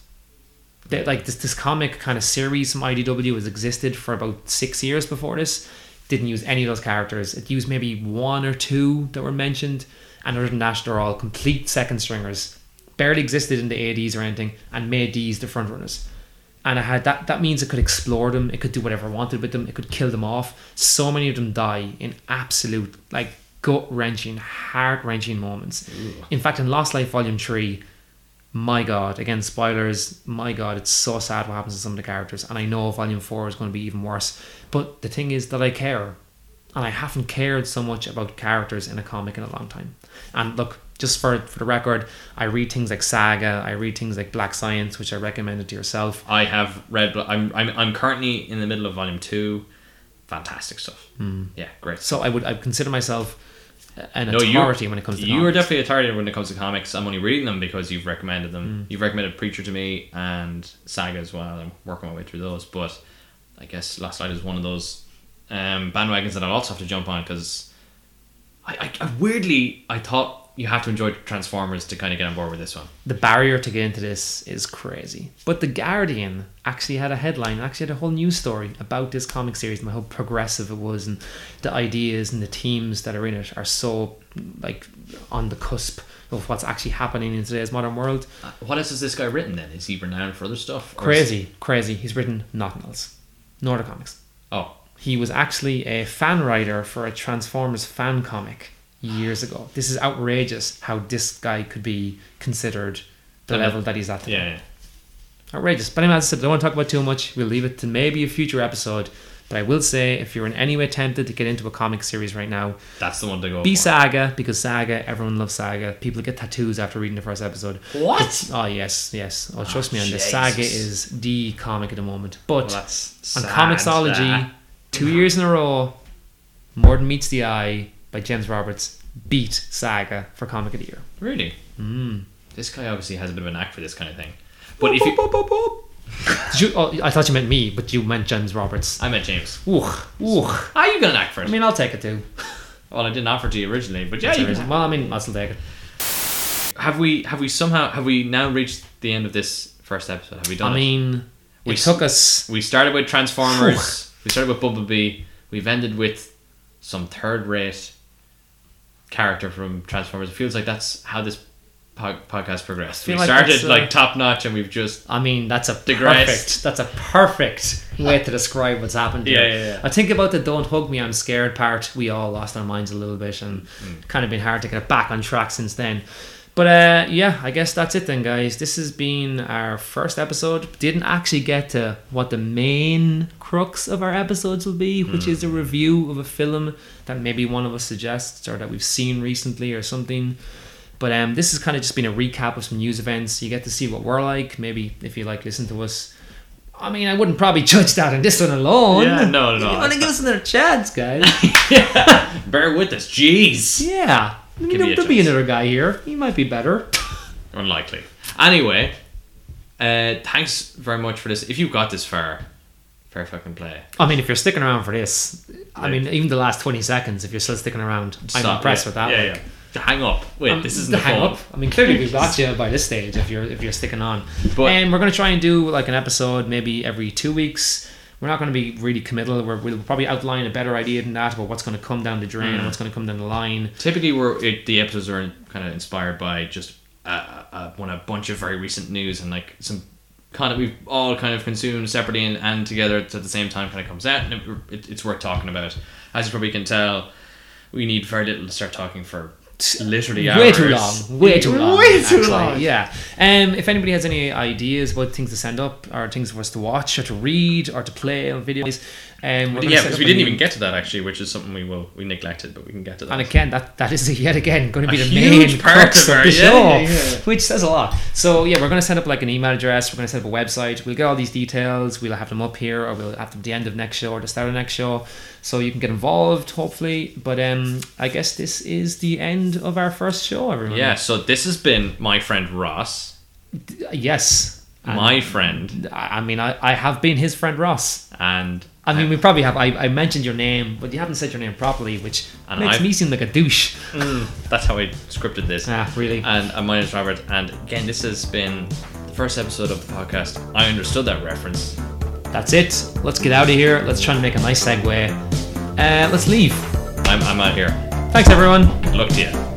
[SPEAKER 1] They, like this, this comic kind of series from IDW has existed for about six years before this. Didn't use any of those characters. It used maybe one or two that were mentioned, and other than that, they're all complete second stringers. Barely existed in the 80s or anything, and made these the front runners and I had that. That means it could explore them. It could do whatever it wanted with them. It could kill them off. So many of them die in absolute like gut wrenching, heart wrenching moments. In fact, in Lost Life Volume Three, my God, again spoilers. My God, it's so sad what happens to some of the characters, and I know Volume Four is going to be even worse. But the thing is that I care, and I haven't cared so much about characters in a comic in a long time. And look, just for for the record, I read things like Saga. I read things like Black Science, which I recommended to yourself.
[SPEAKER 2] I have read. Bla- I'm I'm I'm currently in the middle of volume two. Fantastic stuff.
[SPEAKER 1] Hmm.
[SPEAKER 2] Yeah, great.
[SPEAKER 1] So I would I would consider myself an
[SPEAKER 2] No, you-
[SPEAKER 1] authority when it comes to
[SPEAKER 2] you are
[SPEAKER 1] comics.
[SPEAKER 2] definitely a target when it comes to comics. I'm only reading them because you've recommended
[SPEAKER 1] Mm.
[SPEAKER 2] them. You've recommended Preacher to me and Saga as well. I'm working my way through those, but I guess Last Light is one of those um, bandwagons that I'll also have to jump on because I, I, I weirdly I thought you have to enjoy Transformers to kind of get on board with this one.
[SPEAKER 1] the barrier to get into this is crazy. But the Guardian actually had a headline, actually had a whole news story about this comic series and how progressive it was, and the ideas and the teams that are in it are so like on the cusp of what's actually happening in today's modern world.
[SPEAKER 2] Uh, What else has this guy written then? Is he renowned for other stuff? or is-
[SPEAKER 1] Crazy, crazy. He's written nothing else, nor the comics.
[SPEAKER 2] oh,
[SPEAKER 1] He was actually a fan writer for a Transformers fan comic years ago. This is outrageous how this guy could be considered the
[SPEAKER 2] And
[SPEAKER 1] level that he's at today.
[SPEAKER 2] yeah. yeah.
[SPEAKER 1] Outrageous. But anyway, as I said, I don't want to talk about too much. We'll leave it to maybe a future episode. But I will say, if you're in any way tempted to get into a comic series right now,
[SPEAKER 2] That's the one to go.
[SPEAKER 1] be
[SPEAKER 2] for.
[SPEAKER 1] Saga, because Saga, everyone loves Saga. People get tattoos after reading the first episode.
[SPEAKER 2] What?
[SPEAKER 1] Oh, yes, yes. Oh, trust me on this.
[SPEAKER 2] Jesus.
[SPEAKER 1] Saga is the comic at the moment. But
[SPEAKER 2] Well, that's
[SPEAKER 1] on
[SPEAKER 2] sad,
[SPEAKER 1] Comixology,
[SPEAKER 2] that.
[SPEAKER 1] two years in a row, More Than Meets the Eye by James Roberts beat Saga for Comic of the Year.
[SPEAKER 2] Really? Mm.
[SPEAKER 1] Hmm.
[SPEAKER 2] This guy obviously has a bit of a knack for this kind of thing. But if you,
[SPEAKER 1] Did you, oh, I thought you meant me, but you meant James Roberts.
[SPEAKER 2] I met James.
[SPEAKER 1] Ooh, ooh.
[SPEAKER 2] Ah, you got an knack for it.
[SPEAKER 1] I mean, I'll take it too.
[SPEAKER 2] well, I didn't offer it to you originally, but yeah,
[SPEAKER 1] That's
[SPEAKER 2] you
[SPEAKER 1] the reason.
[SPEAKER 2] can.
[SPEAKER 1] Well, I mean, I'll still take it.
[SPEAKER 2] Have we? Have we somehow? Have we now reached the end of this first episode? Have we done
[SPEAKER 1] I
[SPEAKER 2] it?
[SPEAKER 1] mean,
[SPEAKER 2] We
[SPEAKER 1] it took us.
[SPEAKER 2] we started with Transformers. we started with Bumblebee. We've ended with some third-rate character from Transformers. It feels like that's how this po- podcast progressed. We
[SPEAKER 1] feel like
[SPEAKER 2] started
[SPEAKER 1] that's, uh,
[SPEAKER 2] like top-notch, and we've just
[SPEAKER 1] I mean, that's a perfect.
[SPEAKER 2] Digressed.
[SPEAKER 1] That's a perfect way to describe what's happened. Here.
[SPEAKER 2] Yeah, yeah, yeah.
[SPEAKER 1] I think about the "Don't hug me, I'm scared" part. We all lost our minds a little bit, and
[SPEAKER 2] Mm.
[SPEAKER 1] kind of been hard to get it back on track since then. But uh, yeah, I guess that's it then, guys. This has been our first episode. Didn't actually get to what the main crux of our episodes will be, which
[SPEAKER 2] Hmm.
[SPEAKER 1] is a review of a film that maybe one of us suggests or that we've seen recently or something. But um, this has kind of just been a recap of some news events. You get to see what we're like. Maybe if you like, listen to us. I mean, I wouldn't probably judge that on this one alone.
[SPEAKER 2] Yeah, no, no, no.
[SPEAKER 1] You want to give us another chance, guys?
[SPEAKER 2] bear with us. Jeez.
[SPEAKER 1] yeah. I mean,
[SPEAKER 2] Give me
[SPEAKER 1] there,
[SPEAKER 2] a
[SPEAKER 1] will be
[SPEAKER 2] chance.
[SPEAKER 1] another guy here. He might be better.
[SPEAKER 2] Unlikely. Anyway, uh, thanks very much for this. If you got this far, fair fucking play.
[SPEAKER 1] I mean, if you're sticking around for this, I
[SPEAKER 2] Yeah.
[SPEAKER 1] mean, even the last 20 seconds, if you're still sticking around, I'm
[SPEAKER 2] Stop.
[SPEAKER 1] impressed
[SPEAKER 2] Yeah,
[SPEAKER 1] with that.
[SPEAKER 2] Yeah,
[SPEAKER 1] one.
[SPEAKER 2] yeah. To Hang up. Wait,
[SPEAKER 1] Um,
[SPEAKER 2] this
[SPEAKER 1] to
[SPEAKER 2] isn't the
[SPEAKER 1] hang
[SPEAKER 2] phone.
[SPEAKER 1] up. I mean, clearly we've got you by this stage if you're if you're sticking on.
[SPEAKER 2] But-
[SPEAKER 1] and we're gonna try and do like an episode maybe every two weeks. We're not gonna be really committal. We're, we'll probably outline a better idea than that about what's gonna come down the drain
[SPEAKER 2] Mm.
[SPEAKER 1] and what's gonna come down the line.
[SPEAKER 2] Typically, we're it, the episodes are kind of inspired by just uh, uh, one a bunch of very recent news and like some content we've all kind of consumed separately and, and together at the same time kind of comes out and it, it, it's worth talking about. As you probably can tell, we need very little to start talking for literally
[SPEAKER 1] way
[SPEAKER 2] hours.
[SPEAKER 1] too long. Way too long.
[SPEAKER 2] Way too
[SPEAKER 1] actually,
[SPEAKER 2] long.
[SPEAKER 1] Yeah. Um, if anybody has any ideas about things to send up or things for us to watch or to read or to play on videos, um, we're gonna
[SPEAKER 2] Yeah,
[SPEAKER 1] set
[SPEAKER 2] because
[SPEAKER 1] up
[SPEAKER 2] we
[SPEAKER 1] a
[SPEAKER 2] didn't
[SPEAKER 1] new-
[SPEAKER 2] even get to that actually, which is something we will we neglected, but we can get to that.
[SPEAKER 1] And again, that that is yet again going to be
[SPEAKER 2] A
[SPEAKER 1] the
[SPEAKER 2] huge
[SPEAKER 1] main
[SPEAKER 2] part
[SPEAKER 1] crux
[SPEAKER 2] of
[SPEAKER 1] of
[SPEAKER 2] our-
[SPEAKER 1] the
[SPEAKER 2] yeah,
[SPEAKER 1] show,
[SPEAKER 2] yeah, yeah.
[SPEAKER 1] which says a lot. So yeah, we're going to set up like an email address. We're going to set up a website. We'll get all these details. We'll have them up here, or we'll have them at the end of next show or the start of next show, so you can get involved hopefully. But um, I guess this is the end of our first show, everyone.
[SPEAKER 2] yeah, so this has been my friend Ross,
[SPEAKER 1] Yes. And
[SPEAKER 2] my friend,
[SPEAKER 1] I I mean, I, I have been his friend Ross.
[SPEAKER 2] and
[SPEAKER 1] I mean, we probably have. I, I mentioned your name, but you haven't said your name properly, which
[SPEAKER 2] And
[SPEAKER 1] makes
[SPEAKER 2] I've-
[SPEAKER 1] me seem like a douche.
[SPEAKER 2] that's how I scripted this.
[SPEAKER 1] Ah, really.
[SPEAKER 2] And uh, my name's Robert, and again, this has been the first episode of the podcast. I understood that reference.
[SPEAKER 1] That's it. Let's get out of here. Let's try and make a nice segue. Uh, let's leave.
[SPEAKER 2] I'm, I'm out here.
[SPEAKER 1] Thanks, everyone.
[SPEAKER 2] Look to you.